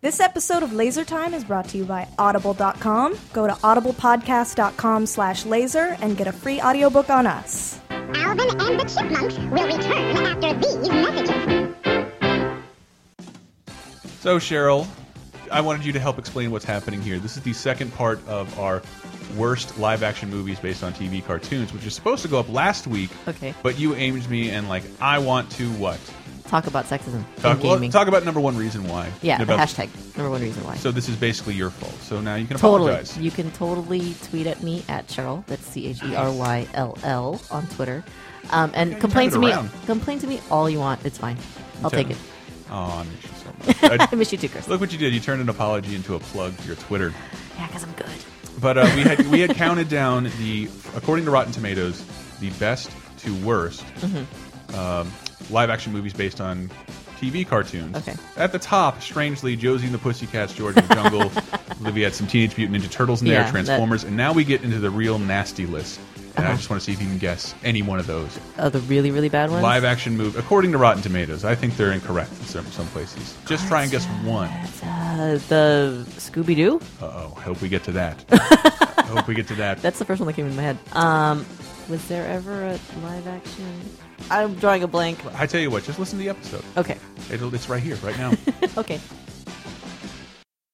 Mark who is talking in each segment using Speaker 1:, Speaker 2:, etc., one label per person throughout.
Speaker 1: This episode of Laser Time is brought to you by Audible.com. Go to audiblepodcast.com slash laser and get a free audiobook on us.
Speaker 2: Alvin and the Chipmunks will return after these messages.
Speaker 3: So, Cheryl, I wanted you to help explain what's happening here. This is the second part of our worst live action movies based on TV cartoons, which is supposed to go up last week.
Speaker 4: Okay.
Speaker 3: But you aimed me and, like, I want to what?
Speaker 4: Talk about sexism.
Speaker 3: Talk,
Speaker 4: in
Speaker 3: well,
Speaker 4: gaming.
Speaker 3: talk about number one reason why.
Speaker 4: yeah,
Speaker 3: And
Speaker 4: the
Speaker 3: about-
Speaker 4: hashtag. Number one reason why.
Speaker 3: So, this is basically your fault. So now you can
Speaker 4: totally.
Speaker 3: apologize.
Speaker 4: You can totally tweet at me at Cheryl. That's C H E R Y L L on Twitter. Um, and
Speaker 3: you
Speaker 4: complain
Speaker 3: turned
Speaker 4: to
Speaker 3: it
Speaker 4: me.
Speaker 3: around.
Speaker 4: Complain to me all you want. It's fine. I'll
Speaker 3: Okay.
Speaker 4: take it.
Speaker 3: Oh, I miss you so much.
Speaker 4: I
Speaker 3: I-
Speaker 4: miss you too, Chris.
Speaker 3: look what you did. You turned an apology into a plug to your Twitter.
Speaker 4: Yeah, because I'm good.
Speaker 3: But uh, we had we had counted down the according to Rotten Tomatoes the best to worst
Speaker 4: Mm-hmm.
Speaker 3: um, live action movies based on TV cartoons.
Speaker 4: Okay.
Speaker 3: At the top, strangely, Josie and the Pussycats, George and the Jungle, Olivia had some Teenage Mutant Ninja Turtles in there,
Speaker 4: Yeah, that-
Speaker 3: Transformers, and now we get into the real nasty list. And
Speaker 4: Uh-huh.
Speaker 3: I just want to see if you can guess any one of those
Speaker 4: Oh, the really, really bad ones?
Speaker 3: live action movie. According to Rotten Tomatoes, I think they're incorrect in some, some places. Just try and guess one.
Speaker 4: Uh, the Scooby Doo?
Speaker 3: Uh oh, I hope we get to that. I hope we get to that.
Speaker 4: That's the first one that came in my head. Um, was there ever a live action? I'm drawing a blank.
Speaker 3: I tell you what, just listen to the episode.
Speaker 4: Okay.
Speaker 3: It'll, it's right here, right now.
Speaker 4: Okay.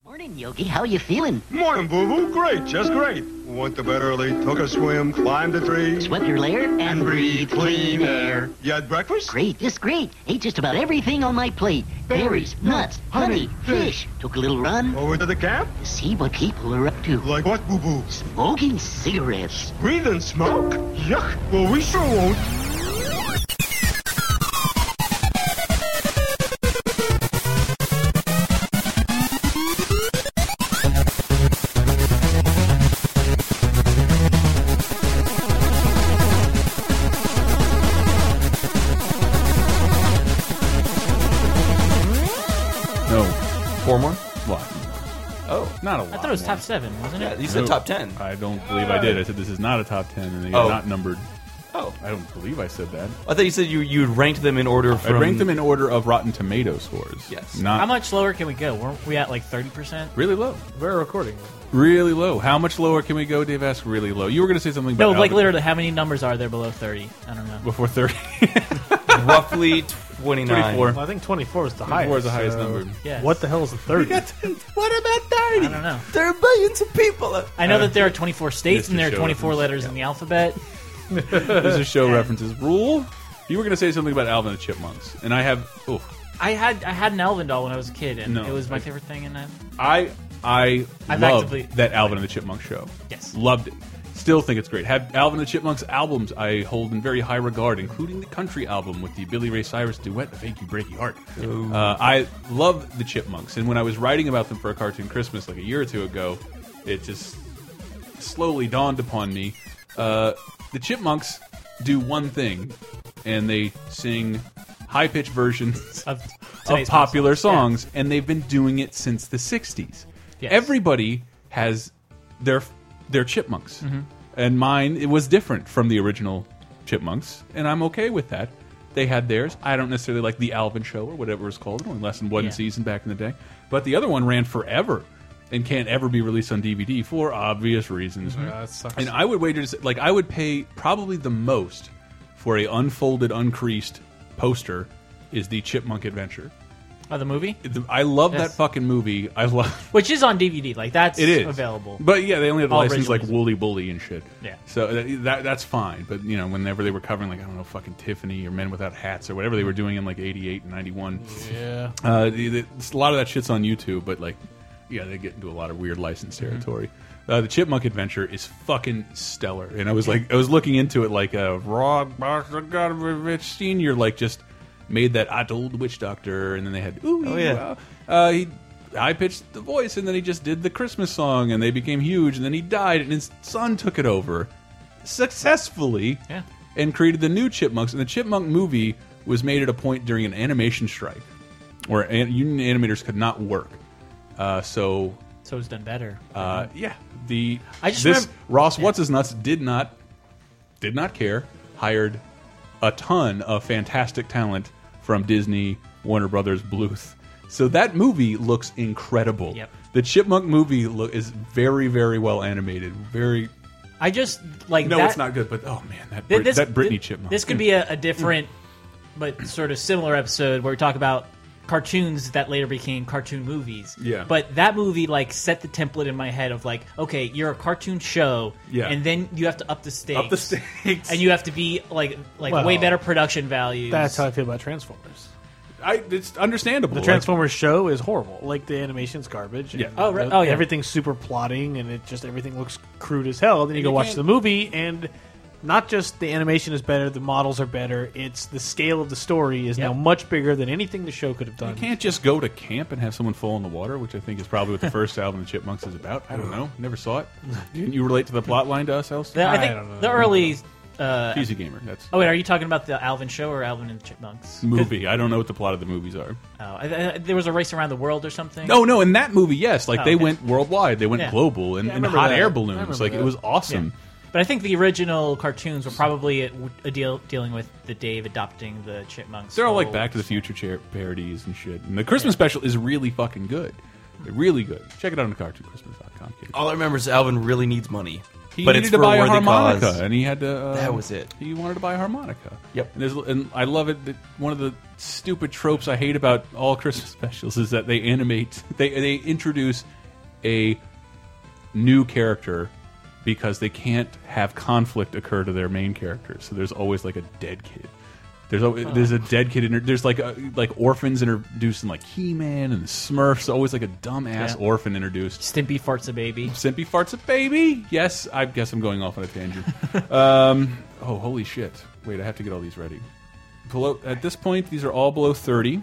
Speaker 5: Morning, Yogi. How you feeling?
Speaker 6: Morning, Boo Boo. Great, just great. Went to bed early, took a swim, climbed a tree,
Speaker 5: Swept your lair and breathe clean air.
Speaker 6: You had breakfast?
Speaker 5: Great, just great. Ate just about everything on my plate. Berries, nuts, honey, fish. Took a little run
Speaker 6: Over to the camp?
Speaker 5: to see what people are up to.
Speaker 6: Like what, Boo Boo?
Speaker 5: Smoking cigarettes.
Speaker 6: Breathing smoke? Yuck. Well, we sure won't.
Speaker 3: No. Four more? What? Oh. Not a lot.
Speaker 7: I thought it was top seven, wasn't it?
Speaker 8: You said top ten.
Speaker 3: I don't believe I did. I said this is not a top 10, and they are
Speaker 8: Oh.
Speaker 3: not numbered.
Speaker 8: Oh,
Speaker 3: I don't believe I said that.
Speaker 8: I thought you said you you ranked them in order from.
Speaker 3: I ranked them in order of Rotten Tomato scores.
Speaker 8: Yes.
Speaker 3: Not
Speaker 7: How much lower can we go? Weren't we at like thirty percent?
Speaker 3: really low.
Speaker 9: We're recording.
Speaker 3: Really low. How much lower can we go, Dave asked? Really low. You were going to say something
Speaker 7: No,
Speaker 3: about
Speaker 7: like
Speaker 3: Alvin
Speaker 7: literally, how many numbers are there below thirty? I don't know.
Speaker 3: Before 30.
Speaker 8: roughly twenty nine.
Speaker 3: 24.
Speaker 9: Well, I think 24 is the
Speaker 3: 24
Speaker 9: highest.
Speaker 3: is the highest
Speaker 9: so
Speaker 3: number.
Speaker 7: Yes.
Speaker 9: What the hell is the 30?
Speaker 8: what about thirty?
Speaker 7: I don't know.
Speaker 8: There are billions of people.
Speaker 7: I
Speaker 9: Uh,
Speaker 7: know that there are 24 states
Speaker 3: Mr.
Speaker 7: and there are
Speaker 3: Show
Speaker 7: 24
Speaker 3: reference.
Speaker 7: letters in the alphabet.
Speaker 3: this is show references rule. You were going to say something about Alvin and the Chipmunks, and I have. Oh,
Speaker 7: I had I had an Elvin doll when I was a kid, and
Speaker 3: No.
Speaker 7: it was my favorite thing. And I,
Speaker 3: I I
Speaker 7: I've
Speaker 3: love
Speaker 7: actively-
Speaker 3: that Alvin and the Chipmunks show.
Speaker 7: Yes.
Speaker 3: loved it. Still think it's great. Have Alvin and the Chipmunks albums I hold in very high regard, including the country album with the Billy Ray Cyrus duet "Thank You Break Your Heart." Uh, I love the Chipmunks, and when I was writing about them for a cartoon Christmas like a year or two ago, it just slowly dawned upon me. Uh, the Chipmunks do one thing, and they sing high pitched versions
Speaker 7: Of
Speaker 3: of
Speaker 7: today's pop
Speaker 3: popular songs,
Speaker 7: songs.
Speaker 3: and they've been doing it since the '60s.
Speaker 7: Yes.
Speaker 3: Everybody has their their chipmunks,
Speaker 7: Mm-hmm.
Speaker 3: and mine it was different from the original chipmunks, and I'm okay with that. They had theirs. I don't necessarily like the Alvin Show or whatever it was called. It only lasted one
Speaker 7: Yeah.
Speaker 3: season back in the day, but the other one ran forever and can't ever be released on DVD for obvious reasons.
Speaker 7: Mm-hmm.
Speaker 9: Yeah, that sucks.
Speaker 3: And I would wager, to say- like, I would pay probably the most for a unfolded, uncreased poster is the Chipmunk Adventure.
Speaker 7: of the movie,
Speaker 3: The- I love
Speaker 7: Yes.
Speaker 3: that fucking movie. I love
Speaker 7: which is on DVD. Like that's
Speaker 3: it is
Speaker 7: available.
Speaker 3: but yeah, they only have the
Speaker 7: All
Speaker 3: license like
Speaker 7: originals.
Speaker 3: Wooly Bully and shit.
Speaker 7: Yeah.
Speaker 3: so that, that that's fine. But you know, whenever they were covering like I don't know, fucking Tiffany or Men Without Hats or whatever they were doing in like '88 and '91,
Speaker 9: yeah.
Speaker 3: uh, the, the, a lot of that shit's on YouTube, but like, yeah, they get into a lot of weird license
Speaker 7: Mm-hmm.
Speaker 3: territory. Uh, the Chipmunk Adventure is fucking stellar, and I was like, I was looking into it like a raw box of God of Rich Senior, like just made that I told witch doctor, and then they had ooh
Speaker 8: Oh,
Speaker 3: yeah,
Speaker 8: yeah.
Speaker 3: uh, he. I pitched the voice, and then he just did the Christmas song, and they became huge. And then he died, and his son took it over successfully
Speaker 7: Yeah.
Speaker 3: and created the new Chipmunks. And the Chipmunk movie was made at a point during an animation strike where an union animators could not work. Uh, so,
Speaker 7: so it's done better.
Speaker 3: uh, yeah, the
Speaker 7: I just
Speaker 3: this
Speaker 7: remember-
Speaker 3: Ross What's His Nuts did not did not care. Hired a ton of fantastic talent from Disney, Warner Brothers, Bluth, So that movie looks incredible.
Speaker 7: Yep.
Speaker 3: The Chipmunk movie lo is very, very well animated. Very.
Speaker 7: I just like
Speaker 3: No,
Speaker 7: that,
Speaker 3: it's not good, but oh man, that
Speaker 7: Th-
Speaker 3: Brit- that Britney
Speaker 7: th-
Speaker 3: Chipmunk.
Speaker 7: This could be a, a different, but sort of similar episode where we talk about cartoons that later became cartoon movies.
Speaker 3: Yeah.
Speaker 7: But that movie like set the template in my head of like, okay, you're a cartoon show,
Speaker 3: Yeah.
Speaker 7: and then you have to up the stakes,
Speaker 3: up the stakes.
Speaker 7: and you have to be like like
Speaker 9: Well,
Speaker 7: way better production values.
Speaker 9: That's how I feel about Transformers.
Speaker 3: I, it's understandable.
Speaker 9: The
Speaker 3: Like,
Speaker 9: Transformers show is horrible. Like the animation's garbage. and
Speaker 3: Yeah.
Speaker 7: Oh, right.
Speaker 9: the-
Speaker 7: Oh, yeah.
Speaker 9: Everything's super plotting, and it just everything looks crude as hell. Then you go
Speaker 3: you
Speaker 9: watch
Speaker 3: can't-
Speaker 9: the movie, and not just the animation is better, the models are better. It's the scale of the story is now much bigger than anything the show could have done.
Speaker 3: You can't just go to camp and have someone fall in the water, which I think is probably what the first album the Chipmunks is about. I don't know. Never saw it. Didn't you relate to the plot line to us, Elsa?
Speaker 7: The- I
Speaker 9: I
Speaker 7: think
Speaker 9: don't know.
Speaker 7: the early. Uh,
Speaker 3: Easy gamer. That's
Speaker 7: oh wait, are you talking about the Alvin show or Alvin and the Chipmunks?
Speaker 3: movie. I don't know what the plot of the movies are.
Speaker 7: Oh, I, I, there was a race around the world or something.
Speaker 3: No, no. In that movie, yes, like
Speaker 7: Oh,
Speaker 3: they
Speaker 7: okay.
Speaker 3: went worldwide. They went
Speaker 7: Yeah.
Speaker 3: global and,
Speaker 9: I
Speaker 3: and
Speaker 9: remember
Speaker 3: hot
Speaker 9: that.
Speaker 3: air
Speaker 9: I
Speaker 3: balloons.
Speaker 9: remember
Speaker 3: Like it
Speaker 9: that.
Speaker 3: was awesome.
Speaker 7: But I think the original cartoons were probably a, a deal dealing with the Dave adopting the chipmunks.
Speaker 3: They're all like
Speaker 7: whole-
Speaker 3: Back to the Future chair parodies and shit. And the Christmas special is really fucking good. Really good. Check it out on cartoonchristmas.com. kid.
Speaker 8: All I remember is Alvin really needs money,
Speaker 3: He
Speaker 8: but
Speaker 3: needed
Speaker 8: it's
Speaker 3: to
Speaker 8: for
Speaker 3: buy
Speaker 8: a
Speaker 3: a
Speaker 8: worthy
Speaker 3: harmonica,
Speaker 8: cause.
Speaker 3: and he had to. Uh,
Speaker 8: That was it.
Speaker 3: He wanted to buy a harmonica.
Speaker 8: Yep.
Speaker 3: And, there's, and I love it. That one of the stupid tropes I hate about all Christmas specials is that they animate, they they introduce a new character because they can't have conflict occur to their main character. So there's always like a dead kid. There's always, there's a dead kid. Inter there's like a, like orphans introduced in like He Man and the Smurfs. Always like a dumbass
Speaker 7: Yeah.
Speaker 3: orphan introduced.
Speaker 7: Stimpy farts a baby.
Speaker 3: Simpy farts a baby. Yes, I guess I'm going off on a tangent. um, oh, holy shit! Wait, I have to get all these ready. Below at this point, these are all below 30.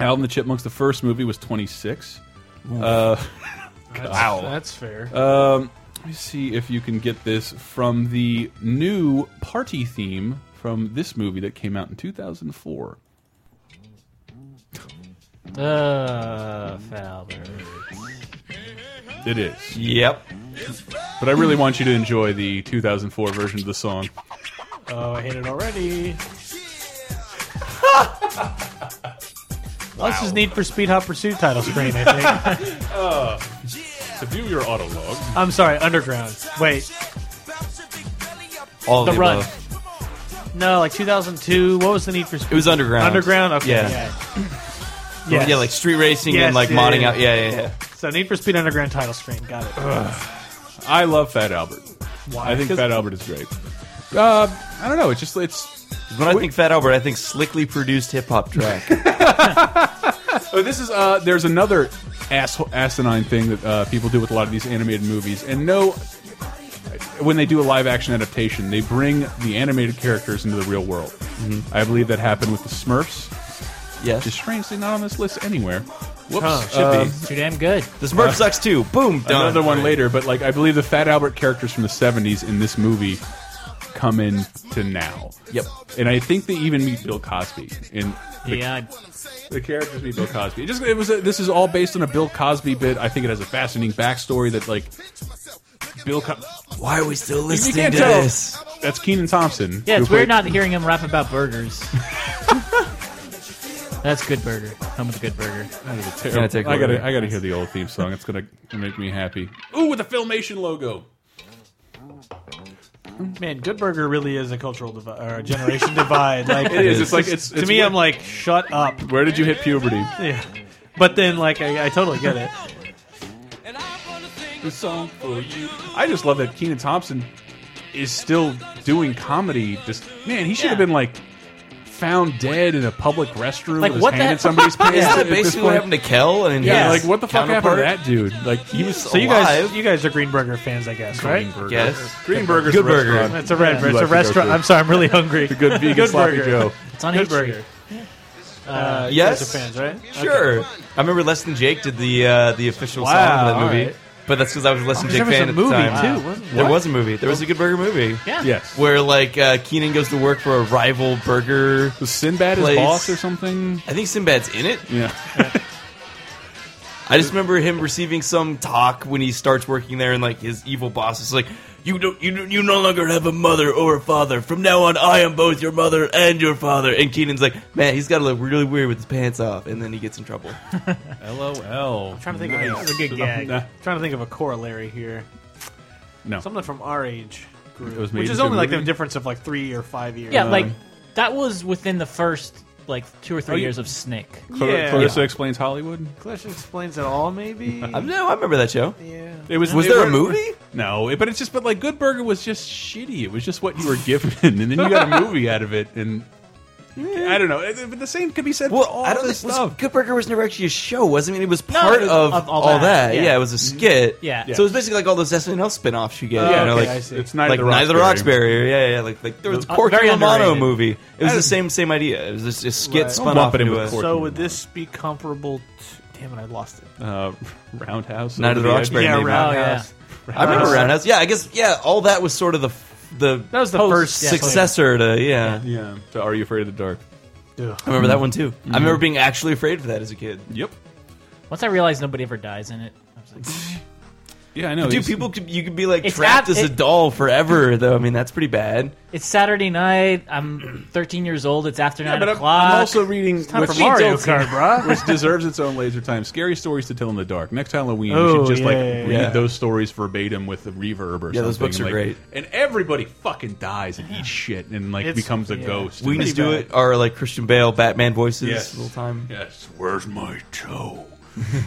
Speaker 3: Alvin and the Chipmunks, the first movie was 26.
Speaker 9: That's,
Speaker 8: Wow.
Speaker 9: that's fair.
Speaker 3: Let me see if you can get this from the new party theme from this movie that came out in 2004.
Speaker 7: Uh, Falbert.
Speaker 3: It is,
Speaker 8: Yep.
Speaker 3: but I really want you to enjoy the 2004 version of the song.
Speaker 9: oh, I hate it already. That's his Need for Speed Hot Pursuit title screen, I think.
Speaker 3: To view your autolog,
Speaker 9: I'm sorry, Underground. Wait,
Speaker 8: All of Oh,
Speaker 7: The run.
Speaker 8: above.
Speaker 9: no, like 2002. What was the Need for Speed?
Speaker 8: It was underground.
Speaker 9: Underground. Okay.
Speaker 8: Yeah.
Speaker 9: Yeah.
Speaker 8: Yeah,
Speaker 9: Yes.
Speaker 8: like street racing
Speaker 9: Yes,
Speaker 8: and like
Speaker 9: yeah,
Speaker 8: modding
Speaker 9: yeah,
Speaker 8: out. Yeah, yeah, yeah.
Speaker 9: So Need for Speed Underground title screen. Got it.
Speaker 3: I love Fat Albert.
Speaker 9: Why?
Speaker 3: I think
Speaker 9: 'Cause-
Speaker 3: Fat Albert is great. Uh, I don't know. It's just it's.
Speaker 8: When I think Fat Albert, I think slickly produced hip hop track.
Speaker 3: Oh, this is uh. There's another asshole asinine thing that uh, people do with a lot of these animated movies, and no, when they do a live action adaptation, they bring the animated characters into the real world.
Speaker 8: Mm-hmm.
Speaker 3: I believe that happened with the Smurfs.
Speaker 8: yes.
Speaker 3: Just strangely not on this list anywhere. Whoops,
Speaker 9: Huh,
Speaker 3: should be.
Speaker 7: Too damn good.
Speaker 8: the Smurf sucks too. Boom. uh, Done.
Speaker 3: Another one later, but like I believe the Fat Albert characters from the '70s in this movie come in to now.
Speaker 8: Yep.
Speaker 3: And I think they even meet Bill Cosby in the
Speaker 7: Yeah, I-
Speaker 3: The characters be Bill Cosby. It just it was a, this is all based on a Bill Cosby bit. I think it has a fascinating backstory that like Bill. Co
Speaker 8: Why are we still
Speaker 3: you
Speaker 8: listening
Speaker 3: can't
Speaker 8: to
Speaker 3: tell.
Speaker 8: this?
Speaker 3: That's Keenan Thompson.
Speaker 7: yeah.
Speaker 3: who
Speaker 7: It's weird
Speaker 3: played-
Speaker 7: not hearing him rap about burgers. That's good burger. Home of the good burger.
Speaker 3: That is a
Speaker 8: Gonna
Speaker 3: terrible-
Speaker 8: take
Speaker 3: I gotta
Speaker 8: over.
Speaker 3: I gotta hear the old theme song. It's gonna make me happy. Ooh, with the Filmation logo.
Speaker 9: Man, Good Burger really is a cultural divi- or a generation divide. Like
Speaker 3: It is. It's like it's,
Speaker 9: to me, I'm like, shut up.
Speaker 3: where did you hit puberty?
Speaker 9: Yeah. But then, like, I, I totally get it.
Speaker 3: The song for you. I just love that Keenan Thompson is still doing comedy. Just man, he should have
Speaker 7: Yeah.
Speaker 3: been like found dead in a public restroom
Speaker 7: Like,
Speaker 3: with
Speaker 7: what
Speaker 3: his hand
Speaker 7: the-
Speaker 3: in somebody's pants.
Speaker 8: Isn't
Speaker 3: at
Speaker 8: that
Speaker 3: this
Speaker 8: basically what
Speaker 3: point?
Speaker 8: happened to Kel? And
Speaker 3: Yeah,
Speaker 8: his
Speaker 3: like what the fuck happened to
Speaker 8: counterpart?
Speaker 3: that dude? Like he was
Speaker 9: So you guys,
Speaker 8: Alive.
Speaker 9: you guys are Green Burger fans, I guess, right?
Speaker 3: Greenberger.
Speaker 8: Yes.
Speaker 3: Greenberger's
Speaker 8: Good
Speaker 3: a
Speaker 8: burger.
Speaker 3: restaurant.
Speaker 9: It's a red.
Speaker 3: You
Speaker 9: It's
Speaker 3: like to
Speaker 9: a
Speaker 3: go
Speaker 9: restaurant.
Speaker 3: to.
Speaker 9: I'm sorry, I'm really hungry.
Speaker 3: The good vegan sloppy Joe.
Speaker 7: It's on
Speaker 9: Good
Speaker 7: H
Speaker 9: burger. Uh, you
Speaker 8: Yes.
Speaker 9: guys are fans, right?
Speaker 8: Sure. I remember Les and Jake did the uh, the official
Speaker 9: Wow,
Speaker 8: song for that movie,
Speaker 9: alright.
Speaker 8: but that's because I was a Les and Jake
Speaker 9: There was
Speaker 8: fan
Speaker 9: a
Speaker 8: at the
Speaker 9: movie
Speaker 8: time.
Speaker 9: too, wasn't
Speaker 8: There was a movie. There was a Good Burger movie
Speaker 7: Yeah.
Speaker 3: Yes.
Speaker 8: where like uh, Keenan goes to work for a rival burger.
Speaker 3: Was Sinbad his
Speaker 8: Place.
Speaker 3: boss or something?
Speaker 8: I think Sinbad's in it.
Speaker 3: Yeah.
Speaker 8: I just remember him receiving some talk when he starts working there, and like his evil boss is like, You don't. You, you no longer have a mother or a father. From now on, I am both your mother and your father." And Keenan's like, "Man, he's got to look really weird with his pants off," and then he gets in trouble.
Speaker 3: LOL.
Speaker 9: trying to think of a,
Speaker 3: Nice.
Speaker 9: of a good gag.
Speaker 3: Nah.
Speaker 9: trying to think of a corollary here.
Speaker 3: No.
Speaker 9: Something from our age group,
Speaker 3: It was made
Speaker 9: which is
Speaker 3: into a
Speaker 9: only like the
Speaker 3: movie?
Speaker 9: difference of like three or five years.
Speaker 7: Yeah,
Speaker 3: Um,
Speaker 7: like that was within the first like two or three
Speaker 3: Oh, you-
Speaker 7: years of Snake.
Speaker 3: Clar-
Speaker 9: yeah.
Speaker 3: Clarissa explains Hollywood.
Speaker 9: Clash explains it all, maybe.
Speaker 8: I, no, I remember that show.
Speaker 9: yeah.
Speaker 3: It was.
Speaker 8: Was
Speaker 3: it
Speaker 8: there a
Speaker 3: were-
Speaker 8: movie?
Speaker 3: No, it- but it's just. But like, Good Burger was just shitty. It was just what you were given, and then you got a movie out of it, and I don't know. It- But the same could be said
Speaker 8: Well,
Speaker 3: for all
Speaker 8: I don't
Speaker 3: this
Speaker 8: think
Speaker 3: stuff.
Speaker 8: was, Good Burger was never actually a show, was it? I mean, it was part
Speaker 7: it was
Speaker 8: of, all, that. Yeah.
Speaker 7: yeah.
Speaker 8: it was a skit.
Speaker 7: Yeah. Yeah.
Speaker 8: So it was basically like all those SNL spin-offs you get.
Speaker 3: Oh,
Speaker 8: you know,
Speaker 9: okay,
Speaker 8: like,
Speaker 9: I see.
Speaker 3: It's neither
Speaker 8: like
Speaker 3: Roxbury.
Speaker 8: Night of the Roxbury. Yeah, yeah. Like, like there was the
Speaker 7: Uh,
Speaker 8: Corky
Speaker 7: very
Speaker 8: Romano
Speaker 7: underrated.
Speaker 8: movie. It was
Speaker 3: I
Speaker 8: the
Speaker 3: don't-
Speaker 8: same same idea. It was just a skit
Speaker 9: Right.
Speaker 8: spun
Speaker 3: Don't
Speaker 8: off
Speaker 3: lump it in
Speaker 8: into
Speaker 3: with
Speaker 8: a
Speaker 3: Corky.
Speaker 9: So would this be comparable? to... Damn it, I lost it.
Speaker 3: uh, Roundhouse.
Speaker 8: Night of the
Speaker 3: Yeah,
Speaker 8: Roxbury.
Speaker 9: yeah,
Speaker 8: maybe.
Speaker 9: Roundhouse.
Speaker 7: Oh,
Speaker 8: I remember Roundhouse. Yeah, I guess. Yeah, all that was sort of the f- the
Speaker 9: That was the
Speaker 7: Post-
Speaker 9: first
Speaker 7: yeah,
Speaker 8: successor to. Yeah.
Speaker 3: Yeah. So Are You Afraid of the Dark?
Speaker 8: I remember that one too. I remember being actually afraid of that as a kid.
Speaker 3: Yep.
Speaker 7: Once I realized nobody ever dies in it, I was like,
Speaker 3: Yeah, I know.
Speaker 8: Dude,
Speaker 3: These-
Speaker 8: people could you could be like
Speaker 7: It's
Speaker 8: trapped
Speaker 7: ab-
Speaker 8: as a
Speaker 7: it-
Speaker 8: doll forever though. I mean, that's pretty bad.
Speaker 7: it's Saturday night. I'm 13 years old. It's after
Speaker 3: Yeah,
Speaker 7: nine
Speaker 3: but I'm,
Speaker 7: o'clock.
Speaker 3: I'm also reading
Speaker 7: time
Speaker 3: which-
Speaker 7: for Mario Kart,
Speaker 3: which deserves its own laser time. Scary stories to tell in the dark. Next Halloween, we
Speaker 9: Oh,
Speaker 3: should just
Speaker 9: yeah,
Speaker 3: like
Speaker 9: yeah,
Speaker 3: read
Speaker 8: yeah.
Speaker 3: those stories verbatim with the reverb or something.
Speaker 8: Yeah, those books
Speaker 3: and,
Speaker 8: are
Speaker 3: like-
Speaker 8: great.
Speaker 3: And everybody fucking dies and eats shit and like
Speaker 9: It's-
Speaker 3: becomes a
Speaker 9: yeah.
Speaker 3: ghost.
Speaker 8: We
Speaker 3: And,
Speaker 8: just
Speaker 3: like,
Speaker 8: do it are like Christian Bale Batman voices
Speaker 3: Yes.
Speaker 8: all the time.
Speaker 3: Yes. Where's my toe?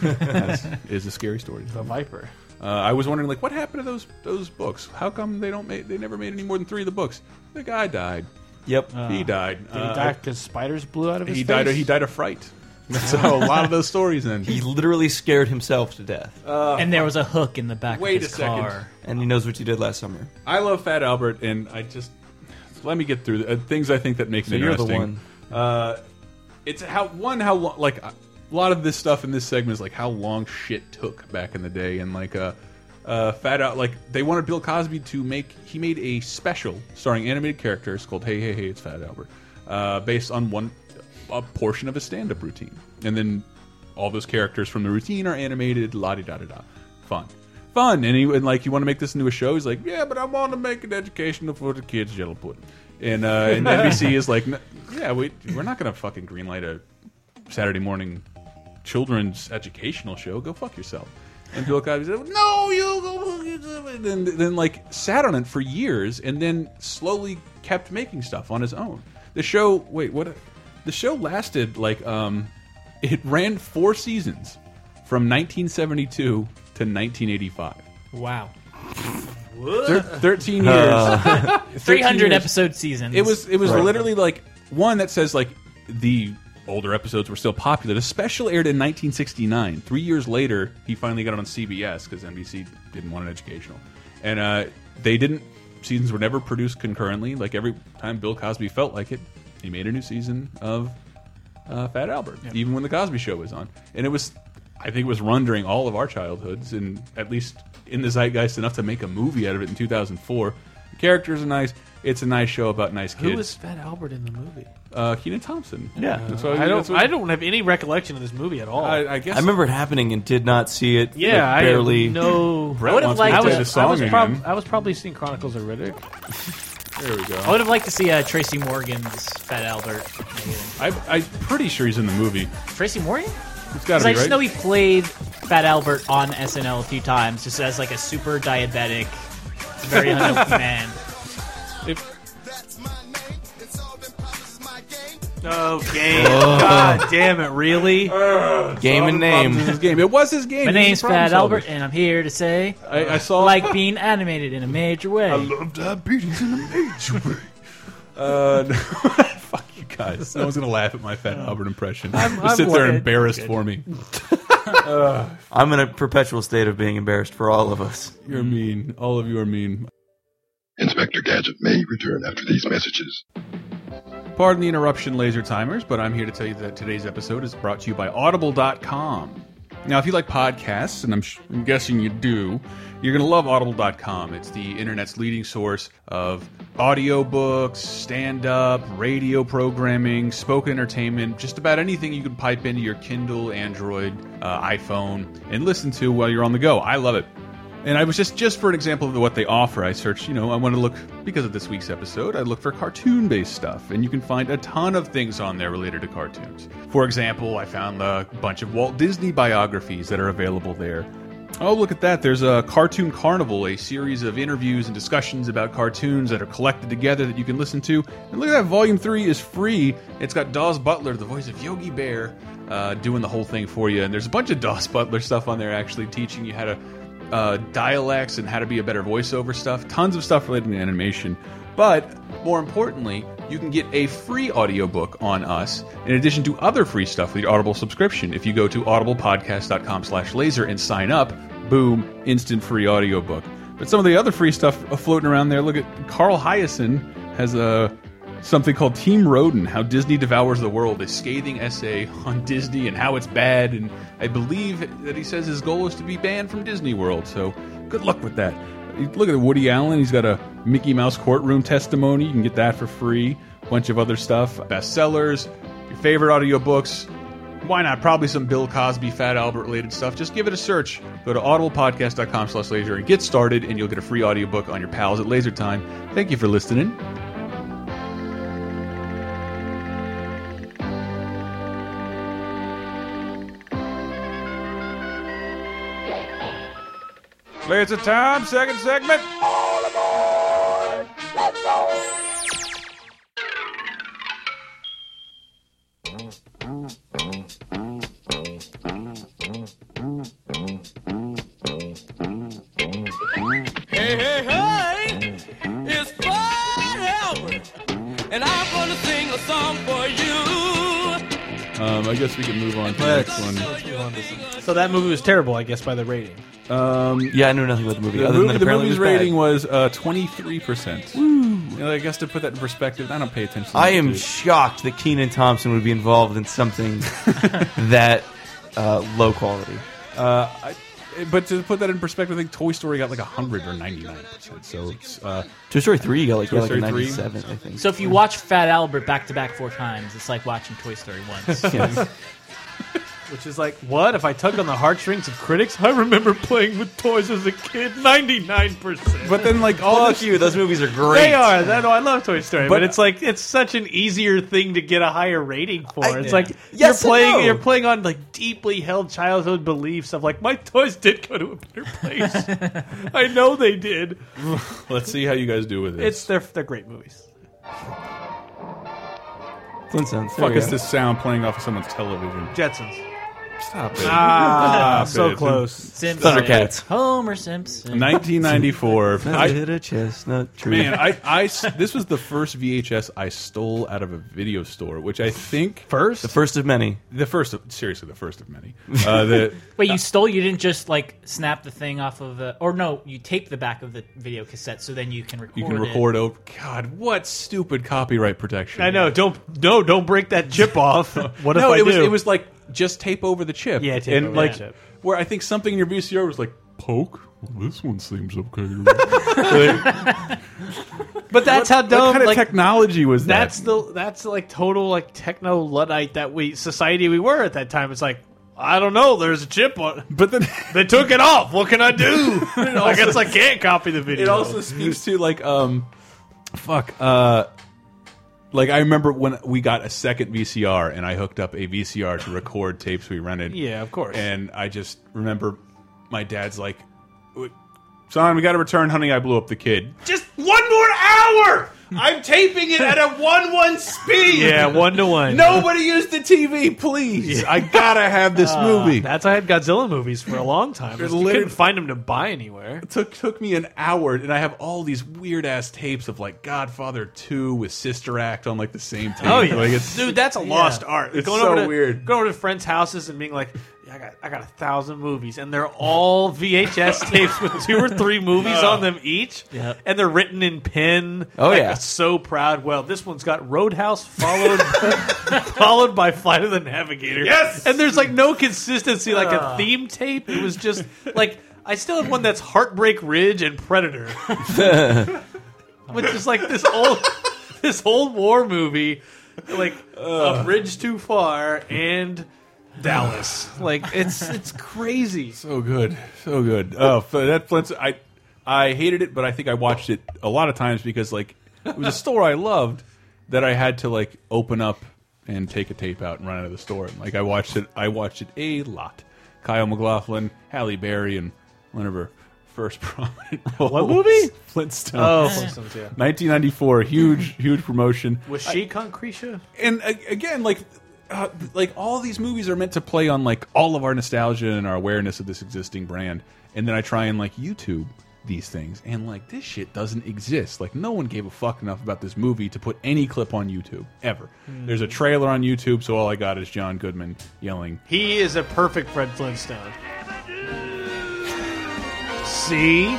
Speaker 3: That's, is a scary story.
Speaker 9: The Viper.
Speaker 3: Uh, I was wondering, like, what happened to those those books? How come they don't make? They never made any more than three of the books. The guy died.
Speaker 8: Yep.
Speaker 3: he died.
Speaker 9: Did
Speaker 3: Uh,
Speaker 9: he die because spiders blew out of his
Speaker 3: he died.
Speaker 9: face?
Speaker 3: He died of fright. That's how a lot of those stories end.
Speaker 8: he literally scared himself to death.
Speaker 7: and there was a hook in the back
Speaker 3: Wait
Speaker 7: of his
Speaker 3: a second.
Speaker 7: car.
Speaker 8: and he knows what you did last summer.
Speaker 3: I love Fat Albert, and I just let me get through the, uh, things I think that make it
Speaker 8: you're the
Speaker 3: interesting. Uh, it's how one how long like uh, a lot of this stuff in this segment is like how long shit took back in the day, and like uh, uh, Fat Out like they wanted Bill Cosby to make he made a special starring animated characters called Hey Hey Hey It's Fat Albert, uh, based on one a portion of a stand up routine, and then all those characters from the routine are animated. La di da da da, fun fun. And he and like, you want to make this into a show? He's like, yeah, but I want to make it educational for the kids, yellow pudding. And uh, and NBC is like, "N- yeah, we we're not gonna fucking greenlight a Saturday morning children's educational show. Go fuck yourself. And Bill Cosby said, no, you go. fuck yourself." And then, then like sat on it for years, and then slowly kept making stuff on his own. The show, wait, what? The show lasted like um, it ran four seasons from 1972 to 1985.
Speaker 7: Wow,
Speaker 3: Thir- 13 years.
Speaker 7: 300
Speaker 3: episodes.
Speaker 7: episode seasons.
Speaker 3: It was it was
Speaker 8: Right.
Speaker 3: literally like one that says like the older episodes were still popular. The special aired in 1969. Three years later, he finally got it on CBS because NBC didn't want an educational, and uh, they didn't. Seasons were never produced concurrently. Like every time Bill Cosby felt like it, he made a new season of uh, Fat Albert, even when the Cosby Show was on, and it was. I think it was run during all of our childhoods, and at least in the zeitgeist enough to make a movie out of it in 2004. The characters are nice. It's a nice show about nice kids
Speaker 9: Who was Fat Albert in the movie? Uh,
Speaker 3: uh, Keenan Thompson.
Speaker 8: Yeah.
Speaker 3: That's what-
Speaker 9: I don't.
Speaker 3: that's what-
Speaker 9: I don't have any recollection of this movie at all.
Speaker 3: I, I guess.
Speaker 8: I remember it happening and did not see it.
Speaker 9: yeah,
Speaker 8: like, barely.
Speaker 9: I know.
Speaker 3: Brett wants me to
Speaker 7: liked
Speaker 3: play
Speaker 7: to-
Speaker 3: the song
Speaker 9: I was, prob-
Speaker 3: again.
Speaker 9: I was probably seeing Chronicles of Riddick.
Speaker 3: There we
Speaker 7: I
Speaker 3: go.
Speaker 7: would have liked to see uh, Tracy Morgan's Fat Albert.
Speaker 3: I, I'm pretty sure he's in the movie.
Speaker 7: Tracy Morgan?
Speaker 3: It's got to
Speaker 7: Because I
Speaker 3: be
Speaker 7: just
Speaker 3: right.
Speaker 7: know he played Fat Albert on SNL a few times, just as like a super diabetic, very unhealthy man.
Speaker 3: If-
Speaker 9: Oh, game! God damn it! Really?
Speaker 8: Game
Speaker 3: Problems is
Speaker 8: and name.
Speaker 3: his game. It was his game.
Speaker 7: My
Speaker 3: He was
Speaker 7: name's
Speaker 3: a problem
Speaker 7: Fat Albert,
Speaker 3: solver.
Speaker 7: and I'm here to say
Speaker 3: I, I saw
Speaker 7: like being animated in a major way.
Speaker 3: love diabetes in a major way. Uh, no, fuck you guys. No one's gonna laugh at my Fat Albert impression. Just
Speaker 9: I'm
Speaker 3: sit there
Speaker 9: worried.
Speaker 3: embarrassed for me.
Speaker 8: I'm in a perpetual state of being embarrassed for all of us.
Speaker 3: You're mean. All of you are mean.
Speaker 10: Inspector Gadget may return after these messages.
Speaker 3: Pardon the interruption, laser timers, but I'm here to tell you that today's episode is brought to you by Audible.com. Now, if you like podcasts, and I'm, sh- I'm guessing you do, you're going to love Audible.com. It's the internet's leading source of audiobooks, stand up, radio programming, spoken entertainment, just about anything you can pipe into your Kindle, Android, uh, iPhone, and listen to while you're on the go. I love it. And I was just just for an example of what they offer, I searched. You know, I want to look because of this week's episode. I look for cartoon-based stuff, and you can find a ton of things on there related to cartoons. For example, I found a bunch of Walt Disney biographies that are available there. Oh, look at that! There's a Cartoon Carnival, a series of interviews and discussions about cartoons that are collected together that you can listen to. And look at that, Volume Three is free. It's got Dawes Butler, the voice of Yogi Bear, uh, doing the whole thing for you. And there's a bunch of Dawes Butler stuff on there actually teaching you how to uh, dialects and how to be a better voiceover stuff. Tons of stuff related to animation. But more importantly, you can get a free audiobook on us in addition to other free stuff with your Audible subscription. If you go to audiblepodcast.com slash laser and sign up, boom, instant free audiobook. But some of the other free stuff floating around there, look at Carl Hyacin has a something called Team Rodin, How Disney Devours the World, a scathing essay on Disney and how it's bad. And I believe that he says his goal is to be banned from Disney World. So good luck with that. You Look at Woody Allen. He's got a Mickey Mouse courtroom testimony. You can get that for free. Bunch of other stuff. Bestsellers, your favorite audiobooks. Why not? Probably some Bill Cosby, Fat Albert related stuff. Just give it a search. Go to audiblepodcast.com slash laser and get started, and you'll get a free audiobook on your pals at Laser Time. Thank you for listening. Laser Time, second segment.
Speaker 11: Hey, hey, hey, it's Fred Albert, and I'm gonna sing a song for you.
Speaker 3: Um, I guess we can move on to the next one.
Speaker 9: So that movie was terrible, I guess, by the rating.
Speaker 3: Um,
Speaker 8: Yeah, I know nothing about the movie.
Speaker 3: the,
Speaker 8: other
Speaker 3: movie-
Speaker 8: than
Speaker 3: the
Speaker 8: apparently
Speaker 3: movie's
Speaker 8: it was bad.
Speaker 3: rating was uh, 23%. You know, I guess to put that in perspective, I don't pay attention. to
Speaker 8: I
Speaker 3: that,
Speaker 8: am
Speaker 3: dude.
Speaker 8: shocked that Keenan Thompson would be involved in something that uh, low quality.
Speaker 3: Uh, I, but to put that in perspective, I think Toy Story got like 100 or 99%. So it's. Uh,
Speaker 8: Toy Story three got like,
Speaker 3: Toy
Speaker 8: got like a
Speaker 3: Story 3?
Speaker 8: ninety-seven, I think.
Speaker 7: So if you watch Fat Albert back to back four times, it's like watching Toy Story once.
Speaker 8: Yes.
Speaker 9: Which is like, what? If I tug on the heartstrings of critics, I remember playing with toys as a kid 99%.
Speaker 3: but then, like, all
Speaker 8: Fuck
Speaker 3: this-
Speaker 8: you! Those movies are great.
Speaker 9: They are. That, no, oh, I love Toy Story, but,
Speaker 3: But-
Speaker 9: it's like it's such an easier thing to get a higher rating for.
Speaker 8: I-
Speaker 9: it's like
Speaker 8: Yes
Speaker 9: you're
Speaker 8: and
Speaker 9: playing
Speaker 8: no.
Speaker 9: you're playing on like deeply held childhood beliefs of like my toys did go to a better place. I know they did.
Speaker 3: Let's see how you guys do with this.
Speaker 9: It's they're they're great movies.
Speaker 8: Flintstones. there
Speaker 3: Fuck,
Speaker 8: we
Speaker 3: is
Speaker 8: go.
Speaker 3: this sound playing off of someone's television?
Speaker 9: Jetsons.
Speaker 3: Stop it.
Speaker 9: Ah,
Speaker 3: Stop
Speaker 9: so
Speaker 3: it.
Speaker 9: close.
Speaker 7: Simpson.
Speaker 8: Thundercats.
Speaker 7: Homer Simpson.
Speaker 3: 1994.
Speaker 8: I
Speaker 3: I,
Speaker 8: hit a chestnut tree.
Speaker 3: man, I, I s- this was the first VHS I stole out of a video store, which I think
Speaker 9: First,
Speaker 8: the first of many.
Speaker 3: the first of, seriously the first of many. Uh, the
Speaker 7: Wait, you stole? You didn't just like snap the thing off of the, or no, you tape the back of the video cassette so then you can record.
Speaker 3: you can
Speaker 7: it.
Speaker 3: record over. God, what stupid copyright protection!
Speaker 9: I know. Don't no, don't break that chip off. What if
Speaker 3: no,
Speaker 9: I
Speaker 3: it was
Speaker 9: do?
Speaker 3: it was like just tape over the chip.
Speaker 9: Yeah, tape
Speaker 3: and
Speaker 9: over
Speaker 3: like
Speaker 9: the chip.
Speaker 3: where I think something in your VCR was like poke. Well, this one seems okay. Like,
Speaker 9: but that's how dumb.
Speaker 3: what kind of
Speaker 9: like,
Speaker 3: technology was that?
Speaker 9: That's the that's like total like techno luddite that we society we were at that time. It's like I don't know. There's a chip on.
Speaker 3: but then
Speaker 9: They took it off. What can I do? I guess I can't copy the video.
Speaker 3: it also speaks to like um fuck uh like I remember when we got a second VCR and I hooked up a VCR to record tapes we rented.
Speaker 9: yeah, of course.
Speaker 3: And I just remember my dad's like, "Son, we got to return, honey. I blew up the kid. Just one more hour. I'm taping it at a one-one speed.
Speaker 9: yeah, one to one.
Speaker 3: Nobody use the TV, please. I gotta have this
Speaker 9: Ah,
Speaker 3: movie. That
Speaker 9: that's I had Godzilla movies for a long time.
Speaker 3: They're
Speaker 9: You couldn't
Speaker 3: literally-
Speaker 9: find them to buy anywhere.
Speaker 3: took took me an hour, and I have all these weird ass tapes of like Godfather Two with Sister Act on like the same tape.
Speaker 9: Oh yeah,
Speaker 3: like it's
Speaker 9: dude, that's a lost
Speaker 3: Yeah.
Speaker 9: art.
Speaker 3: It's
Speaker 9: going
Speaker 3: so
Speaker 9: over to,
Speaker 3: weird.
Speaker 9: Going over to friends' houses and being like, "Yeah, I got, I got a thousand movies, and they're all VHS tapes with two or three movies on them each,
Speaker 7: Yep.
Speaker 9: and they're written in pen.
Speaker 8: Oh,
Speaker 9: Like,
Speaker 8: yeah.
Speaker 9: I'm so proud. Well, this one's got Roadhouse followed followed by Flight of the Navigator.
Speaker 3: Yes!
Speaker 9: and there's like no consistency, like a theme tape. It was just like. I still have one that's Heartbreak Ridge and Predator which is like this old this old war movie, like A Bridge Too Far and Dallas. like it's it's crazy.
Speaker 3: So good, so good. Oh, f- that Flintstone. I I hated it, but I think I watched it a lot of times because like it was a store I loved that I had to like open up and take a tape out and run out of the store. And, like I watched it, I watched it a lot. Kyle McLaughlin, Halle Berry, and one of her first prominent
Speaker 9: What
Speaker 3: roles.
Speaker 9: movie?
Speaker 3: Flintstones.
Speaker 9: Oh, Flintstones, yeah.
Speaker 3: 1994, huge, huge promotion.
Speaker 9: Was she Concretia?
Speaker 3: and a- again, like, uh, like all these movies are meant to play on like all of our nostalgia and our awareness of this existing brand, and then I try and like YouTube these things, and like this shit doesn't exist. Like, no one gave a fuck enough about this movie to put any clip on YouTube ever. There's a trailer on YouTube, so all I got is John Goodman yelling.
Speaker 9: He is a perfect Fred Flintstone. See?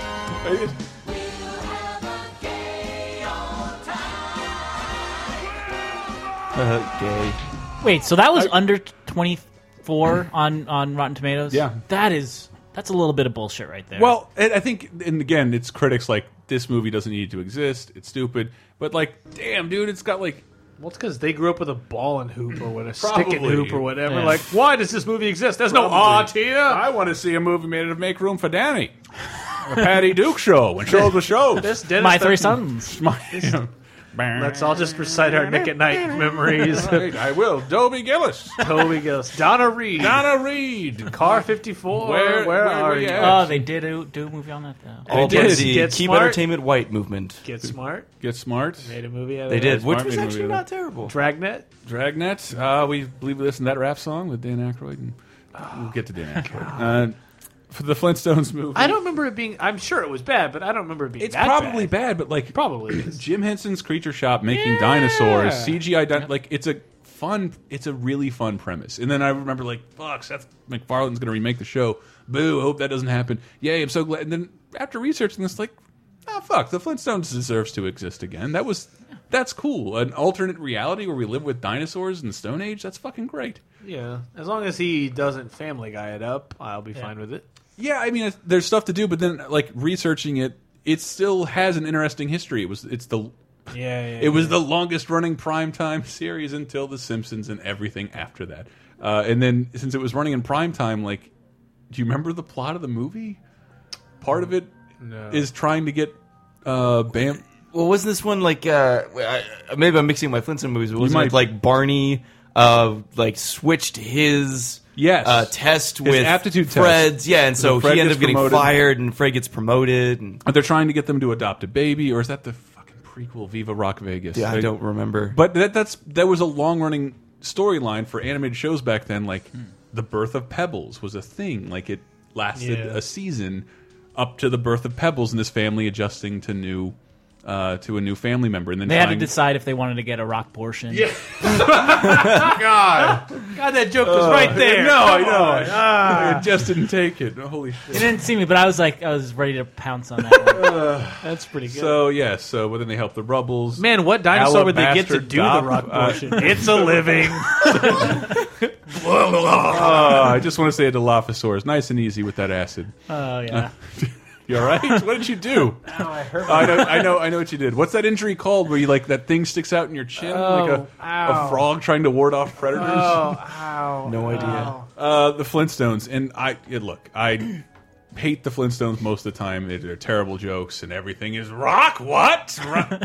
Speaker 8: Uh, gay.
Speaker 7: Wait, so that was under 24 on on Rotten Tomatoes?
Speaker 3: Yeah.
Speaker 7: That is that's a little bit of bullshit right there.
Speaker 3: Well, and I think, and again, it's critics like this movie doesn't need to exist. It's stupid, but like, damn, dude, it's got like
Speaker 9: Well, it's because they grew up with a ball and hoop or what a stick and
Speaker 3: Probably.
Speaker 9: hoop or whatever.
Speaker 7: Yeah.
Speaker 9: Like, why does this movie exist? There's no
Speaker 3: Probably.
Speaker 9: art here.
Speaker 3: I want to see a movie made to make room for Danny. A Patty Duke show and shows with shows.
Speaker 9: This Dennis
Speaker 7: my three
Speaker 9: Duncan-
Speaker 7: sons.
Speaker 3: My-
Speaker 9: Let's all just recite our Nick at Night memories.
Speaker 3: Right, I will. Dobie Gillis.
Speaker 9: Toby goes. Donna Reed.
Speaker 3: Donna Reed.
Speaker 9: Car
Speaker 3: Where-
Speaker 9: 54. Where,
Speaker 3: where
Speaker 9: are
Speaker 3: were
Speaker 9: you?
Speaker 3: you at?
Speaker 7: Oh, they did do, do a movie on that though.
Speaker 8: All
Speaker 9: did.
Speaker 8: part of the
Speaker 9: Get
Speaker 8: Keep
Speaker 9: Smart.
Speaker 8: Entertainment White movement.
Speaker 9: Get Smart.
Speaker 3: Get Smart.
Speaker 9: Made a movie out of
Speaker 8: They
Speaker 9: it.
Speaker 8: did, which
Speaker 3: Smart
Speaker 8: was
Speaker 3: made a
Speaker 8: actually
Speaker 3: movie,
Speaker 8: not terrible.
Speaker 9: Dragnet.
Speaker 3: Dragnet. Uh, we believe this in that rap song with Dan Aykroyd. And we'll get to Dan Aykroyd. Uh, for the Flintstones movie.
Speaker 9: Oh, I don't remember it being. I'm sure it was bad, but I don't remember it being.
Speaker 3: It's
Speaker 9: that
Speaker 3: probably
Speaker 9: bad.
Speaker 3: bad. but like
Speaker 9: Probably is.
Speaker 3: Jim Henson's Creature Shop making dinosaurs CGI. Di Like it's a fun. It's a really fun premise. And then I remember like, fuck, Seth MacFarlane's going to remake the show. Boo! Hope that doesn't happen. Yay! I'm so glad. And then after researching this, like, ah, fuck, the Flintstones deserves to exist again. That was. That's cool. An alternate reality where we live with dinosaurs in the Stone Age. That's fucking great.
Speaker 9: Yeah, as long as he doesn't Family Guy it up, I'll be fine with it.
Speaker 3: Yeah, I mean, it's- there's stuff to do, but then like researching it, it still has an interesting history. It was. It's the
Speaker 9: Yeah, yeah
Speaker 3: It was the longest running primetime series until The Simpsons and everything after that. Uh, and then since it was running in primetime, like, do you remember the plot of the movie? Part of it is
Speaker 9: No.
Speaker 3: trying to get uh, Bam.
Speaker 8: Well, wasn't this one like uh, I, I- maybe I'm mixing my Flintstone movies? But wasn't
Speaker 3: might
Speaker 8: it like Barney uh, like switched his
Speaker 3: Yes.
Speaker 8: uh, test
Speaker 3: His
Speaker 8: with
Speaker 3: aptitude test.
Speaker 8: Fred's? Yeah, and so
Speaker 3: Fred
Speaker 8: he ended
Speaker 3: gets
Speaker 8: up getting
Speaker 3: promoted.
Speaker 8: fired, and Fred gets promoted. And
Speaker 3: They're trying to get them to adopt a baby, or is that the fucking prequel, Viva Rock Vegas?
Speaker 8: yeah, I
Speaker 3: Like,
Speaker 8: don't remember.
Speaker 3: But that that's that was a long running storyline for animated shows back then. Like the birth of Pebbles was a thing. Like it lasted
Speaker 9: Yeah.
Speaker 3: a season up to the birth of Pebbles and this family adjusting to new uh, to a new family member, and then
Speaker 7: They had to
Speaker 3: trying-
Speaker 7: decide if they wanted to get a rock portion. Yeah.
Speaker 9: God, that joke was right there.
Speaker 3: No, I
Speaker 7: Oh,
Speaker 3: know. I just didn't take it. Holy
Speaker 7: It
Speaker 3: shit.
Speaker 7: didn't see me, but I was like, I was ready to pounce on that. One.
Speaker 9: that's pretty good.
Speaker 3: So yes, so but then they help the Rubbles.
Speaker 9: Uh, Man, what dinosaur would they get to
Speaker 3: Alabaster
Speaker 9: do
Speaker 3: Doc,
Speaker 9: the rock
Speaker 3: uh,
Speaker 9: portion? it's a living.
Speaker 3: Ah, I just want to say a Dilophosaurus, nice and easy with that acid.
Speaker 9: Oh yeah.
Speaker 3: You all right? What did you do? I know, I know, I know what you did. What's that injury called? Where you like that thing sticks out in your chin, like a,
Speaker 9: Oh, ow. Oh.
Speaker 3: a frog trying to ward off predators.
Speaker 9: ow.
Speaker 8: no idea.
Speaker 3: Uh, the Flintstones, and I yeah, look, I hate the Flintstones most of the time. They- They're terrible jokes, and everything is rock. What? Rock.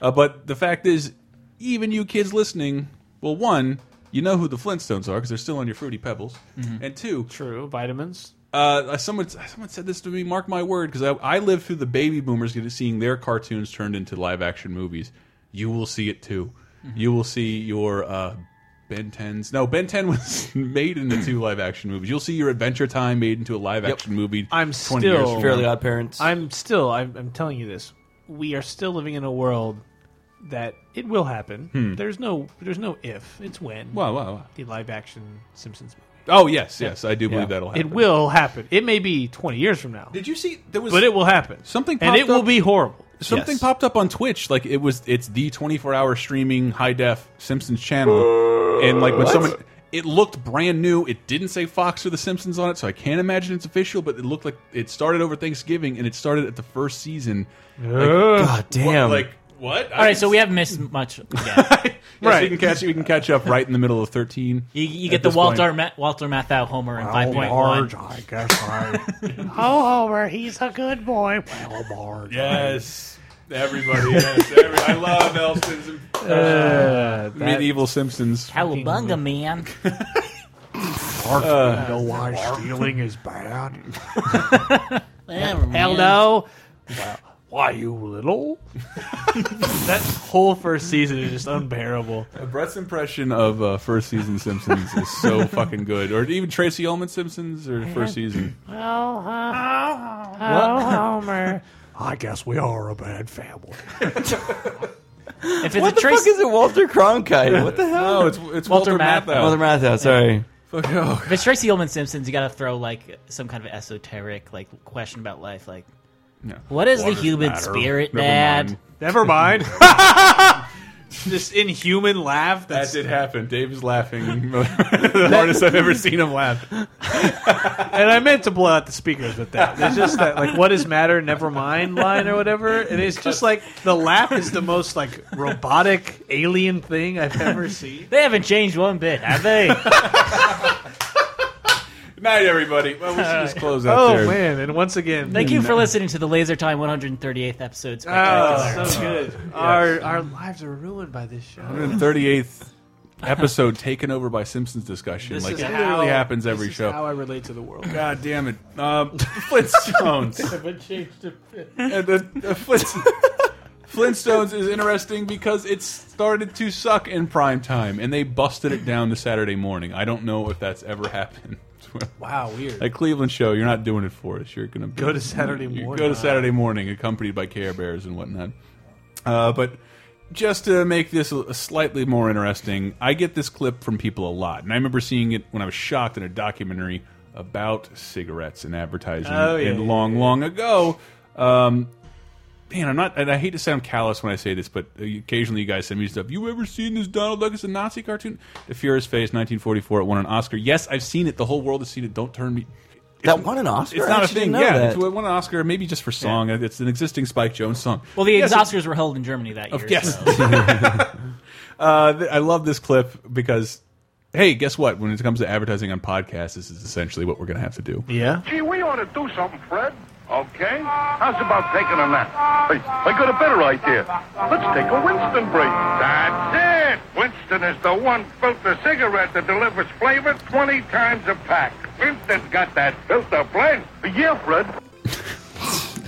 Speaker 3: uh, but the fact is, even you kids listening, well, one, you know who the Flintstones are because they're still on your fruity pebbles,
Speaker 9: Mm-hmm.
Speaker 3: and two,
Speaker 9: True. Vitamins.
Speaker 3: uh, someone someone said this to me. Mark my word, because I, I lived through the baby boomers getting seeing their cartoons turned into live action movies. You will see it too.
Speaker 9: Mm-hmm.
Speaker 3: You will see your uh, Ben Tens. No, Ben Ten was made into two live action movies. You'll see your Adventure Time made into a live action movie.
Speaker 9: I'm
Speaker 3: 20 years
Speaker 9: still-
Speaker 3: from
Speaker 8: Fairly
Speaker 3: now.
Speaker 8: Odd Parents.
Speaker 9: I'm still. I'm, I'm telling you this. We are still living in a world that it will happen.
Speaker 3: Hmm.
Speaker 9: There's no. There's no if. It's when.
Speaker 3: Wow, wow, wow.
Speaker 9: The live action Simpsons. movie.
Speaker 3: Oh yes, yes, I do believe that'll happen.
Speaker 9: It will happen. It may be 20 years from now,
Speaker 3: Did you see there was?
Speaker 9: but it will happen.
Speaker 3: Something
Speaker 9: and it
Speaker 3: popped
Speaker 9: will
Speaker 3: up-
Speaker 9: be horrible.
Speaker 3: Something
Speaker 9: Yes.
Speaker 3: popped up on Twitch, like it was it's the twenty four hour streaming high def Simpsons channel, and like when someone it looked brand new. It didn't say Fox or The Simpsons on it, so I can't imagine it's official. But it looked like it started over Thanksgiving, and it started at the first season. Like,
Speaker 8: God Ah, damn.
Speaker 3: Like What?
Speaker 7: All right, so we haven't missed much. Yet.
Speaker 3: Yes, we can catch. We can catch up right in the middle of thirteen.
Speaker 7: You, you
Speaker 3: at
Speaker 7: get the
Speaker 3: this point.
Speaker 7: Walter Ma- Walter Matthau homer in five point
Speaker 3: Marge,
Speaker 7: one.
Speaker 3: Oh, I guess I. Oh,
Speaker 12: Oh, Homer, he's a good boy.
Speaker 3: Well, Marge. Yes, everybody. Yes, every, I love Elston's
Speaker 7: Uh,
Speaker 12: that-
Speaker 3: medieval Simpsons.
Speaker 7: Cowabunga, man!
Speaker 12: Mark,
Speaker 3: Uh,
Speaker 12: you know why
Speaker 3: Mark.
Speaker 12: stealing is bad?
Speaker 7: Whatever,
Speaker 9: Hell
Speaker 7: man.
Speaker 9: no.
Speaker 12: Well, why, you little?
Speaker 9: that whole first season is just unbearable.
Speaker 3: Uh, Brett's impression of uh, first season Simpsons is so fucking good, or even Tracy Ullman Simpsons or first season.
Speaker 12: Well, huh?
Speaker 7: uh, oh,
Speaker 12: Homer. I guess we are a bad family.
Speaker 7: If it's
Speaker 8: what
Speaker 7: a
Speaker 8: the
Speaker 7: Trace-
Speaker 8: fuck is it, Walter Cronkite? What the hell?
Speaker 3: No, it's it's Walter,
Speaker 7: Matthau.
Speaker 3: Matthau.
Speaker 8: Walter Matthau. Sorry.
Speaker 3: Fuck oh.
Speaker 7: If it's Tracy Ullman Simpsons, you got to throw like some kind of esoteric like question about life, like
Speaker 3: No.
Speaker 7: what is
Speaker 3: Waters
Speaker 7: the human
Speaker 3: matter.
Speaker 7: spirit,
Speaker 3: Never
Speaker 7: Dad?
Speaker 3: mind.
Speaker 9: Never mind. this inhuman laugh.
Speaker 3: That
Speaker 9: That's
Speaker 3: did happen. Dave is laughing. the hardest I've ever seen him laugh.
Speaker 9: and I meant to blow out the speakers with that. It's just that like what is matter, never mind line or whatever. And it's just like the laugh is the most like robotic alien thing I've ever seen.
Speaker 7: They haven't changed one bit, have they?
Speaker 3: Good night, everybody. Well, we should just close out
Speaker 9: Oh
Speaker 3: there.
Speaker 9: man, and once again
Speaker 7: Thank you for listening to the Laser Time 138th episode.
Speaker 9: Oh,
Speaker 3: Uh,
Speaker 7: Spectacular.
Speaker 9: so good. Our our lives are ruined by this show.
Speaker 3: 138th episode taken over by Simpsons discussion.
Speaker 9: This
Speaker 3: like
Speaker 9: is
Speaker 3: it
Speaker 9: how-
Speaker 3: literally happens every
Speaker 9: this is
Speaker 3: show.
Speaker 9: How I relate to the world.
Speaker 3: God damn it. Um, Flintstones. And the, the Flint- Flintstones is interesting because it started to suck in prime time, and they busted it down to Saturday morning. I don't know if that's ever happened.
Speaker 9: Wow, weird.
Speaker 3: Like Cleveland show, you're not doing it for us. You're gonna be,
Speaker 9: Go to Saturday
Speaker 3: you
Speaker 9: morning.
Speaker 3: Go to Saturday morning, accompanied by Care Bears and whatnot. Uh, but just to make this a- slightly more interesting, I get this clip from people a lot, and I remember seeing it when I was shocked in a documentary about cigarettes and advertising,
Speaker 9: Oh, yeah,
Speaker 3: and
Speaker 9: yeah,
Speaker 3: long, long ago. Um, man, I'm not, and I hate to sound callous when I say this, but occasionally you guys send me stuff. You ever seen this Donald Duck is a Nazi cartoon? The Furious Face, 1944, it won an Oscar. Yes, I've seen it. The whole world has seen it. Don't turn me.
Speaker 8: That won an Oscar.
Speaker 3: It's
Speaker 8: I
Speaker 3: not a
Speaker 8: actually
Speaker 3: thing.
Speaker 8: didn't know
Speaker 3: Yeah,
Speaker 8: that.
Speaker 3: it's, it won an Oscar, maybe just for song. It's an existing Spike Jones song.
Speaker 7: Well, the
Speaker 3: Yes,
Speaker 7: Oscars were held in Germany that year.
Speaker 3: yes.
Speaker 7: so-
Speaker 3: uh, th- I love this clip because, hey, guess what? When it comes to advertising on podcasts, this is essentially what we're going to have to do.
Speaker 9: Yeah.
Speaker 13: Gee, we ought to do something, Fred. Okay. How's about taking a nap? Hey, I got a better idea. Let's take a Winston break. That's it. Winston is the one filter cigarette that delivers flavor 20 times a pack. Winston's got that filter blend. Yeah, Fred.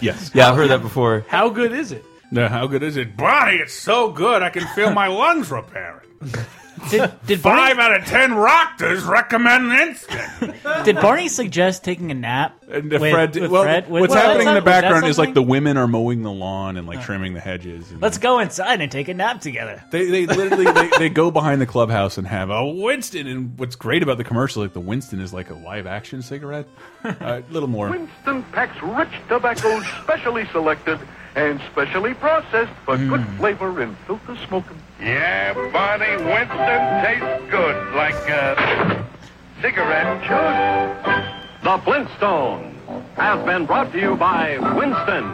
Speaker 3: Yes.
Speaker 8: Yeah, I've heard that before.
Speaker 9: How good is it?
Speaker 3: Now, how good is it? Body, it's so good I can feel my lungs repairing.
Speaker 7: Did, did
Speaker 3: Five
Speaker 7: Barney,
Speaker 3: out of ten rockers recommend instant.
Speaker 7: did Barney suggest taking a nap?
Speaker 3: And
Speaker 7: with-
Speaker 3: Fred,
Speaker 7: with
Speaker 3: well,
Speaker 7: Fred? Was
Speaker 3: what's
Speaker 7: that
Speaker 3: happening in the
Speaker 7: some- was that
Speaker 3: background is like
Speaker 7: something?
Speaker 3: the women are mowing the lawn and like trimming the hedges. And
Speaker 7: Let's go inside and take a nap together.
Speaker 3: They, they literally they, they go behind the clubhouse and have a Winston. And what's great about the commercial, like the Winston is like a live action cigarette. Uh, A little more.
Speaker 13: Winston packs rich tobaccos specially selected and specially processed for good flavor and filter smoking. Yeah, Barney, Winston tastes good like a cigarette should. The Flintstone has been brought to you by Winston.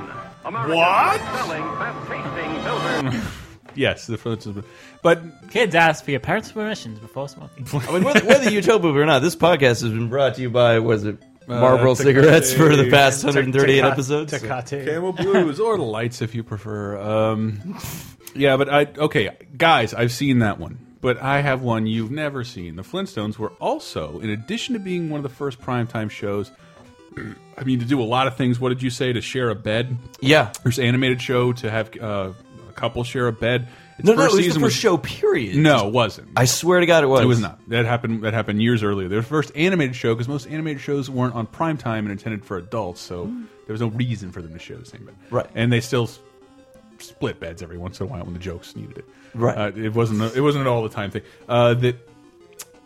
Speaker 3: What?
Speaker 13: Selling fast-tasting filters.
Speaker 3: Yes, the Flintstones. But
Speaker 7: Kids ask for your parents' permissions before smoking.
Speaker 8: I mean, whether, whether you toe poop or not, this podcast has been brought to you by was it Marlboro
Speaker 3: Tecate.
Speaker 8: cigarettes for the past 138
Speaker 9: Tecate-
Speaker 8: episodes.
Speaker 9: Tecate.
Speaker 3: Camel Blues or the lights if you prefer. Um, yeah, but I okay, guys, I've seen that one. But I have one you've never seen. The Flintstones were also, in addition to being one of the first primetime shows, I mean, to do a lot of things. What did you say? To share a bed?
Speaker 8: Yeah.
Speaker 3: There's an animated show to have uh, a couple share a bed. Its
Speaker 8: No, no, it was the
Speaker 3: season
Speaker 8: first show. Period.
Speaker 3: No, it wasn't.
Speaker 8: I swear to God, it was.
Speaker 3: It was not. That happened. That happened years earlier. Their first animated show, because most animated shows weren't on prime time and intended for adults, so there was no reason for them to show the same bed.
Speaker 8: Mm. Right.
Speaker 3: And they still s- split beds every once in a while when the jokes needed it.
Speaker 8: Right.
Speaker 3: Uh, it wasn't. A, it wasn't an all the time thing. Uh, that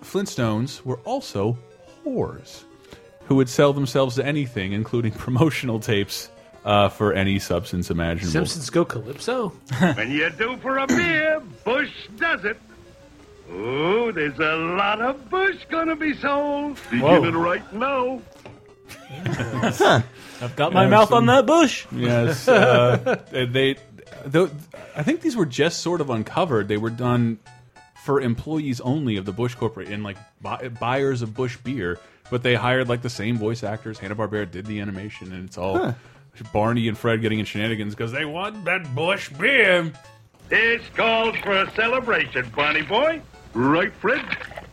Speaker 3: Flintstones were also whores who would sell themselves to anything, including promotional tapes uh, for any substance imaginable.
Speaker 9: Simpsons go Calypso.
Speaker 13: When you do for a beer, Bush does it. Oh, there's a lot of Bush gonna be sold. Beginning right now.
Speaker 7: I've got my mouth on that bush.
Speaker 3: Yes, uh, they. Though, I think these were just sort of uncovered. They were done for employees only of the Bush Corporation, like bu buyers of Bush beer. But they hired like the same voice actors. Hanna Barbera did the animation, and it's all
Speaker 14: Huh.
Speaker 3: Barney and Fred getting in shenanigans because they want that Bush beer.
Speaker 13: This calls for a celebration, Bonnie boy. Right, Fred?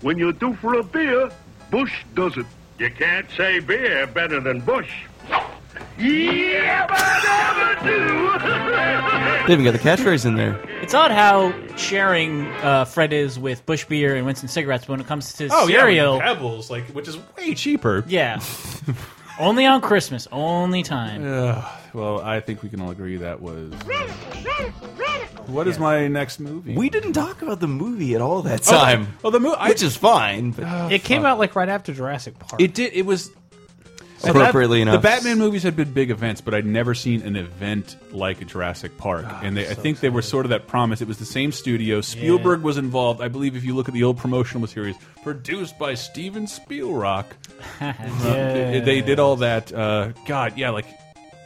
Speaker 13: When you're due for a beer, Bush does it. You can't say beer better than Bush. Yeah, but never do.
Speaker 8: They even got the catchphrase in there.
Speaker 7: It's odd how sharing uh, Fred is with Bush beer and Winston cigarettes, but when it comes to
Speaker 3: Oh, yeah,
Speaker 7: cereal,
Speaker 3: with Pebbles, like which is way cheaper.
Speaker 7: Yeah, only on Christmas, only time.
Speaker 3: Ugh, well, I think we can all agree that was. What is my next movie?
Speaker 8: We didn't talk about the movie at all that
Speaker 3: Oh,
Speaker 8: time.
Speaker 3: Oh, the movie,
Speaker 8: which is fine. But
Speaker 3: Uh,
Speaker 9: it came out like right after Jurassic Park.
Speaker 3: It did. It was
Speaker 9: At
Speaker 8: Appropriately
Speaker 3: the
Speaker 8: enough.
Speaker 3: Batman movies had been big events, but I'd never seen an event like a Jurassic Park,
Speaker 8: Ah,
Speaker 3: and they, I think they were sort of that promise. It was the same studio. Spielberg was involved, I believe. If you look at the old promotional materials, produced by Steven Spielrock, Um, they, they did all that. Uh, God, yeah, like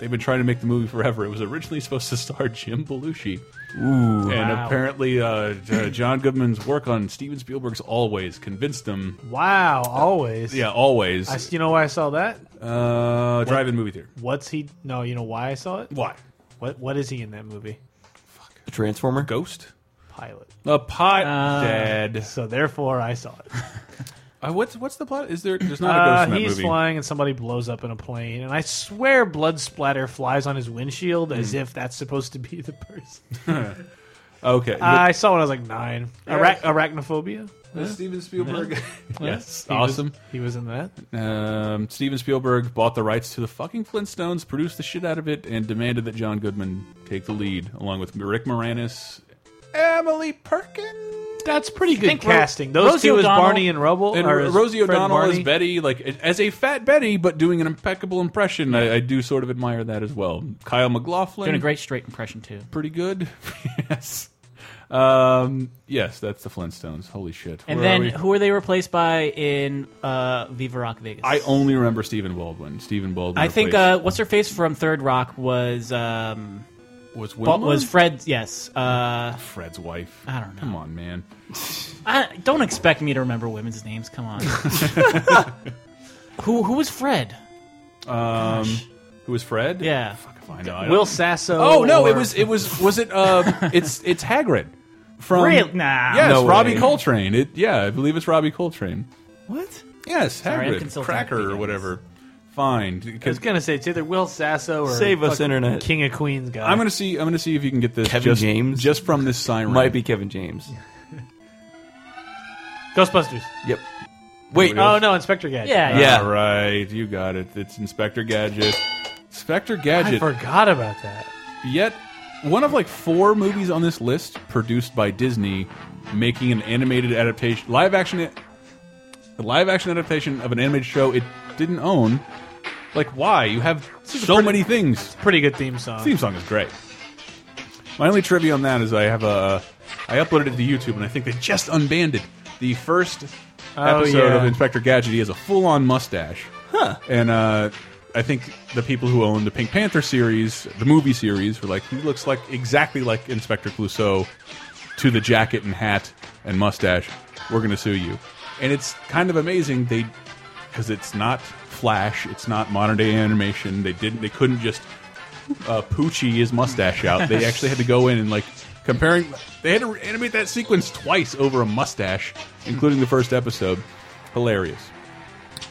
Speaker 3: they've been trying to make the movie forever. It was originally supposed to star Jim Belushi.
Speaker 8: Ooh.
Speaker 3: And
Speaker 8: Wow.
Speaker 3: apparently, uh, J- John Goodman's work on Steven Spielberg's Always convinced them.
Speaker 9: Wow, always.
Speaker 3: Yeah, always.
Speaker 9: I, you know why I saw that?
Speaker 3: Uh, drive-in movie theater.
Speaker 9: What's he? No, you know why I saw it.
Speaker 3: Why?
Speaker 9: What What is he in that movie?
Speaker 8: A Transformer?
Speaker 3: Ghost?
Speaker 9: Pilot.
Speaker 3: A pot
Speaker 9: Ah.
Speaker 3: dad.
Speaker 9: So therefore, I saw it.
Speaker 3: Uh, what's what's the plot? Is there there's not a ghost
Speaker 9: Uh,
Speaker 3: in that
Speaker 9: he's
Speaker 3: movie?
Speaker 9: flying and somebody blows up in a plane, and I swear blood splatter flies on his windshield as
Speaker 13: Hmm.
Speaker 3: Mm.
Speaker 9: if that's supposed to be the person.
Speaker 3: okay.
Speaker 9: Uh, I saw when I was like nine.
Speaker 3: Yeah.
Speaker 9: Arach- arachnophobia.
Speaker 3: With Steven Spielberg. yes.
Speaker 9: He was-
Speaker 3: awesome.
Speaker 9: he was in that.
Speaker 3: Um, Steven Spielberg bought the rights to the fucking Flintstones, produced the shit out of it, and demanded that John Goodman take the lead, along with Rick Moranis.
Speaker 9: Emily Perkins. That's pretty good
Speaker 3: think Ro-
Speaker 9: casting. Those
Speaker 3: Rosie
Speaker 9: two is
Speaker 3: O'Donnell-
Speaker 9: Barney and Rubble.
Speaker 3: And
Speaker 9: or
Speaker 3: Ro-
Speaker 9: is
Speaker 3: Rosie
Speaker 9: Fred
Speaker 3: O'Donnell
Speaker 9: Barney.
Speaker 3: is Betty, like as a fat Betty, but doing an impeccable impression. I, I do sort of admire that as well. Kyle McLaughlin
Speaker 7: Doing a great straight impression too.
Speaker 3: pretty good. yes. Um, yes, that's the Flintstones. Holy shit.
Speaker 7: And
Speaker 3: Where are
Speaker 7: then
Speaker 3: we?
Speaker 7: who are they replaced by in uh, Viva Rock Vegas?
Speaker 3: I only remember Stephen Baldwin. Stephen Baldwin.
Speaker 7: I think uh,
Speaker 3: replaced-
Speaker 7: what's her face from Third Rock was um,
Speaker 3: was
Speaker 7: what
Speaker 3: Wilma?
Speaker 7: was Fred? Yes, uh,
Speaker 3: Fred's wife.
Speaker 7: I don't know.
Speaker 3: Come on, man.
Speaker 7: I, don't expect me to remember women's names. Come on. who who was Fred?
Speaker 3: Um, who was Fred?
Speaker 7: Yeah.
Speaker 3: Fuck if I know. I don't-
Speaker 9: Will Sasso.
Speaker 3: Oh no! It
Speaker 9: or-
Speaker 3: was it was was it? Uh, it's it's Hagrid from
Speaker 7: Real- nah.
Speaker 3: Yes,
Speaker 7: No way.
Speaker 3: Robbie Coltrane. It yeah, I believe it's Robbie Coltrane.
Speaker 9: What?
Speaker 3: Yes,
Speaker 9: Sorry, I'm
Speaker 3: Hagrid,
Speaker 9: consulting
Speaker 3: Cracker or whatever. Fine,
Speaker 9: I was
Speaker 3: because
Speaker 9: gonna say it's either Will Sasso or
Speaker 8: Save us,
Speaker 9: fucking
Speaker 8: internet.
Speaker 9: King of Queens guy.
Speaker 3: I'm gonna see I'm gonna see if you can get this
Speaker 8: Kevin
Speaker 3: just,
Speaker 8: James?
Speaker 3: just from this siren.
Speaker 8: Might be Kevin James.
Speaker 9: Ghostbusters.
Speaker 8: Yep. Wait. uh,
Speaker 3: uh,
Speaker 9: Oh no, Inspector Gadget.
Speaker 7: Yeah,
Speaker 3: yeah.
Speaker 8: Yeah.
Speaker 3: right. You got it. It's Inspector Gadget. Inspector
Speaker 9: I
Speaker 3: Gadget.
Speaker 9: forgot about that.
Speaker 3: Yet, one of like four movies on this list produced by Disney, making an animated adaptation, live action, a live action adaptation of an animated show it didn't own. Like, why? You have so many things.
Speaker 9: Pretty good theme song.
Speaker 3: Theme song is great. My only trivia on that is I have a, I uploaded it to YouTube and I think they just unbanned it. The first
Speaker 9: Oh,
Speaker 3: episode
Speaker 9: yeah.
Speaker 3: of Inspector Gadget, he has a full-on mustache. Huh. And uh, I think the people who own the Pink Panther series, the movie series, were like, he looks like exactly like Inspector Clouseau to the jacket and hat and mustache. We're gonna sue you. And it's kind of amazing they, because it's not Flash, it's not modern-day animation. They didn't, they couldn't just uh, Poochie his mustache out. They actually had to go in and like comparing. They had to animate that sequence twice over a mustache, including the first episode. Hilarious.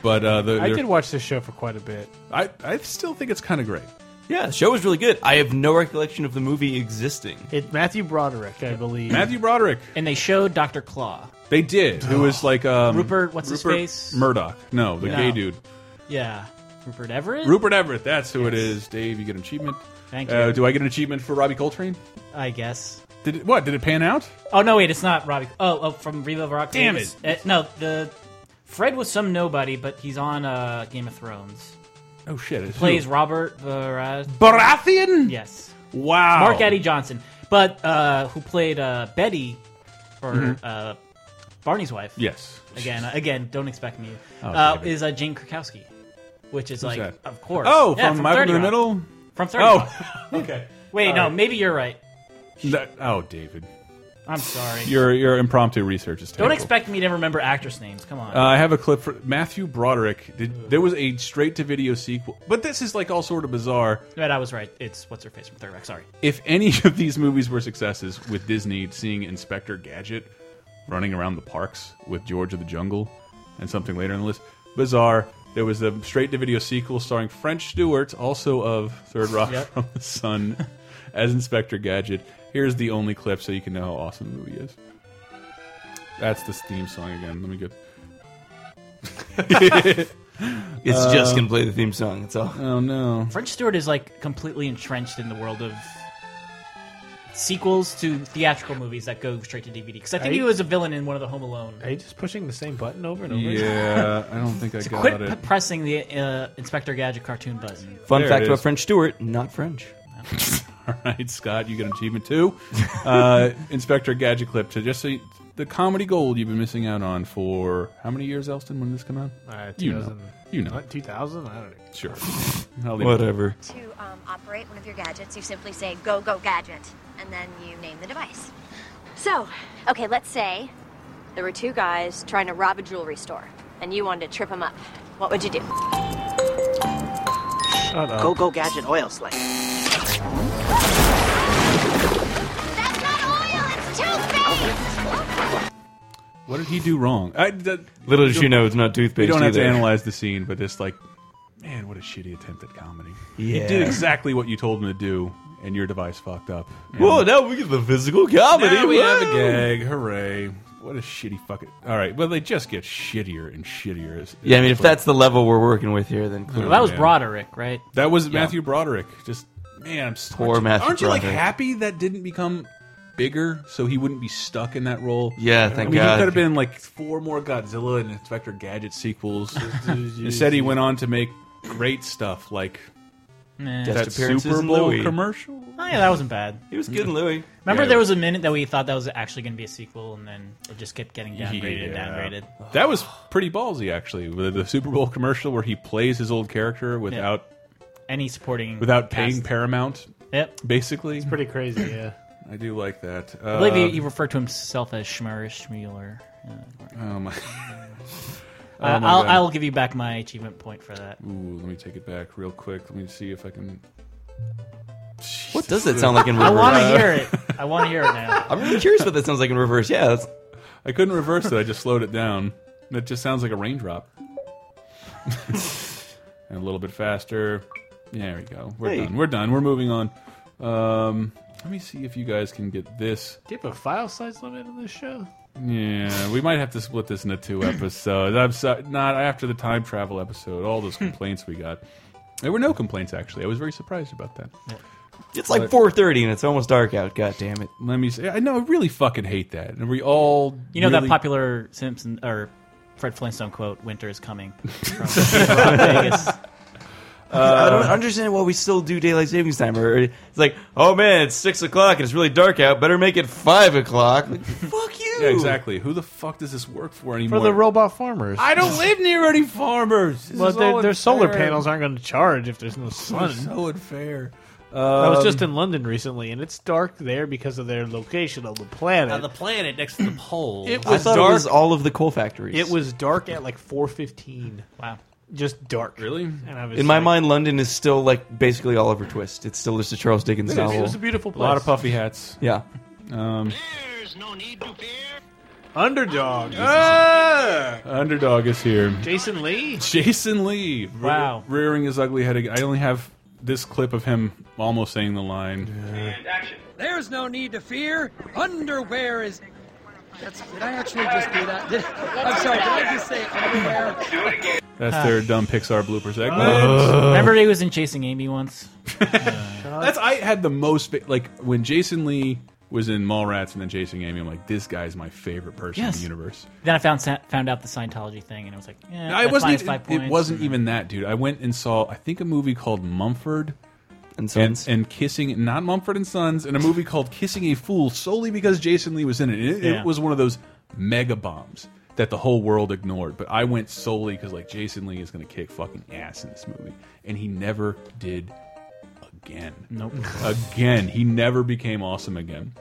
Speaker 3: But uh, the,
Speaker 9: I did watch this show for quite a bit.
Speaker 3: I I still think it's kind of great.
Speaker 8: Yeah, the show was really good. I have no recollection of the movie existing.
Speaker 9: It Matthew Broderick, I believe.
Speaker 3: Matthew Broderick.
Speaker 7: And they showed Doctor Claw.
Speaker 3: They did. Who was like um,
Speaker 7: Rupert- what's his
Speaker 3: Rupert
Speaker 7: face?
Speaker 3: Murdoch. No, the
Speaker 7: No.
Speaker 3: gay dude.
Speaker 7: Yeah, Rupert Everett.
Speaker 3: Rupert Everett. That's who it is. Dave, you get an achievement.
Speaker 7: Thank
Speaker 3: Uh,
Speaker 7: you.
Speaker 3: do I get an achievement for Robbie Coltrane?
Speaker 7: I guess.
Speaker 3: Did it, what? Did it pan out?
Speaker 7: Oh no, wait, it's not Robbie. Oh, oh from Revive Rock.
Speaker 3: Damn
Speaker 7: Vegas. Uh, no, the Fred was some nobody, but he's on uh, Game of Thrones.
Speaker 3: Oh shit! It's
Speaker 7: Plays
Speaker 3: who?
Speaker 7: Robert Baraz-
Speaker 3: Baratheon.
Speaker 7: Yes,
Speaker 3: Wow.
Speaker 7: Mark Eddie Johnson, but uh, who played uh, Betty or
Speaker 3: Mhm.
Speaker 7: uh, Barney's wife?
Speaker 3: Yes.
Speaker 7: Again, again, don't expect me.
Speaker 3: Oh,
Speaker 7: uh,
Speaker 3: damn it.
Speaker 7: is uh, Jane Krakowski, which is
Speaker 3: Who's
Speaker 7: like,
Speaker 3: that?
Speaker 7: of course.
Speaker 3: Oh,
Speaker 7: Yeah,
Speaker 3: from
Speaker 7: 30
Speaker 3: Malcolm in the
Speaker 7: Rock.
Speaker 3: Middle?
Speaker 7: From 30
Speaker 3: Oh,
Speaker 7: Rock.
Speaker 3: okay.
Speaker 7: Wait,
Speaker 3: All
Speaker 7: no,
Speaker 3: right.
Speaker 7: maybe you're right.
Speaker 3: That- oh, David.
Speaker 7: I'm sorry.
Speaker 3: Your your impromptu research is terrible.
Speaker 7: Don't expect me to remember actors' names. Come on.
Speaker 3: Uh, I have a clip for Matthew Broderick. Did, there was a straight to video sequel, but this is like all sort of bizarre.
Speaker 7: but I was right. It's what's her face from Third Rock. Sorry.
Speaker 3: If any of these movies were successes with Disney, seeing Inspector Gadget running around the parks with George of the Jungle and something later in the list, bizarre. There was a straight to video sequel starring French Stewart, also of Third Rock
Speaker 7: Yep.
Speaker 3: from the Sun, as Inspector Gadget. Here's the only clip so you can know how awesome the movie is. That's the theme song again. Let me get.
Speaker 8: It's just gonna play
Speaker 3: the theme song. That's all. Oh no.
Speaker 7: French Stewart is like completely entrenched in the world of sequels to theatrical movies that go straight to DVD. Because I think
Speaker 9: Right.
Speaker 7: he was a villain in one of the Home Alone.
Speaker 9: Are you just pushing the same button over and over?
Speaker 3: Yeah, I don't think I
Speaker 7: So
Speaker 3: got
Speaker 7: quit
Speaker 3: it.
Speaker 7: p- pressing the uh, Inspector Gadget cartoon button.
Speaker 8: Fun
Speaker 3: There
Speaker 8: fact
Speaker 3: it
Speaker 8: about
Speaker 3: is.
Speaker 8: French Stewart: not French.
Speaker 3: All right, Scott, you get an achievement too. Uh, Inspector Gadget clip to just see the comedy gold you've been missing out on for how many years, Elston? When did this come out?
Speaker 9: Uh,
Speaker 3: you know,
Speaker 9: 2000
Speaker 3: you know.
Speaker 9: What, 2000? I don't know.
Speaker 3: Sure. I'll leave it.
Speaker 8: Whatever.
Speaker 14: To um, operate one of your gadgets, you simply say, go, go, gadget, and then you name the device. So, okay, let's say there were two guys trying to rob a jewelry store, and you wanted to trip them up. What would you do?
Speaker 9: Shut up.
Speaker 5: Go Go Gadget Oil Slick.
Speaker 3: What did he do wrong? I, that,
Speaker 8: Little did you know it's not toothpaste
Speaker 3: You don't have to
Speaker 8: either.
Speaker 3: analyze the scene, but it's like, man, what a shitty attempt at comedy.
Speaker 8: Yeah.
Speaker 3: He did exactly what you told him to do, and your device fucked up.
Speaker 8: Whoa, now we get the physical comedy.
Speaker 3: Now we have a
Speaker 8: Woo!
Speaker 3: gag. Hooray. What a shitty fucking. All right. Well, they just get shittier and shittier. As,
Speaker 8: Yeah, I mean, if that's the level we're working with here, then clearly.
Speaker 7: that was
Speaker 3: man.
Speaker 7: Broderick, right?
Speaker 3: That was
Speaker 8: Yeah.
Speaker 3: Matthew Broderick. Just man, I'm so-
Speaker 8: Poor
Speaker 3: aren't you-
Speaker 8: Matthew
Speaker 3: Aren't you like
Speaker 8: Broderick.
Speaker 3: happy that didn't become bigger, so he wouldn't be stuck in that role?
Speaker 8: Yeah,
Speaker 3: I
Speaker 8: thank
Speaker 3: mean, He
Speaker 8: God.
Speaker 3: could have been like four more Godzilla and Inspector Gadget sequels. Instead, he went on to make great stuff like
Speaker 7: Nah.
Speaker 3: that
Speaker 7: Guest appearances
Speaker 3: Super
Speaker 7: in
Speaker 3: Bowl
Speaker 7: Louis.
Speaker 3: commercial.
Speaker 7: Oh, yeah, that wasn't bad.
Speaker 8: He was good in Louis.
Speaker 7: Remember,
Speaker 3: Yeah,
Speaker 7: there
Speaker 3: he
Speaker 7: was a minute that we thought that was actually going to be a sequel, and then it just kept getting downgraded and
Speaker 3: Yeah.
Speaker 7: downgraded.
Speaker 3: That was pretty ballsy, actually. with The Super Bowl commercial where he plays his old character without
Speaker 7: Any supporting
Speaker 3: without
Speaker 7: cast.
Speaker 3: paying Paramount.
Speaker 7: Yep.
Speaker 3: Basically, it's
Speaker 9: pretty crazy. Yeah.
Speaker 3: I do like that.
Speaker 7: I believe
Speaker 3: Uh,
Speaker 7: he, he referred to himself as Schmer Schmueller. Uh,
Speaker 3: Oh my. Oh
Speaker 7: Uh,
Speaker 3: my
Speaker 7: I'll,
Speaker 3: God.
Speaker 7: I'll give you back my achievement point for that.
Speaker 3: Ooh, let me take it back real quick. Let me see if I can.
Speaker 8: What does that sound like in
Speaker 7: I
Speaker 8: reverse?
Speaker 7: want to hear it. I want to hear it now.
Speaker 8: I'm really curious what that sounds like in reverse. Yeah, that's
Speaker 3: I couldn't reverse it. I just slowed it down. That just sounds like a raindrop. and a little bit faster. There we go. We're
Speaker 9: Hey.
Speaker 3: done. We're done. We're moving on. Um, let me see if you guys can get this.
Speaker 9: Do you have a file size limit on this show?
Speaker 3: Yeah, we might have to split this into two episodes. I'm so, not after the time travel episode. All those complaints we got. There were no complaints actually. I was very surprised about that.
Speaker 8: it's like 4:30 and it's almost dark out. God damn it.
Speaker 3: Let me say, I know I really fucking hate that, and we all
Speaker 7: You know that
Speaker 3: really-
Speaker 7: popular Simpson or Fred Flintstone quote, "Winter is coming." From Vegas.
Speaker 8: I don't understand why we still do daylight savings time. Or it's like, oh man, it's six o'clock and it's really dark out. Better make it five o'clock. Like, fuck you.
Speaker 3: Yeah, exactly. Who the fuck does this work for
Speaker 9: For
Speaker 3: anymore?
Speaker 9: the robot farmers.
Speaker 3: I don't live near any farmers. This
Speaker 9: well,
Speaker 3: is
Speaker 9: their,
Speaker 3: all
Speaker 9: their solar
Speaker 3: unfair.
Speaker 9: panels aren't going to charge if there's no sun.
Speaker 3: This is so unfair.
Speaker 9: I was
Speaker 3: Um,
Speaker 9: just in London recently, and it's dark there because of their location on the planet.
Speaker 7: Uh, the planet next to the pole.
Speaker 9: It
Speaker 8: I
Speaker 9: was
Speaker 8: thought
Speaker 9: dark.
Speaker 8: it was all of the coal factories.
Speaker 9: It was dark at like four fifteen.
Speaker 7: Wow,
Speaker 9: just dark.
Speaker 3: Really?
Speaker 9: And I was
Speaker 8: in my
Speaker 9: like-
Speaker 8: mind, London is still like basically Oliver Twist. It's still just a Charles Dickens
Speaker 9: It is.
Speaker 8: novel.
Speaker 9: It was a beautiful
Speaker 3: A lot of
Speaker 9: place.
Speaker 3: puffy hats.
Speaker 8: Yeah.
Speaker 3: Um,
Speaker 9: Underdog.
Speaker 3: underdog is here.
Speaker 9: Jason Lee.
Speaker 3: Jason Lee. re-
Speaker 9: Wow.
Speaker 3: rearing his ugly head again. I only have this clip of him almost saying the line.
Speaker 15: There's no need to fear. Underwear is. That's. Did I actually just do that? Did, I'm sorry. Did I just say underwear?
Speaker 3: That's
Speaker 7: Ah.
Speaker 3: their dumb Pixar blooper segment.
Speaker 7: Remember he was in Chasing Amy once.
Speaker 3: That's I had the most ba- like when Jason Lee was in Mallrats and then Jason Amy. I'm like, this guy's my favorite person in
Speaker 7: Yes.
Speaker 3: the universe.
Speaker 7: Then I found sa- found out the Scientology thing, and I was like, yeah,
Speaker 3: I wasn't.
Speaker 7: minus
Speaker 3: Even,
Speaker 7: five
Speaker 3: it
Speaker 7: points.
Speaker 3: wasn't even that, dude. I went and saw I think a movie called Mumford.
Speaker 8: And,
Speaker 3: and kissing not Mumford and Sons and a movie called Kissing a Fool solely because Jason Lee was in it. And It,
Speaker 7: Yeah.
Speaker 3: it was one of those mega bombs that the whole world ignored. But I went solely because like Jason Lee is going to kick fucking ass in this movie, and he never did again.
Speaker 7: Nope.
Speaker 3: again, he never became awesome again.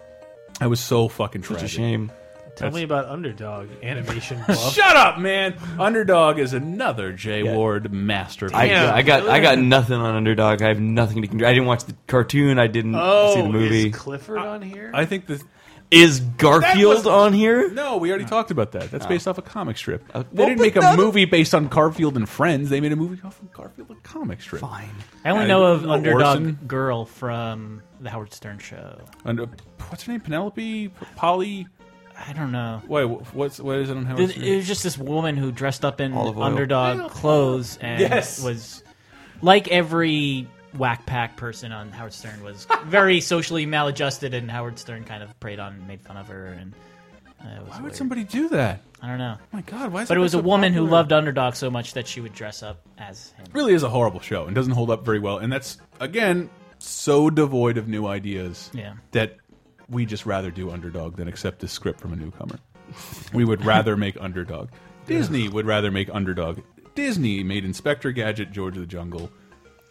Speaker 3: I was so fucking
Speaker 9: Such a
Speaker 3: tragic.
Speaker 9: shame. Tell
Speaker 3: That's-
Speaker 9: me about Underdog animation. Buff.
Speaker 3: Shut up, man. Underdog is another Jay
Speaker 8: Yeah.
Speaker 3: Ward masterpiece.
Speaker 8: I, I got I got nothing on Underdog. I have nothing to. con- I didn't watch the cartoon. I didn't
Speaker 9: Oh,
Speaker 8: see
Speaker 3: Oh,
Speaker 8: the movie.
Speaker 9: Clifford on here?
Speaker 3: I think this
Speaker 8: is Garfield on here?
Speaker 3: No, we already talked about that. That's
Speaker 8: Oh.
Speaker 3: based off a comic strip. they
Speaker 8: well,
Speaker 3: didn't
Speaker 8: but
Speaker 3: make a
Speaker 8: that-
Speaker 3: movie based on Garfield and Friends. They made a movie off of Garfield and comic strip. Fine.
Speaker 7: I only know of Underdog
Speaker 3: Orson,
Speaker 7: Girl from the Howard Stern Show.
Speaker 3: under, uh, what's her name? Penelope? Polly?
Speaker 7: I don't know.
Speaker 3: Wait, wh- what's what is it on Howard
Speaker 7: It,
Speaker 3: Stern?
Speaker 7: it was just this woman who dressed up in
Speaker 3: Olive oil.
Speaker 7: Underdog clothes and
Speaker 3: Yes.
Speaker 7: was like every whack pack person on Howard Stern was very socially maladjusted, and Howard Stern kind of preyed on, and made fun of her, and uh, it was
Speaker 3: Why
Speaker 7: weird.
Speaker 3: would somebody do that?
Speaker 7: I
Speaker 3: Oh
Speaker 7: don't know.
Speaker 3: My God, why? Is
Speaker 7: But it
Speaker 3: that
Speaker 7: was
Speaker 3: so
Speaker 7: a woman who
Speaker 3: popular?
Speaker 7: loved Underdog so much that she would dress up as him.
Speaker 3: really is a horrible show and doesn't hold up very well. And that's again so devoid of new ideas
Speaker 7: Yeah.
Speaker 3: that we just rather do underdog than accept this script from a newcomer. we would rather make underdog. Disney would rather make underdog. Disney made Inspector Gadget, George of the Jungle.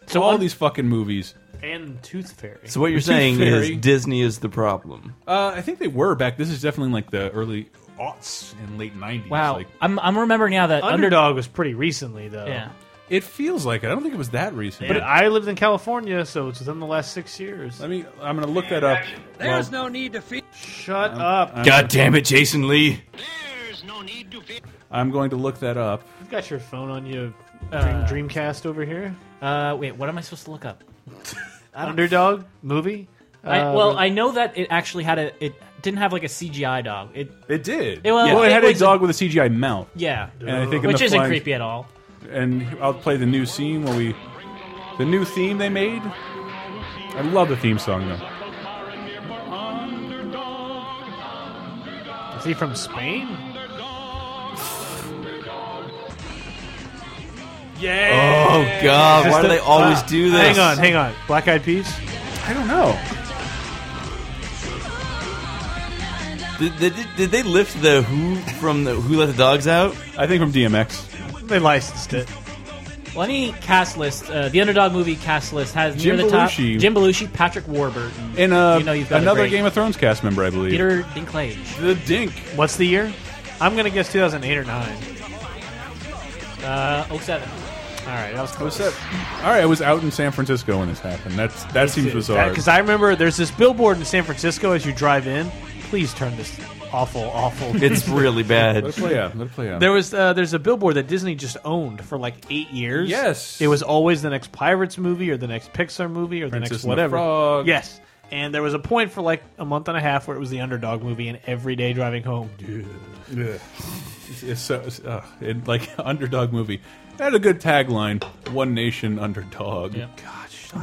Speaker 3: So all these fucking movies.
Speaker 9: and Tooth Fairy.
Speaker 8: So what you're
Speaker 3: Tooth
Speaker 8: saying
Speaker 3: Fairy.
Speaker 8: is Disney is the problem.
Speaker 3: Uh, I think they were back. This is definitely like the early aughts and late nineties.
Speaker 7: Wow,
Speaker 3: like,
Speaker 7: I'm I'm remembering now that Under-
Speaker 9: Underdog was pretty recently though.
Speaker 7: Yeah.
Speaker 3: it feels like it. I don't think it was that recent.
Speaker 9: But I lived in California, so it's within the last six years.
Speaker 3: Let me. I'm gonna look that up.
Speaker 15: There's no need to fear.
Speaker 9: Shut up!
Speaker 8: God damn it, Jason Lee.
Speaker 3: I'm going to look that up.
Speaker 9: You've got your phone on you,
Speaker 7: Uh,
Speaker 9: Dream, Dreamcast over here.
Speaker 7: Uh, wait, what am I supposed to look up? I don't-
Speaker 9: Underdog movie.
Speaker 7: I,
Speaker 9: Uh,
Speaker 7: well, I know that it actually had a. It didn't have like a CGI dog. It
Speaker 3: It did.
Speaker 7: Yeah, well,
Speaker 3: well, it
Speaker 7: it
Speaker 3: had a
Speaker 7: was-
Speaker 3: dog with a CGI mount.
Speaker 7: yeah,
Speaker 3: And I think in
Speaker 7: which
Speaker 3: the
Speaker 7: isn't
Speaker 3: flying-
Speaker 7: creepy at all.
Speaker 3: And I'll play the new scene where we, the new theme they made. I love the theme song though.
Speaker 9: Is he from Spain? Yeah.
Speaker 8: Oh, God, why do they always do this?
Speaker 9: Hang on, hang on. Black Eyed Peas.
Speaker 3: I don't know.
Speaker 8: Did, did, did they lift the who from the Who Let the Dogs Out?
Speaker 3: I think from DMX.
Speaker 9: They licensed it.
Speaker 7: Well, any cast list, uh, the underdog movie cast list has
Speaker 3: Jim
Speaker 7: near the top
Speaker 3: Belushi.
Speaker 7: Jim Belushi, Patrick Warburton,
Speaker 3: In uh,
Speaker 7: you know you've got a
Speaker 3: another
Speaker 7: great-
Speaker 3: Game of Thrones cast member, I believe.
Speaker 7: Peter Dinklage.
Speaker 3: The Dink.
Speaker 9: What's the year? I'm gonna guess 2008 or nine.
Speaker 7: Uh, 07.
Speaker 9: All right, that was
Speaker 3: What's
Speaker 9: close.
Speaker 3: that? All right, I was out in San Francisco when this happened. That's that seems bizarre.
Speaker 9: Because I remember there's this billboard in San Francisco as you drive in. Please turn this awful, awful.
Speaker 8: It's really
Speaker 3: Let
Speaker 8: bad.
Speaker 3: it play out. Let it play out.
Speaker 9: There was uh, there's a billboard that Disney just owned for like eight years.
Speaker 3: Yes.
Speaker 9: it was always the next Pirates movie or the next Pixar movie or the
Speaker 3: Princess and
Speaker 9: next
Speaker 3: the
Speaker 9: whatever.
Speaker 3: Frog.
Speaker 9: Yes, and there was a point for like a month and a half where it was the Underdog movie, and every day driving home, dude.
Speaker 3: Ugh. It's, it's so it's, uh, it, like underdog movie. It had a good tagline: "One Nation Underdog."
Speaker 7: Yeah.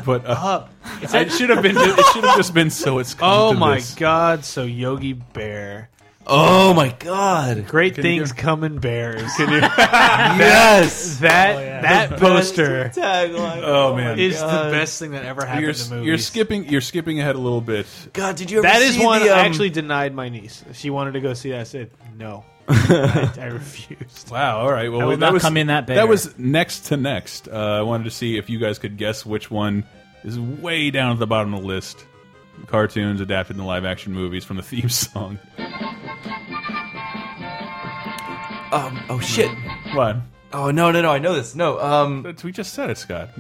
Speaker 3: but uh,
Speaker 9: Up.
Speaker 3: it should have been. It should have just been so. It's come
Speaker 9: Oh
Speaker 3: to
Speaker 9: my
Speaker 3: this.
Speaker 9: God! So Yogi Bear,
Speaker 8: Oh my God.
Speaker 9: great
Speaker 3: Can you
Speaker 9: things
Speaker 3: do-
Speaker 9: come in bears.
Speaker 8: Yes.
Speaker 9: that that poster
Speaker 8: Tagline.
Speaker 3: Oh man,
Speaker 9: is
Speaker 8: God.
Speaker 9: the best thing that ever happened
Speaker 3: you're,
Speaker 9: to movies.
Speaker 3: you're skipping. You're skipping ahead a little bit.
Speaker 8: God, did you ever
Speaker 9: That is
Speaker 8: see
Speaker 9: one
Speaker 8: the,
Speaker 9: I
Speaker 8: um,
Speaker 9: actually denied my niece. She wanted to go see that. I said no. I, I refused.
Speaker 3: Wow. All right. Well,
Speaker 7: I will
Speaker 3: that
Speaker 7: not
Speaker 3: was,
Speaker 7: come in that bear.
Speaker 3: That was next to next. Uh, I wanted to see if you guys could guess which one is way down at the bottom of the list. Cartoons adapted into live action movies from the theme song.
Speaker 8: Um, oh shit.
Speaker 3: What?
Speaker 8: Oh no no no! I know this. No. Um.
Speaker 3: That's- We just said it, Scott.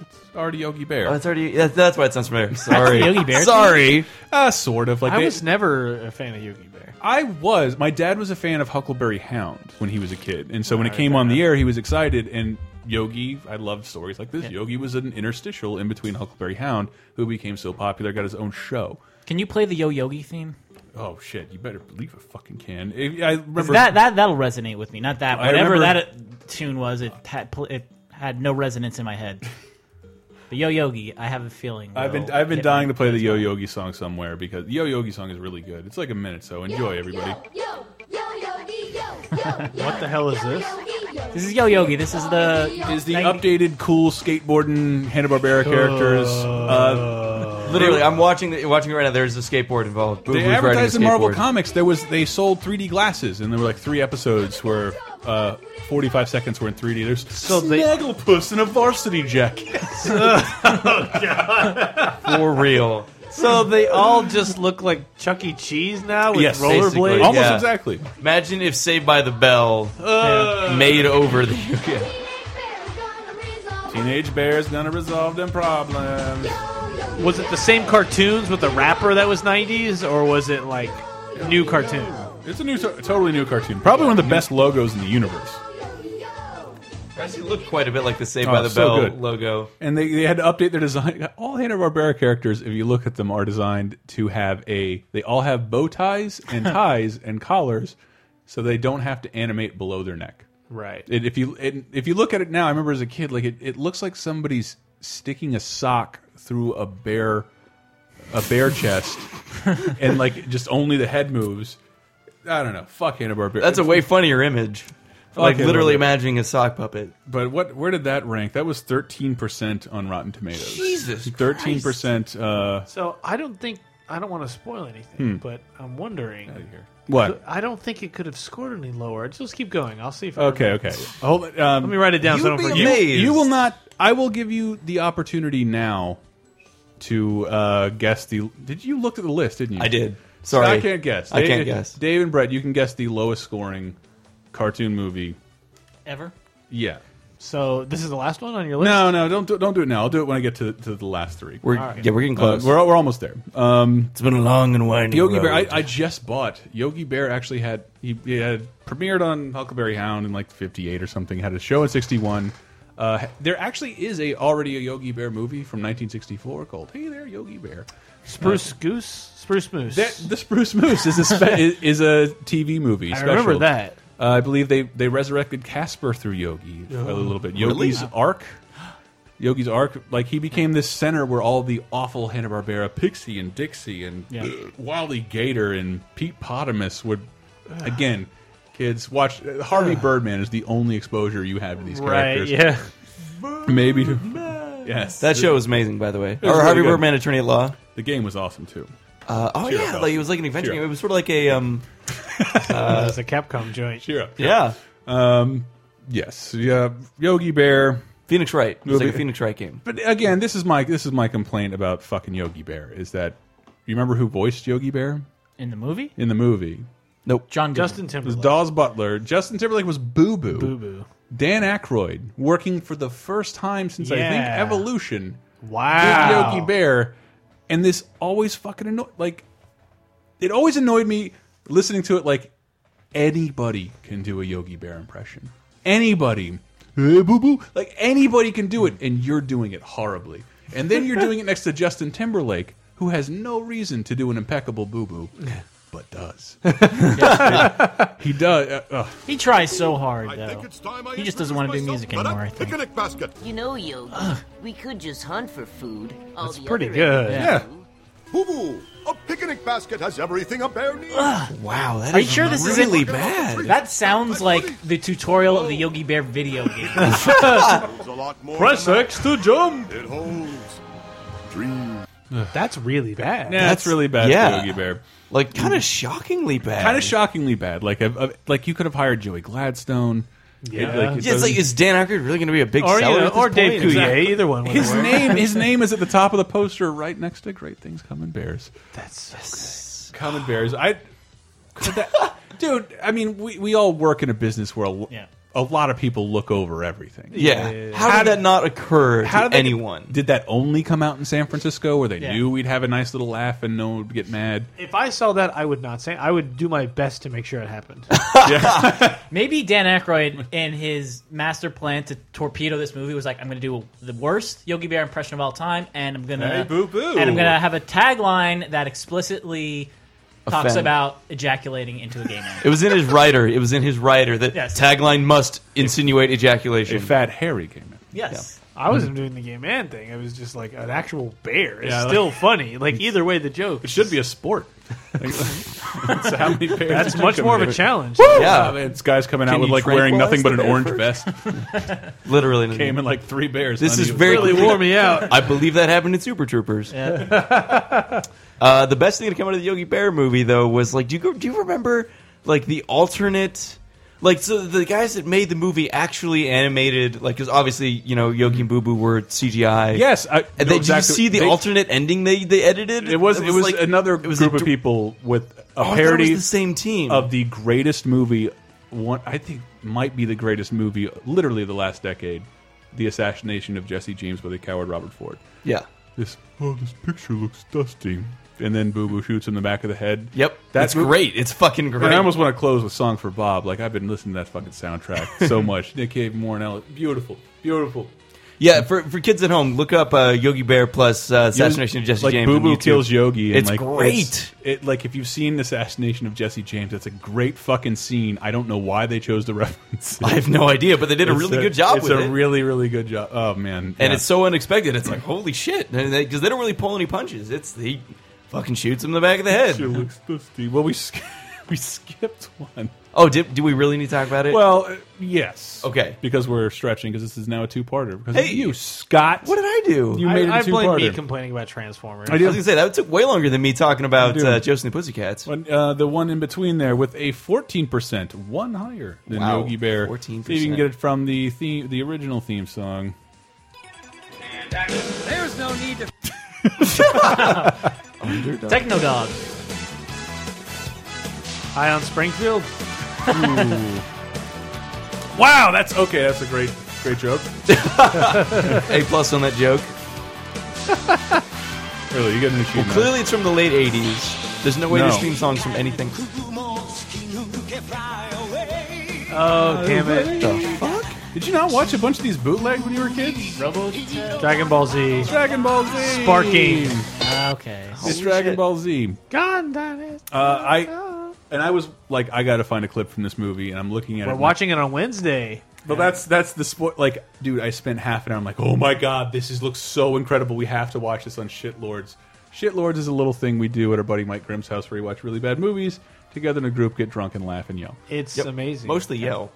Speaker 3: It's already Yogi Bear.
Speaker 7: Uh,
Speaker 8: Oh, it's already. That, that's why it sounds familiar. Sorry.
Speaker 7: Yogi Bear?
Speaker 8: Sorry.
Speaker 3: Uh, sort of. Like
Speaker 9: I
Speaker 3: they-
Speaker 9: was never a fan of Yogi Bear.
Speaker 3: I was. My dad was a fan of Huckleberry Hound when he was a kid, and so when it came on the air, he was excited. And Yogi, I love stories like this. Yogi was an interstitial in between Huckleberry Hound, who became so popular, got his own show.
Speaker 7: Can you play the Yo Yogi theme?
Speaker 3: Oh shit! You better believe I fucking can. If- I
Speaker 7: 'Cause
Speaker 3: remember
Speaker 7: That that that'll resonate with me. Not that
Speaker 3: I
Speaker 7: whatever
Speaker 3: remember-
Speaker 7: that uh, tune was, it had pl- it had no resonance in my head. But Yo Yogi, I have a feeling.
Speaker 3: I've been
Speaker 7: will
Speaker 3: I've been
Speaker 7: hit
Speaker 3: dying
Speaker 7: me.
Speaker 3: to play the Yo Yogi song somewhere because the Yo Yogi song is really good. It's like a minute, so enjoy everybody.
Speaker 9: What the hell is this?
Speaker 7: This is Yo Yogi. This is the
Speaker 3: Is the
Speaker 7: 90
Speaker 3: updated cool skateboarding Hanna Barbera characters? Uh,
Speaker 8: Literally, I'm watching the, watching it right now. There's a skateboard involved. Boo
Speaker 3: They
Speaker 8: Boo's riding a
Speaker 3: advertised in Marvel
Speaker 8: skateboard.
Speaker 3: Comics. There was they sold 3D glasses, and there were like three episodes where uh, 45 seconds were in 3D. There's
Speaker 9: So they-
Speaker 3: Snagglepuss in a varsity jacket.
Speaker 8: For real.
Speaker 9: So they all just look like Chuck E. Cheese now with rollerblades.
Speaker 8: Almost exactly. Imagine if Saved by the Bell
Speaker 9: Uh.
Speaker 8: made over the UK.
Speaker 3: Teenage Bear's gonna resolve them problems.
Speaker 9: Was it the same cartoons with the rapper that was '90s, or was it like new cartoon?
Speaker 3: It's a new, totally new cartoon. Probably one of the best logos in the universe.
Speaker 8: Actually, looked quite a bit like the Saved
Speaker 3: Oh,
Speaker 8: by the
Speaker 3: so
Speaker 8: Bell
Speaker 3: good.
Speaker 8: logo.
Speaker 3: And they, they had to update their design. All Hanna Barbera characters, if you look at them, are designed to have a. They all have bow ties and ties and collars, so they don't have to animate below their neck.
Speaker 9: Right.
Speaker 3: It, if you it, if you look at it now, I remember as a kid, like it, it looks like somebody's sticking a sock through a bear, a bear chest, and like just only the head moves. I don't know. Fuck Hanna Barbera.
Speaker 8: That's a way funnier image. Like literally imagining a sock puppet.
Speaker 3: But what? Where did that rank? That was thirteen percent on Rotten Tomatoes.
Speaker 9: Jesus
Speaker 3: thirteen percent. Uh,
Speaker 9: So I don't think I don't want to spoil anything,
Speaker 3: Hmm.
Speaker 9: but I'm wondering
Speaker 3: What?
Speaker 9: I don't think it could have scored any lower. Just keep going. I'll see if. I
Speaker 3: okay,
Speaker 9: remember.
Speaker 3: okay. Hold it, um,
Speaker 9: Let me write it down so I
Speaker 3: you'll
Speaker 9: don't
Speaker 3: be
Speaker 9: forget.
Speaker 3: amazed. You, will not. I will give you the opportunity now to uh, guess the. Did you look at the list? Didn't you?
Speaker 8: I did.
Speaker 3: So I
Speaker 8: Sorry.
Speaker 3: can't guess.
Speaker 8: I can't
Speaker 3: Dave-
Speaker 8: guess.
Speaker 3: Dave and Brett, you can guess the lowest scoring cartoon movie.
Speaker 7: Ever?
Speaker 3: Yeah.
Speaker 9: So this is the last one on your list.
Speaker 3: No, no, don't do, don't do it now. I'll do it when I get to, to the last three.
Speaker 8: We're- All right. yeah, we're getting close.
Speaker 3: Uh, we're, we're almost there. Um,
Speaker 8: it's been a long and winding
Speaker 3: Yogi Bear. I,
Speaker 8: road.
Speaker 3: I just bought Yogi Bear. Actually, had he, he had premiered on Huckleberry Hound in like '58 or something. Had a show in '61. Uh, there actually is a already a Yogi Bear movie from 1964 called Hey There Yogi Bear.
Speaker 9: Spruce Goose, Spruce Moose.
Speaker 3: That- the Spruce Moose is a spe is, is a TV movie.
Speaker 9: I
Speaker 3: special.
Speaker 9: remember that.
Speaker 3: Uh, I believe they they resurrected Casper through Yogi
Speaker 9: Oh.
Speaker 3: a little bit.
Speaker 8: Really?
Speaker 3: Yogi's arc. Yogi's arc, like he became this center where all the awful Hanna Barbera, Pixie and Dixie and uh,
Speaker 7: Yeah.
Speaker 3: Wally Gator and Pete Potamus would, again, kids watch uh, Harvey Birdman is the only exposure you have to these
Speaker 9: Right,
Speaker 3: characters.
Speaker 9: yeah. Oh,
Speaker 3: maybe. To, yes,
Speaker 8: That show was amazing, by the way.
Speaker 3: It was
Speaker 8: Or
Speaker 3: really
Speaker 8: Harvey
Speaker 3: good.
Speaker 8: Birdman Attorney at Law.
Speaker 3: The game was awesome too.
Speaker 8: Uh, oh
Speaker 3: Cheer
Speaker 8: yeah,
Speaker 3: up,
Speaker 8: like
Speaker 3: Elsa.
Speaker 8: it was like an adventure
Speaker 3: Cheer
Speaker 8: game.
Speaker 3: up.
Speaker 8: It was sort of like a um,
Speaker 9: Uh,
Speaker 8: uh,
Speaker 9: it's a Capcom joint.
Speaker 3: Cheer up.
Speaker 8: yeah.
Speaker 3: Um, yes. Yeah. Yogi Bear.
Speaker 8: Phoenix Wright. It was
Speaker 3: Movie.
Speaker 8: like a Phoenix Wright game.
Speaker 3: But again, this is my this is my complaint about fucking Yogi Bear is that you remember who voiced Yogi Bear
Speaker 7: In the movie?
Speaker 3: in the movie?
Speaker 8: Nope.
Speaker 7: John Goodman.
Speaker 9: Justin
Speaker 3: It was
Speaker 9: Timberlake.
Speaker 3: Dawes Butler. Justin Timberlake was Boo Boo.
Speaker 9: Boo Boo.
Speaker 3: Dan Aykroyd working for the first time since I think
Speaker 9: Yeah.
Speaker 3: Evolution.
Speaker 9: Wow.
Speaker 3: with Yogi Bear, and this always fucking annoyed. Like, it always annoyed me listening to it. Like, anybody can do a Yogi Bear impression. Anybody, hey, boo boo. Like anybody can do it, and you're doing it horribly. And then you're doing it next to Justin Timberlake, who has no reason to do an impeccable boo boo, but does. he does. Uh, ugh.
Speaker 7: He tries so hard, though. He just doesn't want to do music anymore, I think.
Speaker 16: Picnic basket.
Speaker 17: You know, Yogi, we could just hunt for food. All the
Speaker 7: pretty
Speaker 17: other
Speaker 7: good.
Speaker 17: animals
Speaker 7: Yeah.
Speaker 17: do.
Speaker 16: Boo boo! A picnic basket has everything a bear needs.
Speaker 8: Wow, that
Speaker 7: Are you
Speaker 8: is
Speaker 7: sure this
Speaker 8: really
Speaker 7: isn't
Speaker 8: bad.
Speaker 7: That sounds like the tutorial of the Yogi Bear video game.
Speaker 9: Press X to jump.
Speaker 16: It holds dreams.
Speaker 9: That's really bad.
Speaker 3: Yeah, that's really bad
Speaker 8: yeah.
Speaker 3: for Yogi Bear.
Speaker 8: Like kind of shockingly bad.
Speaker 3: Kind of shockingly bad. Like, I've, I've- like you could have hired Joey Gladstone.
Speaker 9: Yeah.
Speaker 8: Yeah, it's like is Dan Aykroyd really going to be a big
Speaker 9: Or, you
Speaker 8: seller?
Speaker 9: know,
Speaker 8: at this
Speaker 9: or Dave
Speaker 8: point?
Speaker 9: Coulier, either one would
Speaker 3: his
Speaker 9: work.
Speaker 3: name. His name is at the top of the poster, right next to "Great Things Come in Bears."
Speaker 9: That's
Speaker 3: Common Bears. I, could that- dude. I mean, we, we all work in a business where a,
Speaker 7: Yeah.
Speaker 3: a lot of people look over everything.
Speaker 8: Yeah. How did that not occur
Speaker 3: How
Speaker 8: to
Speaker 3: did they-
Speaker 8: anyone?
Speaker 3: Did that only come out in San Francisco, where they
Speaker 9: Yeah.
Speaker 3: knew we'd have a nice little laugh and no one would get mad?
Speaker 9: If I saw that, I would not say. I would do my best to make sure it happened.
Speaker 7: Maybe Dan Aykroyd and his master plan to torpedo this movie was like, I'm going to do the worst Yogi Bear impression of all time, and I'm going to
Speaker 3: Hey, boo boo.
Speaker 7: and I'm going to have a tagline that explicitly talks
Speaker 8: Offend.
Speaker 7: about ejaculating into a gay man.
Speaker 8: It was in his writer. It was in his writer that
Speaker 7: Yes.
Speaker 8: tagline must insinuate ejaculation.
Speaker 3: A fat Harry came in.
Speaker 7: Yes.
Speaker 9: I wasn't doing the gay man thing. It was just like an actual bear. It's
Speaker 3: Yeah, like-
Speaker 9: still funny. Like either way, the joke. It
Speaker 3: should be a sport. so how many pairs
Speaker 9: That's
Speaker 3: did
Speaker 9: much
Speaker 3: you
Speaker 9: more
Speaker 3: come
Speaker 9: of a
Speaker 3: in?
Speaker 9: challenge.
Speaker 3: Woo!
Speaker 9: Yeah.
Speaker 3: Oh, man, this guy's coming out
Speaker 8: Can
Speaker 3: with
Speaker 8: you
Speaker 3: like wearing nothing but an orange
Speaker 8: tranquilize
Speaker 3: vest.
Speaker 8: Literally nothing.
Speaker 3: Came in like three bears.
Speaker 8: This
Speaker 3: honey.
Speaker 8: is very
Speaker 3: Really
Speaker 8: clear.
Speaker 3: wore me out.
Speaker 8: I believe that happened in Super Troopers. uh, the best thing to come out of the Yogi Bear movie, though, was like, do you go, do you remember like the alternate? Like, so the guys that made the movie actually animated, like, because obviously, you know, Yogi and Boo Boo were CGI.
Speaker 3: Yes, I
Speaker 8: and
Speaker 3: know
Speaker 8: they, did you
Speaker 3: exactly-
Speaker 8: see the
Speaker 3: they-
Speaker 8: alternate ending they, they edited?
Speaker 3: It was it was,
Speaker 8: like-
Speaker 3: another group of people with a
Speaker 8: Oh, I thought it
Speaker 3: parody.
Speaker 8: was the same team
Speaker 3: of the greatest movie. One I think might be the greatest movie, literally the last decade, the assassination of Jesse James by the coward Robert Ford.
Speaker 8: Yeah.
Speaker 3: This oh, this picture looks dusty. And then Boo Boo shoots in the back of the head.
Speaker 8: Yep.
Speaker 3: that's
Speaker 8: It's great. It's fucking great.
Speaker 3: I almost want to close with "Song for Bob." Like I've been listening to that fucking soundtrack so much. Nick Cave, Moore, and Ellis. Beautiful, beautiful.
Speaker 8: Yeah, for, for kids at home, look up uh, Yogi Bear plus uh, Assassination of Jesse
Speaker 3: like
Speaker 8: James.
Speaker 3: Boo
Speaker 8: on
Speaker 3: Boo
Speaker 8: YouTube.
Speaker 3: kills Yogi. And
Speaker 8: it's
Speaker 3: like,
Speaker 8: great.
Speaker 3: it's- it like if you've seen the assassination of Jesse James, that's a great fucking scene. I don't know why they chose the reference.
Speaker 8: I have no idea, but they did a
Speaker 3: It's
Speaker 8: really good job
Speaker 3: It's
Speaker 8: with
Speaker 3: a
Speaker 8: it.
Speaker 3: really really good job. Oh man,
Speaker 8: and
Speaker 3: Yeah.
Speaker 8: it's so unexpected. It's like holy shit, because they, 'cause they don't really pull any punches. It's he fucking shoots him in the back of the head.
Speaker 3: Sure looks dusty. Well, we sk- we skipped one.
Speaker 8: Oh, did, do we really need to talk about it?
Speaker 3: Well, uh, yes.
Speaker 8: Okay.
Speaker 3: because we're stretching because this is now a two parter. Because of
Speaker 8: Hey.
Speaker 3: you Scott,
Speaker 8: what did I do?
Speaker 3: You made
Speaker 9: I,
Speaker 3: it a
Speaker 9: I blame me
Speaker 3: two-parter.
Speaker 9: complaining about Transformers.
Speaker 8: I, was gonna say that took way longer than me talking about
Speaker 3: I do.
Speaker 8: uh, Joseph and the Pussycats.
Speaker 3: When, uh, the one in between there with a 14%, one higher than
Speaker 8: Wow,
Speaker 3: Yogi Bear. 14%. See if you can get it from the theme, the original theme song.
Speaker 15: There's no need to.
Speaker 3: Underdog.
Speaker 7: Techno Dog.
Speaker 9: Eye on Springfield.
Speaker 3: Wow, that's okay. That's a great, great joke.
Speaker 8: a plus on that joke.
Speaker 3: really, you get an
Speaker 8: Well,
Speaker 3: achievement.
Speaker 8: clearly it's from the late '80s. There's no way
Speaker 3: No.
Speaker 8: this theme song's from anything.
Speaker 9: Oh, damn it.
Speaker 8: The fuck?
Speaker 3: Did you not watch a bunch of these bootleg when you were kids? Robo
Speaker 9: Dragon Ball Z. Ah,
Speaker 3: Dragon Ball Z.
Speaker 9: Sparking.
Speaker 7: okay.
Speaker 3: It's Dragon Ball Z.
Speaker 9: Gone, damn it.
Speaker 3: Uh, I and I was like, I got to find a clip from this movie, and I'm looking at
Speaker 9: We're
Speaker 3: it.
Speaker 9: watching it on Wednesday.
Speaker 3: But that's that's the sport. Like, dude, I spent half an hour. I'm like, oh my god, this is looks so incredible. We have to watch this on Shitlords. Shitlords is a little thing we do at our buddy Mike Grimm's house where we watch really bad movies together in a group, get drunk and laugh and yell.
Speaker 9: It's
Speaker 8: Yep.
Speaker 9: amazing.
Speaker 8: Mostly yell.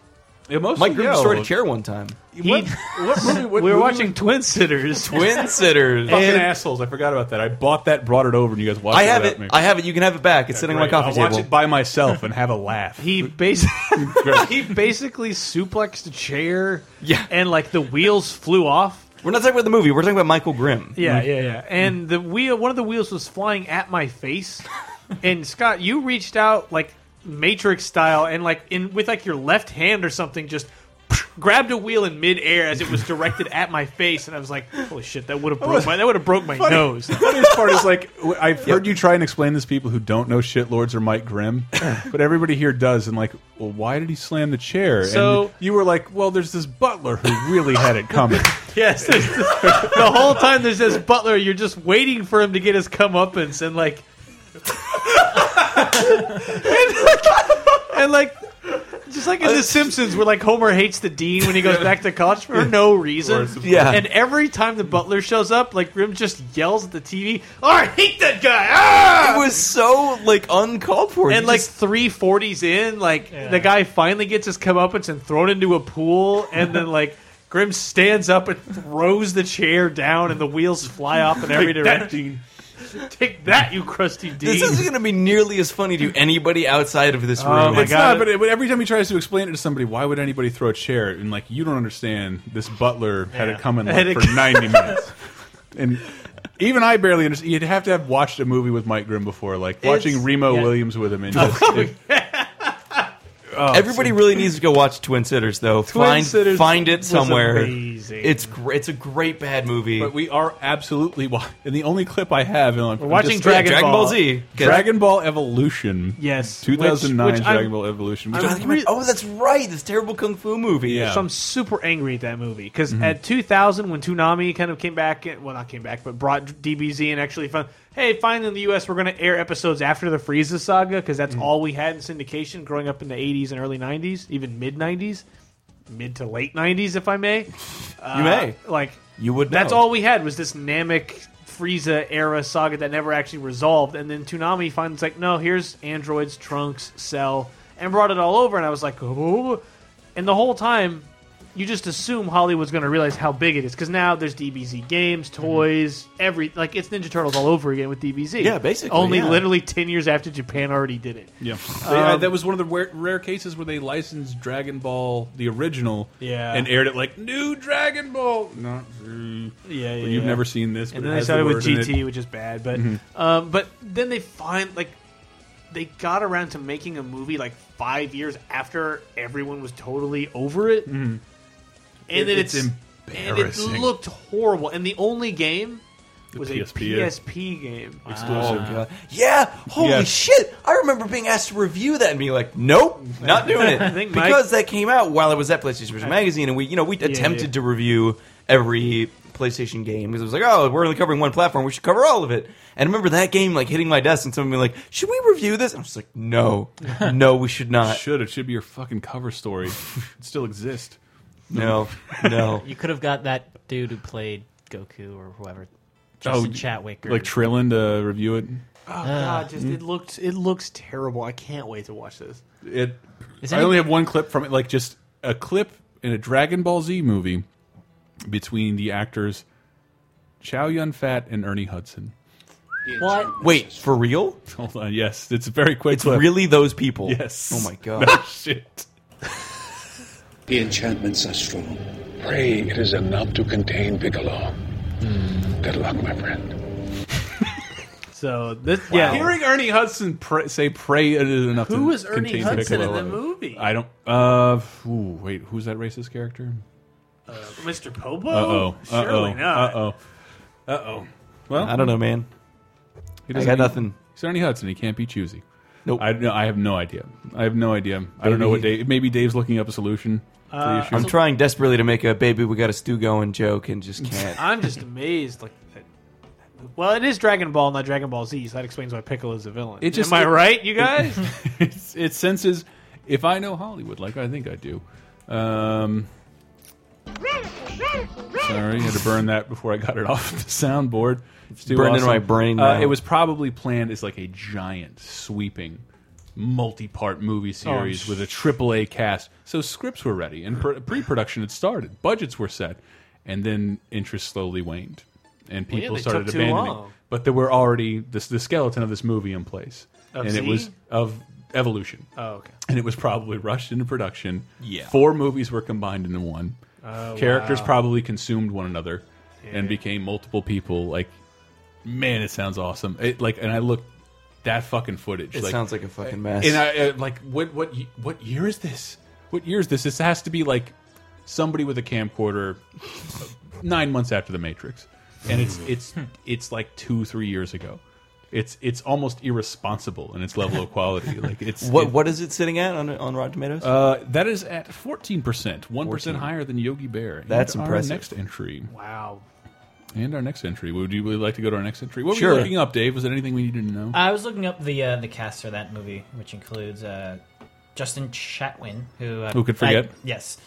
Speaker 3: Yeah, mostly
Speaker 8: Mike Grimm
Speaker 3: yell.
Speaker 8: destroyed a chair one time.
Speaker 3: What, what movie? What
Speaker 9: we were
Speaker 3: movie
Speaker 9: watching
Speaker 3: was-
Speaker 9: Twin Sitters.
Speaker 8: Twin sitters.
Speaker 3: Fucking
Speaker 8: And-
Speaker 3: assholes! I forgot about that. I bought that, brought it over, and you guys watched
Speaker 8: I
Speaker 3: it.
Speaker 8: have
Speaker 3: without
Speaker 8: it.
Speaker 3: me.
Speaker 8: I have it. You can have it back. It's sitting on my
Speaker 3: Great.
Speaker 8: coffee
Speaker 3: I'll watch
Speaker 8: table.
Speaker 3: it by myself and have a laugh.
Speaker 9: He basically
Speaker 3: Great.
Speaker 9: he basically suplexed a chair.
Speaker 8: Yeah.
Speaker 9: and like the wheels flew off.
Speaker 8: We're not talking about the movie. We're talking about Michael Grimm.
Speaker 9: Yeah, yeah, yeah. And the wheel, one of the wheels was flying at my face. and Scott, you reached out like Matrix style, and like in with like your left hand or something, just grabbed a wheel in midair as it was directed at my face, and I was like, "Holy shit! That would have broke my that would have broke my
Speaker 3: Funny-
Speaker 9: nose."
Speaker 3: funniest part is like w- I've heard you try and explain this to people who don't know shitlords or Mike Grimm, but everybody here does. And like, well, why did he slam the chair?
Speaker 9: So-
Speaker 3: and you were like, well, there's this butler who really had it coming.
Speaker 9: Yes, there's this- the whole time there's this butler. You're just waiting for him to get his comeuppance, and like, and like, just like in The Simpsons, where like Homer hates the dean when he goes back to college for no reason.
Speaker 8: course. Yeah.
Speaker 9: and every time the butler shows up, like Grim just yells at the TV, "Oh, I hate that guy!" Ah!
Speaker 8: It was so like uncalled for.
Speaker 9: And
Speaker 8: You
Speaker 9: like
Speaker 8: just-
Speaker 9: three forties in, like the guy finally gets his comeuppance and thrown into a pool, and then like Grim stands up and throws the chair down, and the wheels fly off in every
Speaker 3: Like, that
Speaker 9: direction. Take that, you crusty dean!
Speaker 8: this isn't going to be nearly as funny to anybody outside of this room.
Speaker 9: Oh my
Speaker 3: It's not,
Speaker 9: God.
Speaker 3: but, it, but every time he tries to explain it to somebody, why would anybody throw a chair? And like, you don't understand. This butler had
Speaker 9: Yeah.
Speaker 3: it coming
Speaker 9: Had
Speaker 3: like,
Speaker 9: it
Speaker 3: for
Speaker 9: com-
Speaker 3: 90 minutes. And even I barely understand. You'd have to have watched a movie with Mike Grimm before, like watching
Speaker 9: It's-
Speaker 3: Remo
Speaker 9: yeah.
Speaker 3: Williams with him. And just, it-
Speaker 8: Everybody really needs to go watch Twin Sitters, though.
Speaker 3: Twin
Speaker 8: find
Speaker 3: Sitters
Speaker 8: find it
Speaker 9: was
Speaker 8: somewhere.
Speaker 9: amazing.
Speaker 8: It's gr- it's a great bad movie.
Speaker 3: but we are absolutely. wa- And the only clip I have, and I'm,
Speaker 9: We're
Speaker 3: I'm
Speaker 9: watching
Speaker 3: just-
Speaker 9: Dragon,
Speaker 8: Dragon Ball
Speaker 9: Ball
Speaker 8: Z. 'Kay.
Speaker 3: Oh, Dragon Ball Evolution.
Speaker 9: Yes,
Speaker 3: 2009
Speaker 9: which- which I'm-
Speaker 3: Dragon Ball Evolution. Which
Speaker 9: I'm
Speaker 3: is-
Speaker 9: really-
Speaker 8: oh, that's right. This terrible kung fu movie.
Speaker 3: Yeah.
Speaker 9: So I'm super angry at that movie because at 2000, when Toonami kind of came back, eh, well, not came back, but brought DBZ and actually found, hey, finally in the U.S. we're going to air episodes after the Frieza saga because that's all we had in syndication growing up in the 80s and early 90s, even mid 90s, mid to late 90s, if I may. Uh,
Speaker 8: may.
Speaker 9: Like
Speaker 8: You would
Speaker 9: That's
Speaker 8: know.
Speaker 9: all we had was this Namek Frieza era saga that never actually resolved, and then Toonami finds like, no, here's androids, Trunks, Cell, and brought it all over, and I was like, oh. And the whole time, you just assume Hollywood's going to realize how big it is because now there's DBZ games, toys, every like it's Ninja Turtles all over again with DBZ.
Speaker 3: Yeah, basically,
Speaker 9: Only
Speaker 3: yeah.
Speaker 9: literally ten years after Japan already did it.
Speaker 3: Yeah,
Speaker 9: Um,
Speaker 3: Yeah, uh, that was one of the rare, rare cases where they licensed Dragon Ball the original,
Speaker 9: Yeah.
Speaker 3: and aired it like New Dragon Ball. Not yeah,
Speaker 9: yeah,
Speaker 3: You've
Speaker 9: yeah.
Speaker 3: never seen this,
Speaker 9: And
Speaker 3: but it
Speaker 9: then they
Speaker 3: has
Speaker 9: started
Speaker 3: the
Speaker 9: with
Speaker 3: word in it.
Speaker 9: GT, which is bad. But
Speaker 3: Mhm.
Speaker 9: um, but then they find like they got around to making a movie like five years after everyone was totally over it,
Speaker 3: Mhm.
Speaker 9: and
Speaker 3: It-
Speaker 9: then
Speaker 3: it's
Speaker 9: it's, And
Speaker 3: embarrassing.
Speaker 9: it looked horrible, and the only game was
Speaker 3: PSP,
Speaker 9: a
Speaker 3: yeah.
Speaker 9: PSP game.
Speaker 8: Exclusive.
Speaker 7: Ah.
Speaker 8: God. Yeah. Holy shit! I remember being asked to review that and being like, "Nope, not doing it,"
Speaker 9: I think Mike-
Speaker 8: because that came out while I was at PlayStation Vision Magazine, and we, you know, we attempted
Speaker 9: yeah.
Speaker 8: to review every PlayStation game because it was like, "Oh, we're only covering one platform; we should cover all of it." And I remember that game like hitting my desk and someone being like, "Should we review this?" And I was like, "No, no, we should not."
Speaker 3: Should it should be your fucking cover story? it still exists.
Speaker 8: No, no.
Speaker 7: You could have got that dude who played Goku or whoever,
Speaker 3: Oh,
Speaker 7: Justin Chatwick, or Uh.
Speaker 3: like Trillin to review it.
Speaker 9: Oh god, just it looks it looks terrible. I can't wait to watch this.
Speaker 3: It.
Speaker 9: Is
Speaker 3: I
Speaker 9: any-
Speaker 3: only have one clip from it, like just a clip in a Dragon Ball Z movie between the actors Chow Yun Fat and Ernie Hudson.
Speaker 7: What?
Speaker 8: Wait, for real?
Speaker 3: Hold on. Yes, it's a very quick.
Speaker 8: It's
Speaker 3: clip.
Speaker 8: really those people.
Speaker 3: Yes.
Speaker 8: Oh my god.
Speaker 3: No shit.
Speaker 18: The enchantments are strong. Pray it is enough to contain Piccolo.
Speaker 3: Hmm.
Speaker 18: Good luck, my friend.
Speaker 9: So this,
Speaker 3: Hearing Ernie Hudson pray, say "pray" it is enough.
Speaker 9: Who
Speaker 3: to
Speaker 9: was Ernie
Speaker 3: contain
Speaker 9: Hudson
Speaker 3: Piccolo.
Speaker 9: in the movie?
Speaker 3: I don't. Uh, ooh, wait, who's that racist character?
Speaker 9: Mr. Popo.
Speaker 3: Uh oh. Uh oh.
Speaker 9: Surely not.
Speaker 3: Uh oh. Uh oh. Well,
Speaker 8: I don't know, man.
Speaker 3: He
Speaker 8: I
Speaker 3: doesn't
Speaker 8: got
Speaker 3: need-
Speaker 8: nothing.
Speaker 3: He's Ernie Hudson. He can't be choosy.
Speaker 8: Nope.
Speaker 3: I, no, I have no idea. I have no idea. I don't know what
Speaker 8: Maybe-
Speaker 3: Dave. Maybe Uh, Dave's looking up a solution to the issue.
Speaker 8: I'm trying desperately to make a baby we got a stew going joke and just can't.
Speaker 9: I'm just amazed. Like, that- well, it is Dragon Ball, not Dragon Ball Z, so that explains why Piccolo's a villain.
Speaker 3: It just,
Speaker 9: Am I
Speaker 3: it-
Speaker 9: right, you guys?
Speaker 3: It, it senses if I know Hollywood, like I think I do. Um, sorry, had to burn that before I got it off the soundboard. It's too
Speaker 8: burned into
Speaker 3: awesome.
Speaker 8: my brain
Speaker 3: Uh,
Speaker 8: now.
Speaker 3: it was probably planned as like a giant, sweeping, multi-part movie series
Speaker 8: Oh,
Speaker 3: with a triple A cast. So scripts were ready and pr- pre-production had started, budgets were set, and then interest slowly waned, and
Speaker 9: Well, yeah,
Speaker 3: people
Speaker 9: they
Speaker 3: started
Speaker 9: took too
Speaker 3: abandoning.
Speaker 9: long.
Speaker 3: But there were already this, the skeleton of this movie in place,
Speaker 9: Of
Speaker 3: and it
Speaker 9: Z?
Speaker 3: was of Evolution.
Speaker 9: Oh, okay.
Speaker 3: And it was probably rushed into production.
Speaker 9: Yeah.
Speaker 3: Four movies were combined into one.
Speaker 9: Oh,
Speaker 3: Characters
Speaker 9: wow.
Speaker 3: probably consumed one another and
Speaker 9: Yeah.
Speaker 3: became multiple people. Like, man, it sounds awesome. It, like, and I looked that fucking footage.
Speaker 8: It sounds like a fucking mess.
Speaker 3: And I uh, like, what, what, y- what year is this? What year is this? This has to be like somebody with a camcorder, uh, nine months after The Matrix, and
Speaker 9: Hmm.
Speaker 3: it's it's it's like two, three years ago. It's it's almost irresponsible in its level of quality. Like, it's
Speaker 8: what
Speaker 3: it-
Speaker 8: what is it sitting at on on Rotten Tomatoes?
Speaker 3: uh, that is at 14%, 1%
Speaker 8: 14.
Speaker 3: higher than Yogi Bear. And
Speaker 8: That's
Speaker 3: our
Speaker 8: impressive.
Speaker 3: next entry.
Speaker 9: Wow.
Speaker 3: And our next entry. Would you would you like to go to our next entry? What
Speaker 8: Sure.
Speaker 3: were you looking up, Dave? Was there anything we needed to know?
Speaker 19: I was looking up the uh, the cast for that movie, which includes uh, Justin Chatwin, who uh,
Speaker 3: Who could forget?
Speaker 19: I- yes,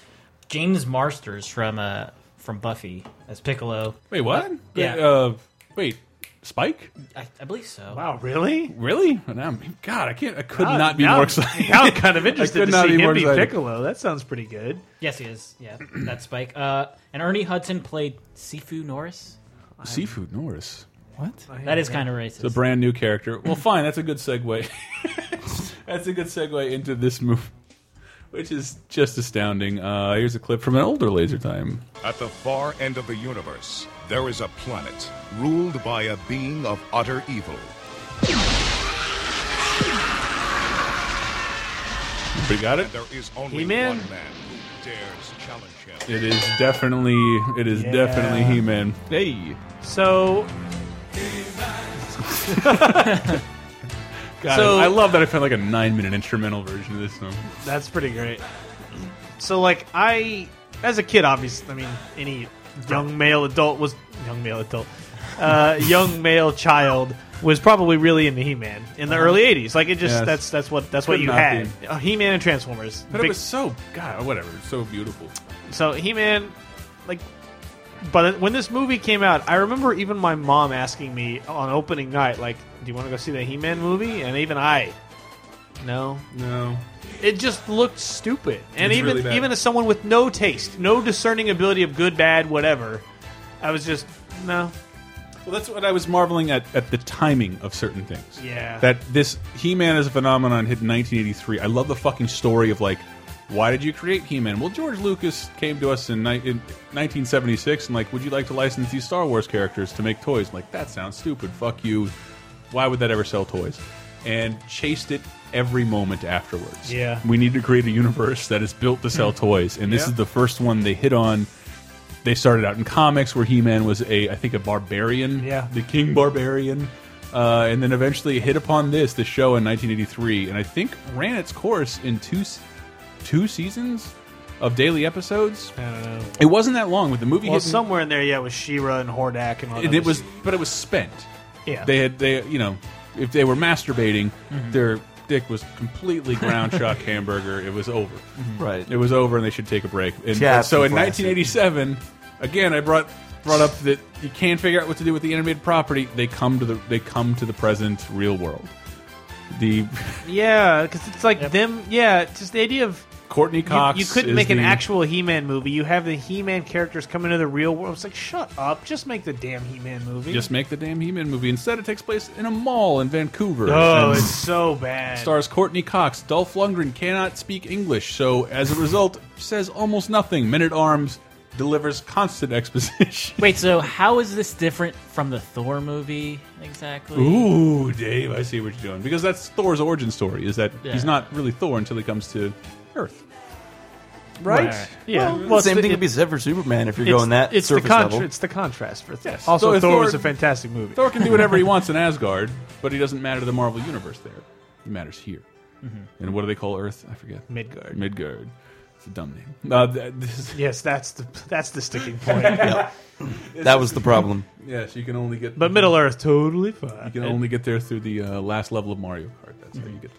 Speaker 19: James Marsters from uh, from Buffy as Piccolo.
Speaker 3: Wait, what?
Speaker 19: Uh, yeah,
Speaker 3: Uh, wait, Spike?
Speaker 19: I, I believe so.
Speaker 9: Wow, really? Uh,
Speaker 3: Really? And I'm- God, I can't. I could
Speaker 9: Now-
Speaker 3: not be
Speaker 9: now-
Speaker 3: more excited.
Speaker 9: Now Oh, I'm kind of
Speaker 3: I
Speaker 9: interested
Speaker 3: could
Speaker 9: to
Speaker 3: not
Speaker 9: see
Speaker 3: be more
Speaker 9: him be
Speaker 3: excited.
Speaker 9: Piccolo. That sounds pretty good.
Speaker 19: Yes, he is. Yeah, that's Spike. Uh, and Ernie Hudson played Sifu Norris.
Speaker 3: Seafood Norris. What?
Speaker 9: Oh,
Speaker 19: That is kind of racist.
Speaker 3: It's a brand new character. Well, fine. That's a good segue. that's a good segue into this movie, which is just astounding. Uh, here's a clip from an older Laser Time.
Speaker 20: At the far end of the universe, there is a planet ruled by a being of utter evil.
Speaker 3: We got it?
Speaker 20: And there is only
Speaker 9: He-Man?
Speaker 20: one man who dares challenge him.
Speaker 3: It is definitely. It is
Speaker 9: Yeah.
Speaker 3: definitely He Man.
Speaker 8: Hey.
Speaker 9: So.
Speaker 3: God,
Speaker 9: So-
Speaker 3: I love that I found like a nine-minute instrumental version of this song.
Speaker 9: That's pretty great. So, like, I, as a kid, obviously, I mean, any young male adult was young male adult, uh, young male child was probably really into He-Man in the
Speaker 3: Uh-huh.
Speaker 9: early '80s. Like, it just
Speaker 3: Yes.
Speaker 9: that's that's what that's what
Speaker 3: Could
Speaker 9: you
Speaker 3: not
Speaker 9: had.
Speaker 3: be.
Speaker 9: Uh, He-Man and Transformers.
Speaker 3: But it
Speaker 9: Big-
Speaker 3: was so God, whatever. It's so beautiful.
Speaker 9: so He-Man, like, but when this movie came out, I remember even my mom asking me on opening night, like, "Do you want to go see the He-Man movie?" And even I No,
Speaker 3: no.
Speaker 9: It just looked stupid, and
Speaker 3: It's
Speaker 9: even
Speaker 3: really bad.
Speaker 9: even as someone with no taste, no discerning ability of good, bad, whatever, I was just no.
Speaker 3: Well, that's what I was marveling at at the timing of certain things.
Speaker 9: Yeah.
Speaker 3: That this He-Man as a phenomenon hit in 1983. I love the fucking story of like, why did you create He-Man? Well, George Lucas came to us in, ni in 1976 and like, would you like to license these Star Wars characters to make toys? I'm like, that sounds stupid. Fuck you. Why would that ever sell toys? And chased it every moment afterwards.
Speaker 9: Yeah. Hmm.
Speaker 3: We need to create a universe that is built to sell toys, and this
Speaker 9: Yeah.
Speaker 3: is the first one they hit on. They started out in comics where He-Man was a, I think, a barbarian, yeah, the King Barbarian, uh, and then eventually hit upon this, the show in 1983, and I think ran its course in two, s- two seasons of daily episodes.
Speaker 9: I don't know.
Speaker 3: It wasn't that long with the movie.
Speaker 9: Well,
Speaker 3: hitting-
Speaker 9: somewhere in there, yeah, was Shira and Hordak and all.
Speaker 3: and
Speaker 9: that
Speaker 3: it
Speaker 9: other
Speaker 3: was,
Speaker 9: shit.
Speaker 3: but it was spent.
Speaker 9: Yeah.
Speaker 3: they had they, you know, if they were masturbating,
Speaker 9: Mhm.
Speaker 3: their dick was completely ground chuck hamburger. It was over.
Speaker 9: Mm-hmm.
Speaker 8: Mhm. Right.
Speaker 3: it was over, and they should take a break. And
Speaker 8: Yeah,
Speaker 3: so in
Speaker 8: classic.
Speaker 3: 1987, again, I brought brought up that you can't figure out what to do with the animated property. They come to the they come to the present real world. The
Speaker 9: Yeah, because it's like them. Yeah, it's just the idea of
Speaker 3: Courtney
Speaker 9: you-
Speaker 3: Cox
Speaker 9: You, couldn't
Speaker 3: is
Speaker 9: make an
Speaker 3: the-
Speaker 9: actual He-Man movie. You have the He-Man characters come into the real world. It's like, shut up! Just make the damn He-Man movie.
Speaker 3: just make the damn He-Man movie. Instead, it takes place in a mall in Vancouver.
Speaker 9: Oh,
Speaker 3: And-
Speaker 9: it's so bad.
Speaker 3: Stars Courtney Cox. Dolph Lundgren cannot speak English, so as a result, says almost nothing. Men at Arms delivers constant exposition.
Speaker 7: Wait, so how is this different from the Thor movie exactly?
Speaker 3: Ooh, Dave, I see what you're doing. Because that's Thor's origin story, is that
Speaker 7: Yeah.
Speaker 3: he's not really Thor until he comes to Earth.
Speaker 9: right?
Speaker 8: Right.
Speaker 9: Yeah.
Speaker 8: Well,
Speaker 9: it's
Speaker 8: same
Speaker 9: the-
Speaker 8: thing
Speaker 9: it-
Speaker 8: could be said for Superman if you're
Speaker 9: it's-
Speaker 8: going that
Speaker 9: It's the
Speaker 8: surface
Speaker 9: contra-
Speaker 8: level.
Speaker 9: It's the contrast for Thor.
Speaker 3: Yes.
Speaker 9: Also,
Speaker 3: Though
Speaker 9: Thor, was a fantastic movie.
Speaker 3: Thor can do whatever he wants in Asgard, but he doesn't matter to the Marvel Universe there. He matters here.
Speaker 9: Mhm.
Speaker 3: And what do they call Earth? I forget.
Speaker 9: Midgard.
Speaker 3: Midgard. It's a dumb name. Uh, th- this is-
Speaker 9: yes, that's the that's the sticking point.
Speaker 8: That was the problem.
Speaker 3: Yes, you can only get.
Speaker 9: But Middle Earth, totally fine.
Speaker 3: You can only get there through the uh, last level of Mario Kart. That's how you get.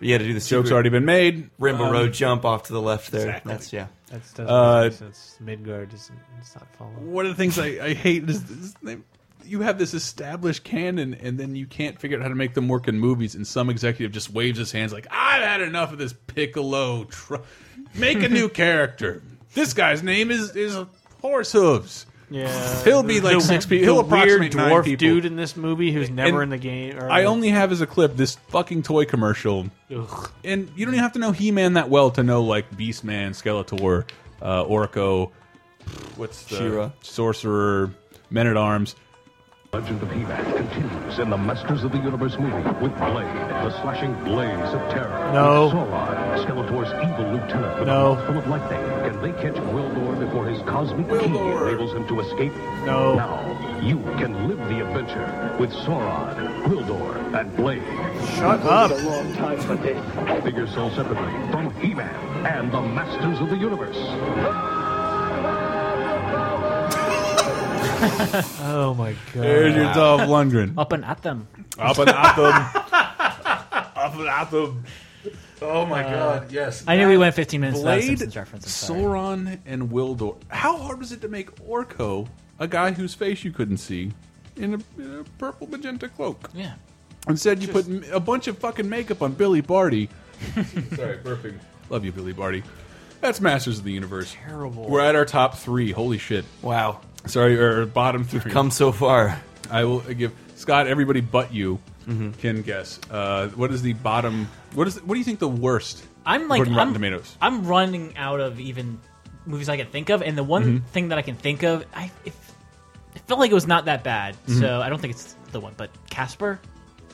Speaker 8: You had to do the
Speaker 3: joke's
Speaker 8: secret
Speaker 3: already been made.
Speaker 8: Rainbow
Speaker 3: Um,
Speaker 8: Road jump off to the left there.
Speaker 3: Exactly.
Speaker 8: That's yeah.
Speaker 9: That's doesn't
Speaker 3: Uh,
Speaker 9: make sense. Midgard isn't. It's not following.
Speaker 3: One of the things I, I hate is this, they- you have this established canon, and then you can't figure out how to make them work in movies. And some executive just waves his hands like, "I've had enough of this Piccolo. Tr make a new character. This guy's name is is horse hooves.
Speaker 9: Yeah,
Speaker 3: he'll be like six people. He'll
Speaker 9: the weird
Speaker 3: approximate nine
Speaker 9: dwarf
Speaker 3: people.
Speaker 9: dude in this movie who's never
Speaker 3: And
Speaker 9: in the game. Or
Speaker 3: I only have as a clip this fucking toy commercial,
Speaker 9: Ugh.
Speaker 3: and you don't even have to know He Man that well to know like Beast Man, Skeletor, uh, Orko, what's the
Speaker 8: She-Ra.
Speaker 3: Sorcerer, Men at Arms.
Speaker 21: Legend of He-Man continues in the Masters of the Universe movie with Blade, the slashing blaze of terror.
Speaker 9: No.
Speaker 21: With Sauron, Skeletor's evil lieutenant with
Speaker 9: No.
Speaker 21: a mouth full of lightning. Can they catch Wildor before his cosmic key enables him to escape?
Speaker 9: No.
Speaker 21: Now, you can live the adventure with Sauron, Wildor, and Blade.
Speaker 9: Shut up.
Speaker 21: a long time for this. Figures sold separately from He-Man and the Masters of the Universe.
Speaker 9: Oh my god!
Speaker 3: There's your Dolph Lundgren.
Speaker 7: Up and at them.
Speaker 3: Up and at them. Up and at them. Oh my
Speaker 7: Uh,
Speaker 3: god! Yes,
Speaker 7: I knew we went 15 minutes without a
Speaker 3: Blade,
Speaker 7: Simpsons reference, I'm sorry.
Speaker 3: Sauron, and Wildor. How hard was it to make Orko a guy whose face you couldn't see in a, in a purple magenta cloak?
Speaker 7: Yeah.
Speaker 3: Instead, you put m- a bunch of fucking makeup on Billy Barty. Sorry, burping. Love you, Billy Barty. That's Masters of the Universe.
Speaker 9: Terrible.
Speaker 3: We're at our top three. Holy shit!
Speaker 8: Wow.
Speaker 3: Sorry, or bottom three.
Speaker 8: come so far.
Speaker 3: I will give Scott. Everybody but you can guess. Uh, what is the bottom? What is? What do you think the worst?
Speaker 7: I'm like
Speaker 3: according to Rotten
Speaker 7: I'm,
Speaker 3: Tomatoes.
Speaker 7: I'm running out of even movies I can think of, and the one
Speaker 3: Mhm.
Speaker 7: thing that I can think of, I it, it felt like it was not that bad. So
Speaker 3: Mhm.
Speaker 7: I don't think it's the one, but Casper.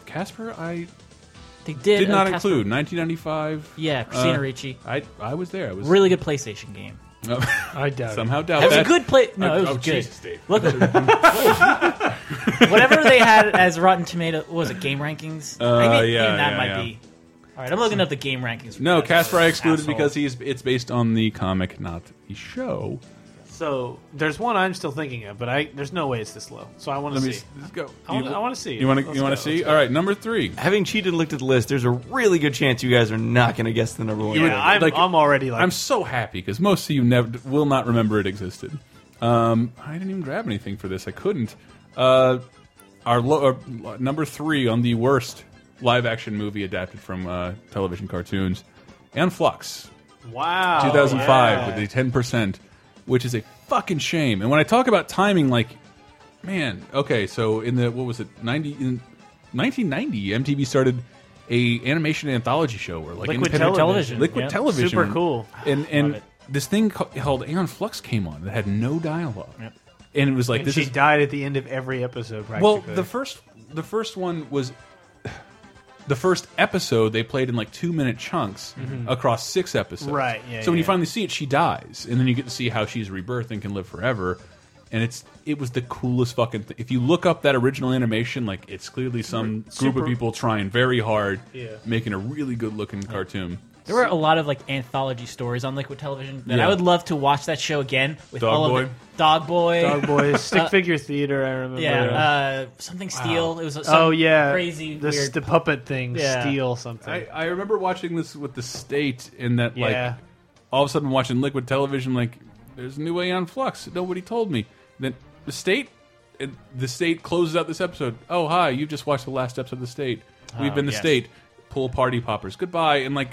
Speaker 3: Casper, I
Speaker 7: they did,
Speaker 3: Did not
Speaker 7: uh, Casper-
Speaker 3: include 1995.
Speaker 7: Yeah, Christina Ricci.
Speaker 3: I I was there. I was
Speaker 7: Really good PlayStation game.
Speaker 3: I
Speaker 9: doubt it.
Speaker 3: Somehow
Speaker 7: It
Speaker 3: doubt
Speaker 7: was
Speaker 3: that.
Speaker 7: a good play. No,
Speaker 3: I-
Speaker 7: it was
Speaker 3: oh,
Speaker 7: good.
Speaker 3: Jesus, Dave.
Speaker 7: Look, whatever they had as Rotten Tomato, what was it game rankings?
Speaker 3: Uh,
Speaker 7: I think
Speaker 3: yeah,
Speaker 7: that
Speaker 3: yeah,
Speaker 7: might
Speaker 3: yeah.
Speaker 7: be. All right, I'm looking up the game rankings. for
Speaker 3: No,
Speaker 7: Casper,
Speaker 3: Casper I excluded
Speaker 7: asshole.
Speaker 3: because he's it's based on the comic, not the show.
Speaker 9: So there's one I'm still thinking of, but I there's no way it's this low. So I want to
Speaker 3: Let
Speaker 9: see.
Speaker 3: me s- let's go.
Speaker 9: I
Speaker 3: You-
Speaker 9: want, I want to see.
Speaker 3: you wanna- you wanna see? All right, number three.
Speaker 8: Having cheated and looked at the list, there's a really good chance you guys are not going to guess the number one.
Speaker 3: You would-
Speaker 8: album.
Speaker 3: like-
Speaker 9: already
Speaker 3: I'm so happy because most of you never will not remember it existed. Um, I didn't even grab anything for this. I couldn't. Uh, our, lo our number three on the worst live action movie adapted from uh, television cartoons, and Flux,
Speaker 9: Wow.
Speaker 3: 2005
Speaker 9: yeah.
Speaker 3: with the 10 percent, which is a fucking shame. And when I talk about timing, like, man, okay, so in the what was it 90 in 1990, MTV started a animation anthology show where like
Speaker 9: Liquid
Speaker 3: independent-
Speaker 9: television.
Speaker 3: Liquid
Speaker 9: Yep.
Speaker 3: television,
Speaker 9: Super cool.
Speaker 3: and
Speaker 9: Love
Speaker 3: and
Speaker 9: it.
Speaker 3: this thing ca- called Aeon Flux came on that had no dialogue, and it was like
Speaker 9: And
Speaker 3: this
Speaker 9: she
Speaker 3: is
Speaker 9: died at the end of every episode.
Speaker 3: well,
Speaker 9: practically.
Speaker 3: the first the first one was the first episode they played in like two minute chunks
Speaker 9: Mhm.
Speaker 3: across six episodes.
Speaker 9: Right, yeah,
Speaker 3: so when you
Speaker 9: yeah.
Speaker 3: finally see it, she dies, and then you get to see how she's rebirthed and can live forever. And it's it was the coolest fucking thing. If you look up that original animation, like it's clearly some group
Speaker 7: Super-
Speaker 3: of people trying very hard,
Speaker 7: Yeah.
Speaker 3: making a really good looking cartoon.
Speaker 7: There were a lot of like anthology stories on Liquid Television that
Speaker 3: Yeah.
Speaker 7: I would love to watch that show again with
Speaker 3: Dog
Speaker 7: all
Speaker 3: Boy?
Speaker 7: of the Dog Boy,
Speaker 9: Dog Boy, Stick
Speaker 7: Uh,
Speaker 9: Figure Theater, I remember.
Speaker 7: Yeah, uh, something Steel. It was some
Speaker 9: oh yeah,
Speaker 7: crazy
Speaker 9: the,
Speaker 7: weird
Speaker 9: the puppet thing,
Speaker 7: Yeah.
Speaker 9: Steel something.
Speaker 3: I, I remember watching this with the state, and that
Speaker 9: Yeah.
Speaker 3: like all of a sudden watching Liquid Television, like there's a new way on Flux. Nobody told me. Then the state, and the state closes out this episode. Oh hi, you just watched the last episode of the state. We've
Speaker 7: Oh,
Speaker 3: been the
Speaker 7: yes.
Speaker 3: state. Pull party poppers. Goodbye. And like,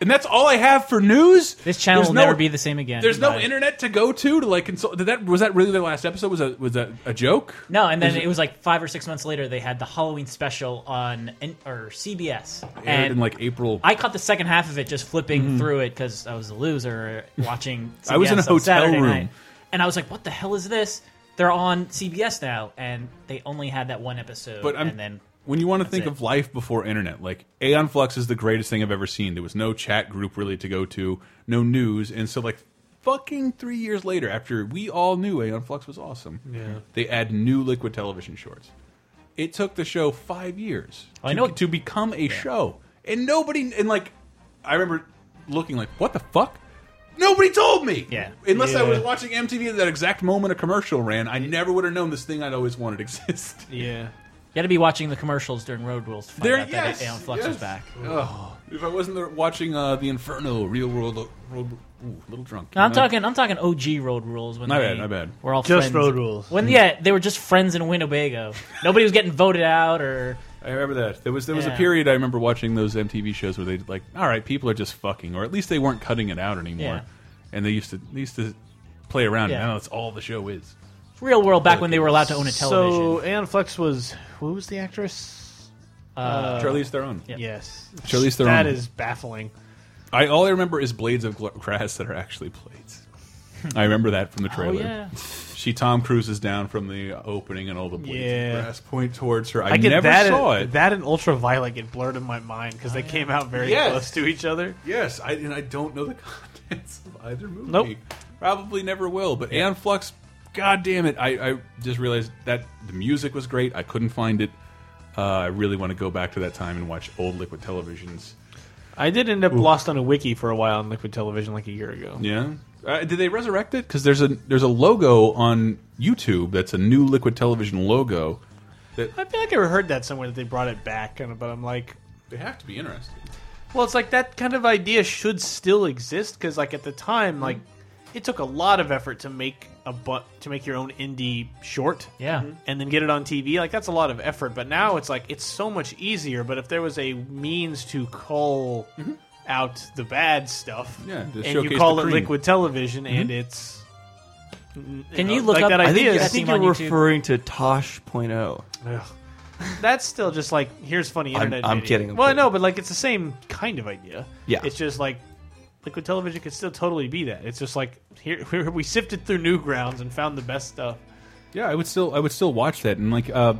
Speaker 3: and that's all I have for news.
Speaker 7: This channel
Speaker 3: There's
Speaker 7: will
Speaker 3: no-
Speaker 7: never be the same again.
Speaker 3: There's no
Speaker 7: Bye.
Speaker 3: internet to go to to like consult. Did that was that really the last episode? Was that was that a joke?
Speaker 7: No, and then
Speaker 3: Is
Speaker 7: it was like five or six months later, they had the Halloween special on N- or CBS,
Speaker 3: aired
Speaker 7: and
Speaker 3: in like April.
Speaker 7: I caught the second half of it just flipping
Speaker 3: Mhm.
Speaker 7: through it because I was a loser watching. CBS
Speaker 3: I was in a
Speaker 7: on
Speaker 3: hotel
Speaker 7: Saturday
Speaker 3: room.
Speaker 7: night, and I was like, "What the hell is this?" They're on CBS now, and they only had that one episode.
Speaker 3: But I'm,
Speaker 7: and then
Speaker 3: when you want to think
Speaker 7: it.
Speaker 3: of life before internet, like Aeon Flux is the greatest thing I've ever seen. There was no chat group really to go to, no news, and so like fucking three years later, after we all knew Aeon Flux was awesome,
Speaker 9: Yeah.
Speaker 3: they add new Liquid Television shorts. It took the show five years
Speaker 7: I
Speaker 3: to,
Speaker 7: know-
Speaker 3: to become a show, and nobody and like I remember looking like, what the fuck? Nobody told me. Yeah. Unless I
Speaker 9: Yeah.
Speaker 3: was watching MTV at that exact moment a commercial ran, I never would have known this thing I'd always wanted existed.
Speaker 9: Yeah.
Speaker 7: You got to be watching the commercials during Road Rules to find
Speaker 3: There,
Speaker 7: out
Speaker 3: yes,
Speaker 7: that Aeon Flux
Speaker 3: yes.
Speaker 7: is back.
Speaker 3: Oh, if I wasn't there watching uh, the Inferno, Real World, uh, World ooh, little drunk.
Speaker 7: No, I'm
Speaker 3: You know?
Speaker 7: talking. I'm talking OG road rules. When
Speaker 3: My
Speaker 7: they
Speaker 3: bad, my bad.
Speaker 7: We're all
Speaker 3: Just
Speaker 7: friends.
Speaker 3: road rules.
Speaker 7: When yeah, they were just friends in Winnebago. Nobody was getting voted out or.
Speaker 3: I remember that there was there was a
Speaker 7: Yeah.
Speaker 3: period I remember watching those MTV shows where they would like, all right, people are just fucking, or at least they weren't cutting it out anymore,
Speaker 7: Yeah.
Speaker 3: and they used to they used to play around.
Speaker 7: Yeah.
Speaker 3: And now that's all the show is.
Speaker 7: Real world back when they were allowed to own a television.
Speaker 9: So Anne Flux was who was the actress?
Speaker 3: Charlize Theron.
Speaker 9: Yes,
Speaker 3: Charlize Theron.
Speaker 9: That is baffling.
Speaker 3: I all I remember is blades of gl- grass that are actually blades. I remember that from the
Speaker 9: Oh,
Speaker 3: trailer.
Speaker 9: yeah.
Speaker 3: She Tom Cruises down from the opening, and all the blades
Speaker 9: Yeah.
Speaker 3: of grass point towards her. I,
Speaker 9: get
Speaker 3: never
Speaker 9: that
Speaker 3: saw
Speaker 9: and,
Speaker 3: it.
Speaker 9: That and Ultraviolet get blurred in my mind because
Speaker 7: Oh,
Speaker 9: they came out very
Speaker 3: Yes.
Speaker 9: close to each other.
Speaker 3: Yes, I, and I don't know the contents of either movie.
Speaker 9: Nope.
Speaker 3: Probably never will. But Anne Flux, god damn it! I, I just realized that the music was great. I couldn't find it. Uh, I really want to go back to that time and watch old Liquid Televisions.
Speaker 9: I did end up lost on a wiki for a while on Liquid Television like a year ago.
Speaker 3: Yeah. Uh, did they resurrect it? Because there's a there's a logo on YouTube that's a new Liquid Television logo. That
Speaker 9: I feel like I heard that somewhere that they brought it back, and but I'm like,
Speaker 3: they have to be interested.
Speaker 9: Well, it's like that kind of idea should still exist because, like, at the time, like, it took a lot of effort to make a but to make your own indie short,
Speaker 7: Yeah.
Speaker 3: Mm-hmm.
Speaker 7: Mhm.
Speaker 9: and then get it on TV. Like, that's a lot of effort. But now it's like it's so much easier. But if there was a means to call out the bad stuff,
Speaker 3: Mm-hmm. Yeah, to
Speaker 9: and
Speaker 3: showcase
Speaker 9: you call
Speaker 3: the
Speaker 9: it
Speaker 3: cream.
Speaker 9: Liquid Television, and
Speaker 3: Mhm.
Speaker 9: it's n-
Speaker 7: Can
Speaker 9: know,
Speaker 7: you look
Speaker 9: like
Speaker 7: up-
Speaker 9: that
Speaker 7: I
Speaker 8: I think,
Speaker 9: idea?
Speaker 8: I think you're referring to oh. Tosh.0.
Speaker 9: Ugh. That's still just like here's funny
Speaker 8: I'm-
Speaker 9: internet.
Speaker 8: I'm
Speaker 9: video.
Speaker 8: kidding, I'm
Speaker 9: well, I
Speaker 8: kidding.
Speaker 9: know, but like it's the same kind of idea.
Speaker 8: Yeah.
Speaker 9: it's just like liquid television could still totally be that. It's just like here, here we sifted through Newgrounds and found the best stuff.
Speaker 3: Yeah, I would still I would still watch that and like uh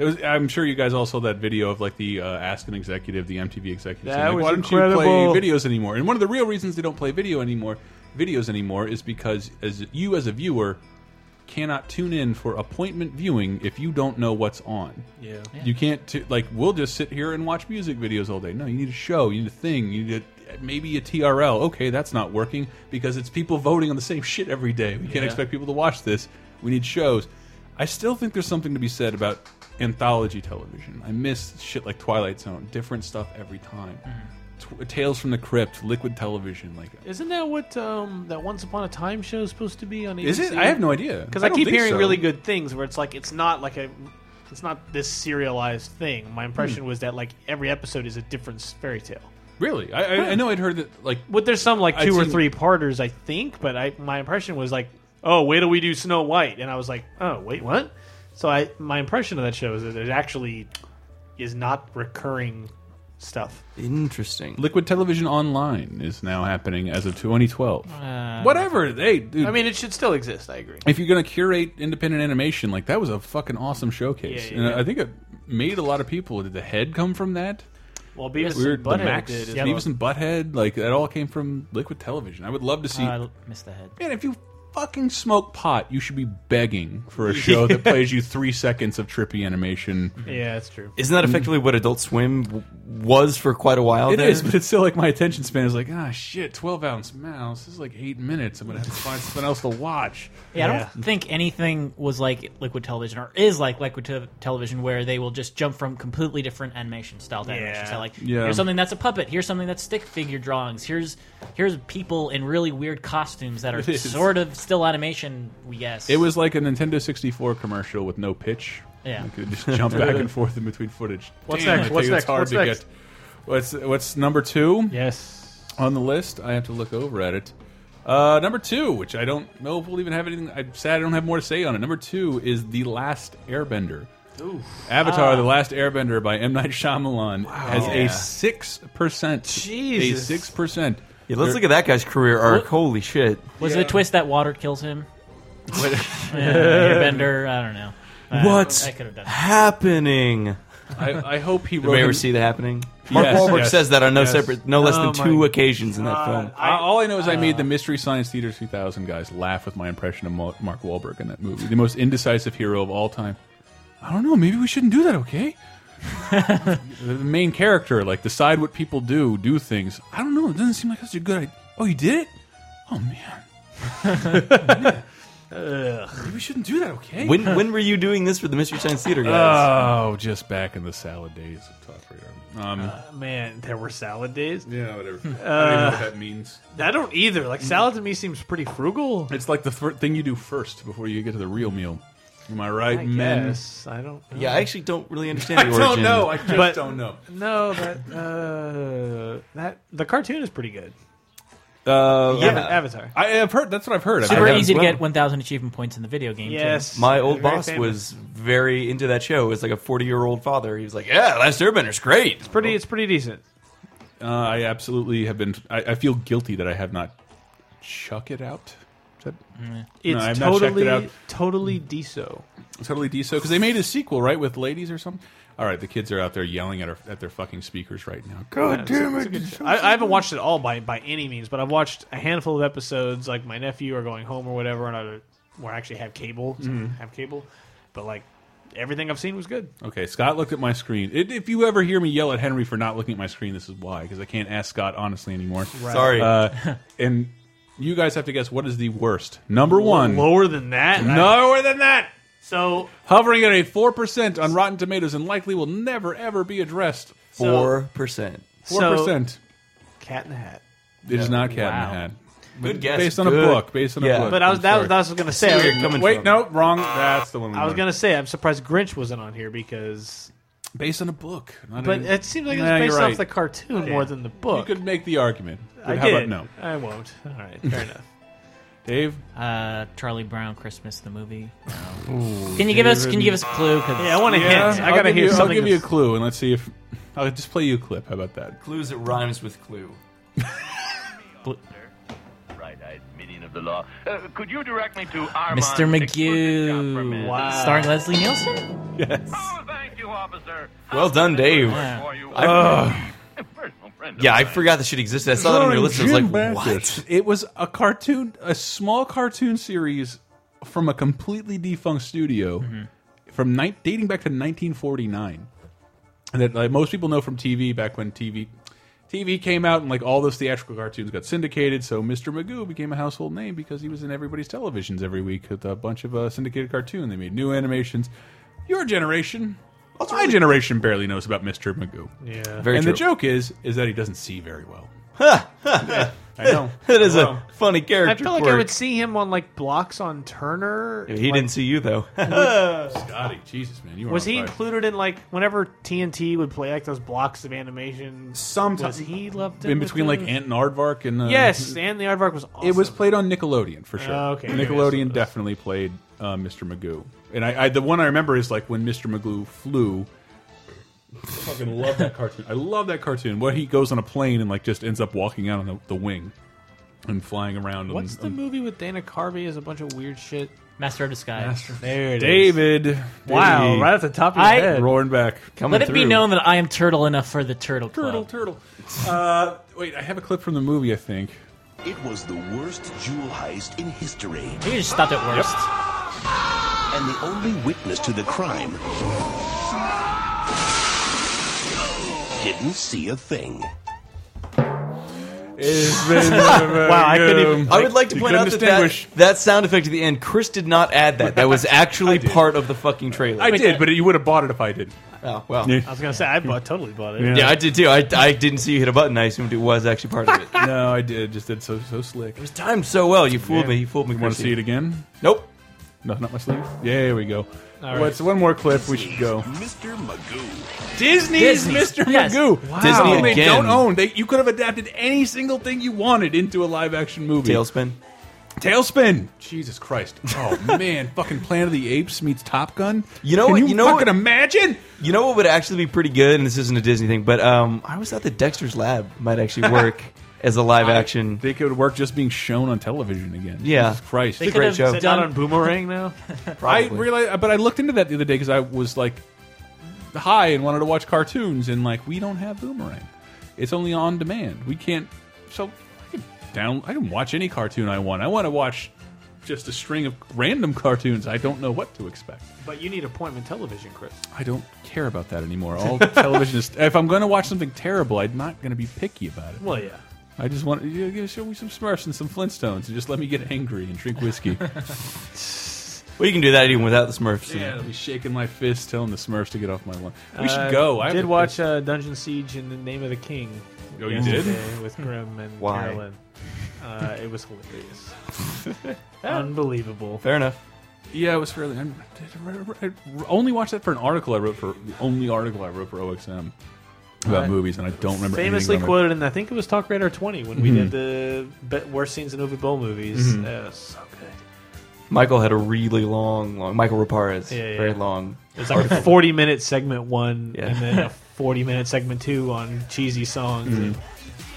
Speaker 3: it was, I'm sure you guys all saw that video of like the uh, ask an executive, the MTV executive.
Speaker 9: That
Speaker 3: saying, like,
Speaker 9: was
Speaker 3: Why
Speaker 9: incredible."
Speaker 3: don't you play videos anymore? And one of the real reasons they don't play video anymore, videos anymore, is because as you as a viewer cannot tune in for appointment viewing if you don't know what's on.
Speaker 9: Yeah. Yeah.
Speaker 3: you can't t like we'll just sit here and watch music videos all day. No, you need a show, you need a thing, you need a, maybe a TRL. Okay, that's not working because it's people voting on the same shit every day. We can't
Speaker 9: Yeah.
Speaker 3: expect people to watch this. We need shows. I still think there's something to be said about anthology television. I miss shit like Twilight Zone, different stuff every time.
Speaker 9: Mm-hmm.
Speaker 3: Tw- Tales from the Crypt, Liquid Television, like
Speaker 9: Isn't that what um, that Once Upon a Time show is supposed to be on? ABC?
Speaker 3: Is it? I have no idea.
Speaker 9: Because
Speaker 3: I
Speaker 9: I,
Speaker 3: don't
Speaker 9: keep
Speaker 3: think
Speaker 9: hearing
Speaker 3: so.
Speaker 9: really good things where it's like it's not like a It's not this serialized thing. My impression
Speaker 3: Hmm.
Speaker 9: was that like every episode is a different fairy tale.
Speaker 3: Really, I, I, I know I'd heard that like.
Speaker 9: But there's some like
Speaker 3: I'd
Speaker 9: two or
Speaker 3: seen-
Speaker 9: three parters, I think. But I my impression was like, oh, wait till we do Snow White, and I was like, oh, wait, what? So I my impression of that show is that it actually is not recurring stuff.
Speaker 3: Interesting. Liquid Television Online is now happening as of 2012.
Speaker 9: Uh,
Speaker 3: Whatever. Hey, dude.
Speaker 9: I mean, it should still exist. I agree.
Speaker 3: if you're going to curate independent animation, like that was a fucking awesome showcase.
Speaker 9: Yeah, yeah,
Speaker 3: and
Speaker 9: yeah.
Speaker 3: I think it made a lot of people. Did the head come from that?
Speaker 9: Well, Beavis
Speaker 3: Weird-
Speaker 9: and
Speaker 3: the
Speaker 9: Butthead
Speaker 3: Max-
Speaker 9: did. as well.
Speaker 3: Beavis and Butthead, like that all came from Liquid Television. I would love to see.
Speaker 7: Uh, I missed the head.
Speaker 3: Man, if you fucking smoke pot, you should be begging for a show that plays you three seconds of trippy animation.
Speaker 9: Yeah, that's true.
Speaker 8: Isn't
Speaker 7: Mm.
Speaker 8: that effectively what Adult Swim w- was for quite a while?
Speaker 3: It
Speaker 8: there?
Speaker 3: is, but it's still like my attention span is like, ah, shit, 12 ounce mouse. This is like eight minutes. I'm going to have to find something else to watch.
Speaker 7: Yeah, I don't think anything was like Liquid Television or is like Liquid Te- Television, where they will just jump from completely different animation style to animation
Speaker 9: Yeah.
Speaker 7: style. Like,
Speaker 3: Yeah.
Speaker 7: here's something that's a puppet. Here's something that's stick figure drawings. Here's here's people in really weird costumes that are
Speaker 3: It is.
Speaker 7: sort of still animation. We guess
Speaker 3: It was like a Nintendo 64 commercial with no pitch.
Speaker 7: Yeah.
Speaker 3: You could just jump back and forth in between footage.
Speaker 9: What's
Speaker 3: Damn,
Speaker 9: next?
Speaker 3: I tell
Speaker 9: What's
Speaker 3: you, it's
Speaker 9: next?
Speaker 3: hard
Speaker 9: What's
Speaker 3: to
Speaker 9: next?
Speaker 3: get- What's, what's number two?
Speaker 9: Yes.
Speaker 3: On the list, I have to look over at it. Uh, number two, which I don't know if we'll even have anything. I'm sad I don't have more to say on it. Number two is The Last Airbender.
Speaker 11: Ooh.
Speaker 3: Avatar:
Speaker 11: Ah.
Speaker 3: The Last Airbender by M Night Shyamalan has
Speaker 8: Yeah.
Speaker 3: a six percent.
Speaker 7: Jesus.
Speaker 3: a six percent.
Speaker 8: Yeah, let's look at that guy's career arc. Holy shit!
Speaker 7: was
Speaker 3: Yeah.
Speaker 7: the twist that water kills him. yeah, Bender, I don't know. I-
Speaker 8: What's
Speaker 7: I could have done.
Speaker 8: happening?
Speaker 3: I, I hope he
Speaker 8: Did
Speaker 3: wrote
Speaker 8: we ever
Speaker 3: an-
Speaker 8: see the happening? Mark Wahlberg says that on no separate, no less
Speaker 7: Oh
Speaker 8: than two occasions in that film.
Speaker 3: I, all I know is I made the Mystery Science Theater 2000 guys laugh with my impression of Mo- Mark Wahlberg in that movie, the most indecisive hero of all time. I don't know. Maybe we shouldn't do that. Okay. the main character, like, decide what people do, do things. I don't know. It doesn't seem like such a good idea. Oh, you did it? Oh man. Maybe we shouldn't do that. Okay.
Speaker 8: When when were you doing this for the Mystery Science Theater
Speaker 7: Uh,
Speaker 8: guys?
Speaker 3: Oh, just back in the salad days of Top Radar. Um,
Speaker 9: Uh, man, there were salad days.
Speaker 3: Yeah, whatever. I don't even know what that means.
Speaker 9: I don't either. Like salad to me seems pretty frugal.
Speaker 3: It's like the fir thing you do first before you get to the real meal. Am I right,
Speaker 9: I
Speaker 3: men?
Speaker 9: guess. I don't. Know.
Speaker 8: Yeah, I actually don't really understand the
Speaker 3: I don't
Speaker 8: origin.
Speaker 3: know. I just
Speaker 9: But-
Speaker 3: don't know.
Speaker 9: No, that uh, that the cartoon is pretty good.
Speaker 3: Uh,
Speaker 9: Yeah. Ava- Avatar.
Speaker 3: I have heard. That's what I've heard. I've
Speaker 7: Super
Speaker 3: heard
Speaker 7: easy
Speaker 3: as
Speaker 7: to
Speaker 3: well.
Speaker 7: get 1,000 achievement points in the video game. too.
Speaker 8: My old boss was very into that show. It was like a forty-year-old father. He was like, "Yeah, Last Airbender's great. It's
Speaker 9: pretty. It's pretty decent."
Speaker 3: Uh, I absolutely have been. I, I feel guilty that I have not chuck it out. Is that, no,
Speaker 9: It's
Speaker 3: I've not checked
Speaker 9: totally
Speaker 3: it out.
Speaker 9: totally deso.
Speaker 3: Totally deso because they made a sequel right with ladies or something. All right, the kids are out there yelling at our, at their fucking speakers right now. God
Speaker 9: Yeah,
Speaker 3: damn it!
Speaker 9: it's- it's a good show. I, I haven't watched it all by by any means, but I've watched a handful of episodes. Like my nephew or going home or whatever, and I, where I actually have cable, so I
Speaker 3: Mhm.
Speaker 9: have cable, but like everything I've seen was good.
Speaker 3: Okay, Scott looked at my screen. It, if you ever hear me yell at Henry for not looking at my screen, this is why because I can't ask Scott honestly anymore.
Speaker 9: Right. Sorry.
Speaker 3: Uh, and you guys have to guess what is the worst. Number
Speaker 9: Lo-
Speaker 3: one,
Speaker 9: lower than that.
Speaker 3: lower than that.
Speaker 9: So
Speaker 3: hovering at a four percent on Rotten Tomatoes and likely will never ever be addressed.
Speaker 8: Four percent.
Speaker 3: Four percent.
Speaker 9: Cat in the Hat.
Speaker 3: It is not Cat in the Hat.
Speaker 8: Good guess.
Speaker 3: Based on a
Speaker 8: Good-
Speaker 3: book. Based on
Speaker 8: Yeah.
Speaker 3: a book.
Speaker 9: But I was
Speaker 3: I'm
Speaker 9: that was
Speaker 3: sorry.
Speaker 9: that was going to say.
Speaker 3: Where you're coming Wait, from. no, wrong. That's the one. we
Speaker 9: I was
Speaker 3: were.
Speaker 9: going to say. I'm surprised Grinch wasn't on here because
Speaker 3: based on a book. not
Speaker 9: but
Speaker 3: a-
Speaker 9: it seems like it's
Speaker 3: Nah, Mm. you're
Speaker 9: based
Speaker 3: right.
Speaker 9: off the cartoon
Speaker 3: Yeah.
Speaker 9: more than the book.
Speaker 3: You could make the argument. But
Speaker 9: I
Speaker 3: how
Speaker 9: did.
Speaker 3: about no?
Speaker 9: I won't. All right, fair enough.
Speaker 3: Dave,
Speaker 7: uh, Charlie Brown Christmas the movie. No.
Speaker 3: Ooh,
Speaker 7: can you give us?
Speaker 3: David.
Speaker 7: Can you give us a clue? 'Cause-
Speaker 8: Yeah, I
Speaker 3: I'll
Speaker 8: gotta
Speaker 3: give
Speaker 8: hear
Speaker 3: you- I'll
Speaker 8: something
Speaker 3: give you a
Speaker 8: that's-
Speaker 3: clue and let's see if I'll just play you a clip. How about that?
Speaker 8: Clues that rhymes with clue.
Speaker 1: Bright-eyed minion of the law. Uh, could you direct me to Armand?
Speaker 7: Mr. McGew,
Speaker 1: Wow.
Speaker 7: starring Leslie Nielsen.
Speaker 8: Yes.
Speaker 1: Thank you, officer.
Speaker 8: Well done, Dave.
Speaker 1: Yeah.
Speaker 8: I- yeah, I forgot that shit existed. I saw that on your list. I was like, what?
Speaker 3: It was a cartoon, a small cartoon series from a completely defunct studio
Speaker 8: Mm-hmm.
Speaker 3: from ni- dating back to 1949 that like, most people know from TV back when TV TV came out and like all those theatrical cartoons got syndicated. So Mr. Magoo became a household name because he was in everybody's televisions every week with a bunch of uh, syndicated cartoon. They made new animations. Your generation, my generation, barely knows about Mr. Magoo.
Speaker 9: Yeah.
Speaker 8: Very
Speaker 3: and the
Speaker 8: true.
Speaker 3: joke is is that he doesn't see very well.
Speaker 8: Huh, huh.
Speaker 3: I know.
Speaker 8: that is
Speaker 3: Wow.
Speaker 8: a funny character.
Speaker 9: I feel like I
Speaker 8: quirk.
Speaker 9: would see him on like blocks on Turner.
Speaker 8: He didn't see you though.
Speaker 3: Scotty, Jesus man, you are
Speaker 9: was
Speaker 3: on
Speaker 9: he
Speaker 3: fire.
Speaker 9: included in like whenever TNT would play like those blocks of animation?
Speaker 3: Sometimes
Speaker 9: was he left
Speaker 3: in between like
Speaker 9: and
Speaker 3: Ant and Aardvark and uh,
Speaker 9: yes, and the aardvark was awesome.
Speaker 3: It was played on Nickelodeon for sure.
Speaker 9: Oh, okay.
Speaker 3: Nickelodeon definitely played uh, Mr. Magoo, and I, I the one I remember is like when Mr. Magoo flew. I fucking love that cartoon. I love that cartoon. Where he goes on a plane and like just ends up walking out on the, the wing and flying around. and-
Speaker 9: What's the
Speaker 3: and,
Speaker 9: movie with Dana Carvey? Is a bunch of weird shit.
Speaker 7: Master of Disguise.
Speaker 9: There it is.
Speaker 3: David?
Speaker 9: Wow,
Speaker 3: Davey.
Speaker 9: right off the top of your
Speaker 7: I-
Speaker 9: head.
Speaker 3: roaring back.
Speaker 7: Let it be known that I am turtle enough for the turtle
Speaker 3: Turtle,
Speaker 7: club.
Speaker 3: turtle. Uh, wait, I have a clip from the movie. I think.
Speaker 2: It was the worst jewel heist in history.
Speaker 7: You just stopped at worst.
Speaker 2: And the only witness to the crime didn't see a thing.
Speaker 8: wow, I couldn't even. I would like to
Speaker 3: um, You
Speaker 8: point
Speaker 3: couldn't
Speaker 8: out that,
Speaker 3: distinguish.
Speaker 8: that that sound effect at the end, Chris did not add that. That was actually part of the fucking trailer.
Speaker 3: I did, but you would have bought it if I did.
Speaker 8: Oh well.
Speaker 3: Yeah.
Speaker 9: I was gonna say I bought, totally bought it.
Speaker 8: Yeah. I did too. I, I didn't see you hit a button. I assumed it was actually part of it.
Speaker 3: no, I did. Just did so so slick. It
Speaker 8: was timed so well. You fooled
Speaker 3: Yeah.
Speaker 8: me. You fooled me.
Speaker 3: You wanna
Speaker 8: Chrissy.
Speaker 3: see it again?
Speaker 8: Nope.
Speaker 3: No, not my sleeve. Yeah, here we go.
Speaker 8: All right.
Speaker 3: What's one more clip? We should go.
Speaker 2: Mr. Magoo.
Speaker 3: Disney's,
Speaker 2: Disney's.
Speaker 3: Mr.
Speaker 2: Yes.
Speaker 3: Magoo.
Speaker 2: Wow.
Speaker 8: Disney
Speaker 3: Something they
Speaker 8: again.
Speaker 3: don't own. They, you could have adapted any single thing you wanted into a live action movie.
Speaker 8: Tailspin.
Speaker 3: Tailspin. Jesus Christ. Oh man, fucking Planet of the Apes meets Top Gun.
Speaker 8: You know
Speaker 3: Can
Speaker 8: what?
Speaker 3: You,
Speaker 8: know
Speaker 3: fucking imagine.
Speaker 8: You know what would actually be pretty good, and this isn't a Disney thing, but um, I always thought that Dexter's Lab might actually work as a live action.
Speaker 3: They could work just being shown on television again.
Speaker 8: Yeah.
Speaker 3: Jesus Christ.
Speaker 8: They It's a could great have show.
Speaker 9: Is it not on Boomerang now?
Speaker 3: I realized, but I looked into that the other day because I was like high and wanted to watch cartoons, and like we don't have Boomerang. It's only on demand. We can't. So I can down. I can watch any cartoon I want. I want to watch just a string of random cartoons. I don't know what to expect.
Speaker 9: But you need appointment television, Chris.
Speaker 3: I don't care about that anymore. All television is. If I'm going to watch something terrible, I'm not going to be picky about it.
Speaker 9: Well, yeah.
Speaker 3: I just want you know, show me some Smurfs and some Flintstones, and just let me get angry and drink whiskey.
Speaker 8: Well, you can do that even without the Smurfs.
Speaker 3: Yeah, I'll be shaking my fist, telling the Smurfs to get off my lawn. We
Speaker 9: Uh,
Speaker 3: should go.
Speaker 9: I
Speaker 3: have
Speaker 9: did
Speaker 3: to-
Speaker 9: watch uh, Dungeon Siege in the Name of the King.
Speaker 3: Oh, you did?
Speaker 9: yesterday with Grim and
Speaker 8: Why?
Speaker 9: Carolyn. Uh, it was hilarious, unbelievable.
Speaker 8: Fair enough.
Speaker 3: Yeah, it was fairly. I, I only watched that for an article I wrote for the only article I wrote for OXM about
Speaker 9: Uh,
Speaker 3: movies, and I don't remember. anything
Speaker 9: Famously
Speaker 3: about it.
Speaker 9: quoted, and I think it was Talk Radar 20 when we
Speaker 3: Mhm.
Speaker 9: did the be- worst scenes in Ovid Bowl movies.
Speaker 8: Mhm.
Speaker 9: Uh, so good.
Speaker 8: Michael had a really long, long. Michael Raparez,
Speaker 9: Yeah, yeah.
Speaker 8: very long.
Speaker 9: It was like a 40 minute segment one,
Speaker 8: Yeah.
Speaker 9: and then a 40 minute segment two on cheesy songs.
Speaker 3: Mhm.
Speaker 9: and-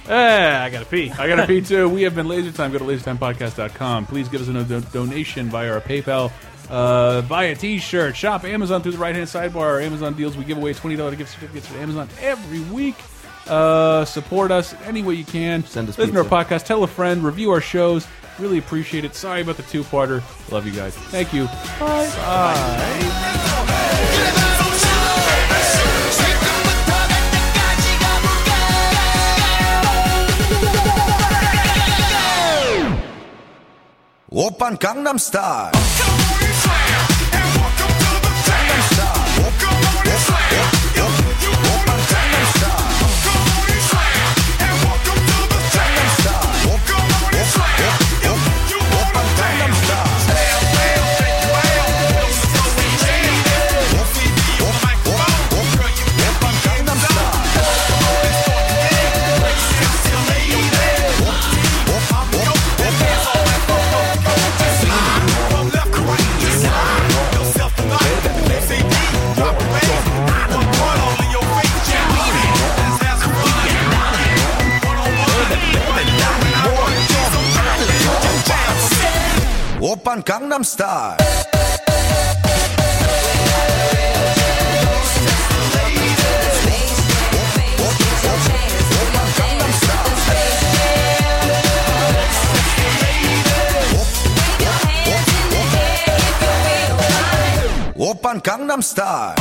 Speaker 9: Eh, I gotta pee.
Speaker 3: I gotta pee too. We have been Laser Time. Go to lasertimepodcast.com. Please give us a do- donation via our PayPal. Uh, buy a T-shirt. Shop Amazon through the right-hand sidebar. Our Amazon deals. We give away twenty dollars gift certificates for Amazon every week. Uh, support us any way you can. Send
Speaker 8: us
Speaker 3: Listen to
Speaker 8: pizza.
Speaker 3: our podcast. Tell a friend. Review our shows. Really appreciate it. Sorry about the two-parter. Love you guys. Thank you. Bye.
Speaker 22: 오빤 강남 스타일. 오빤 강남 스타일. 오빤 강남 스타일.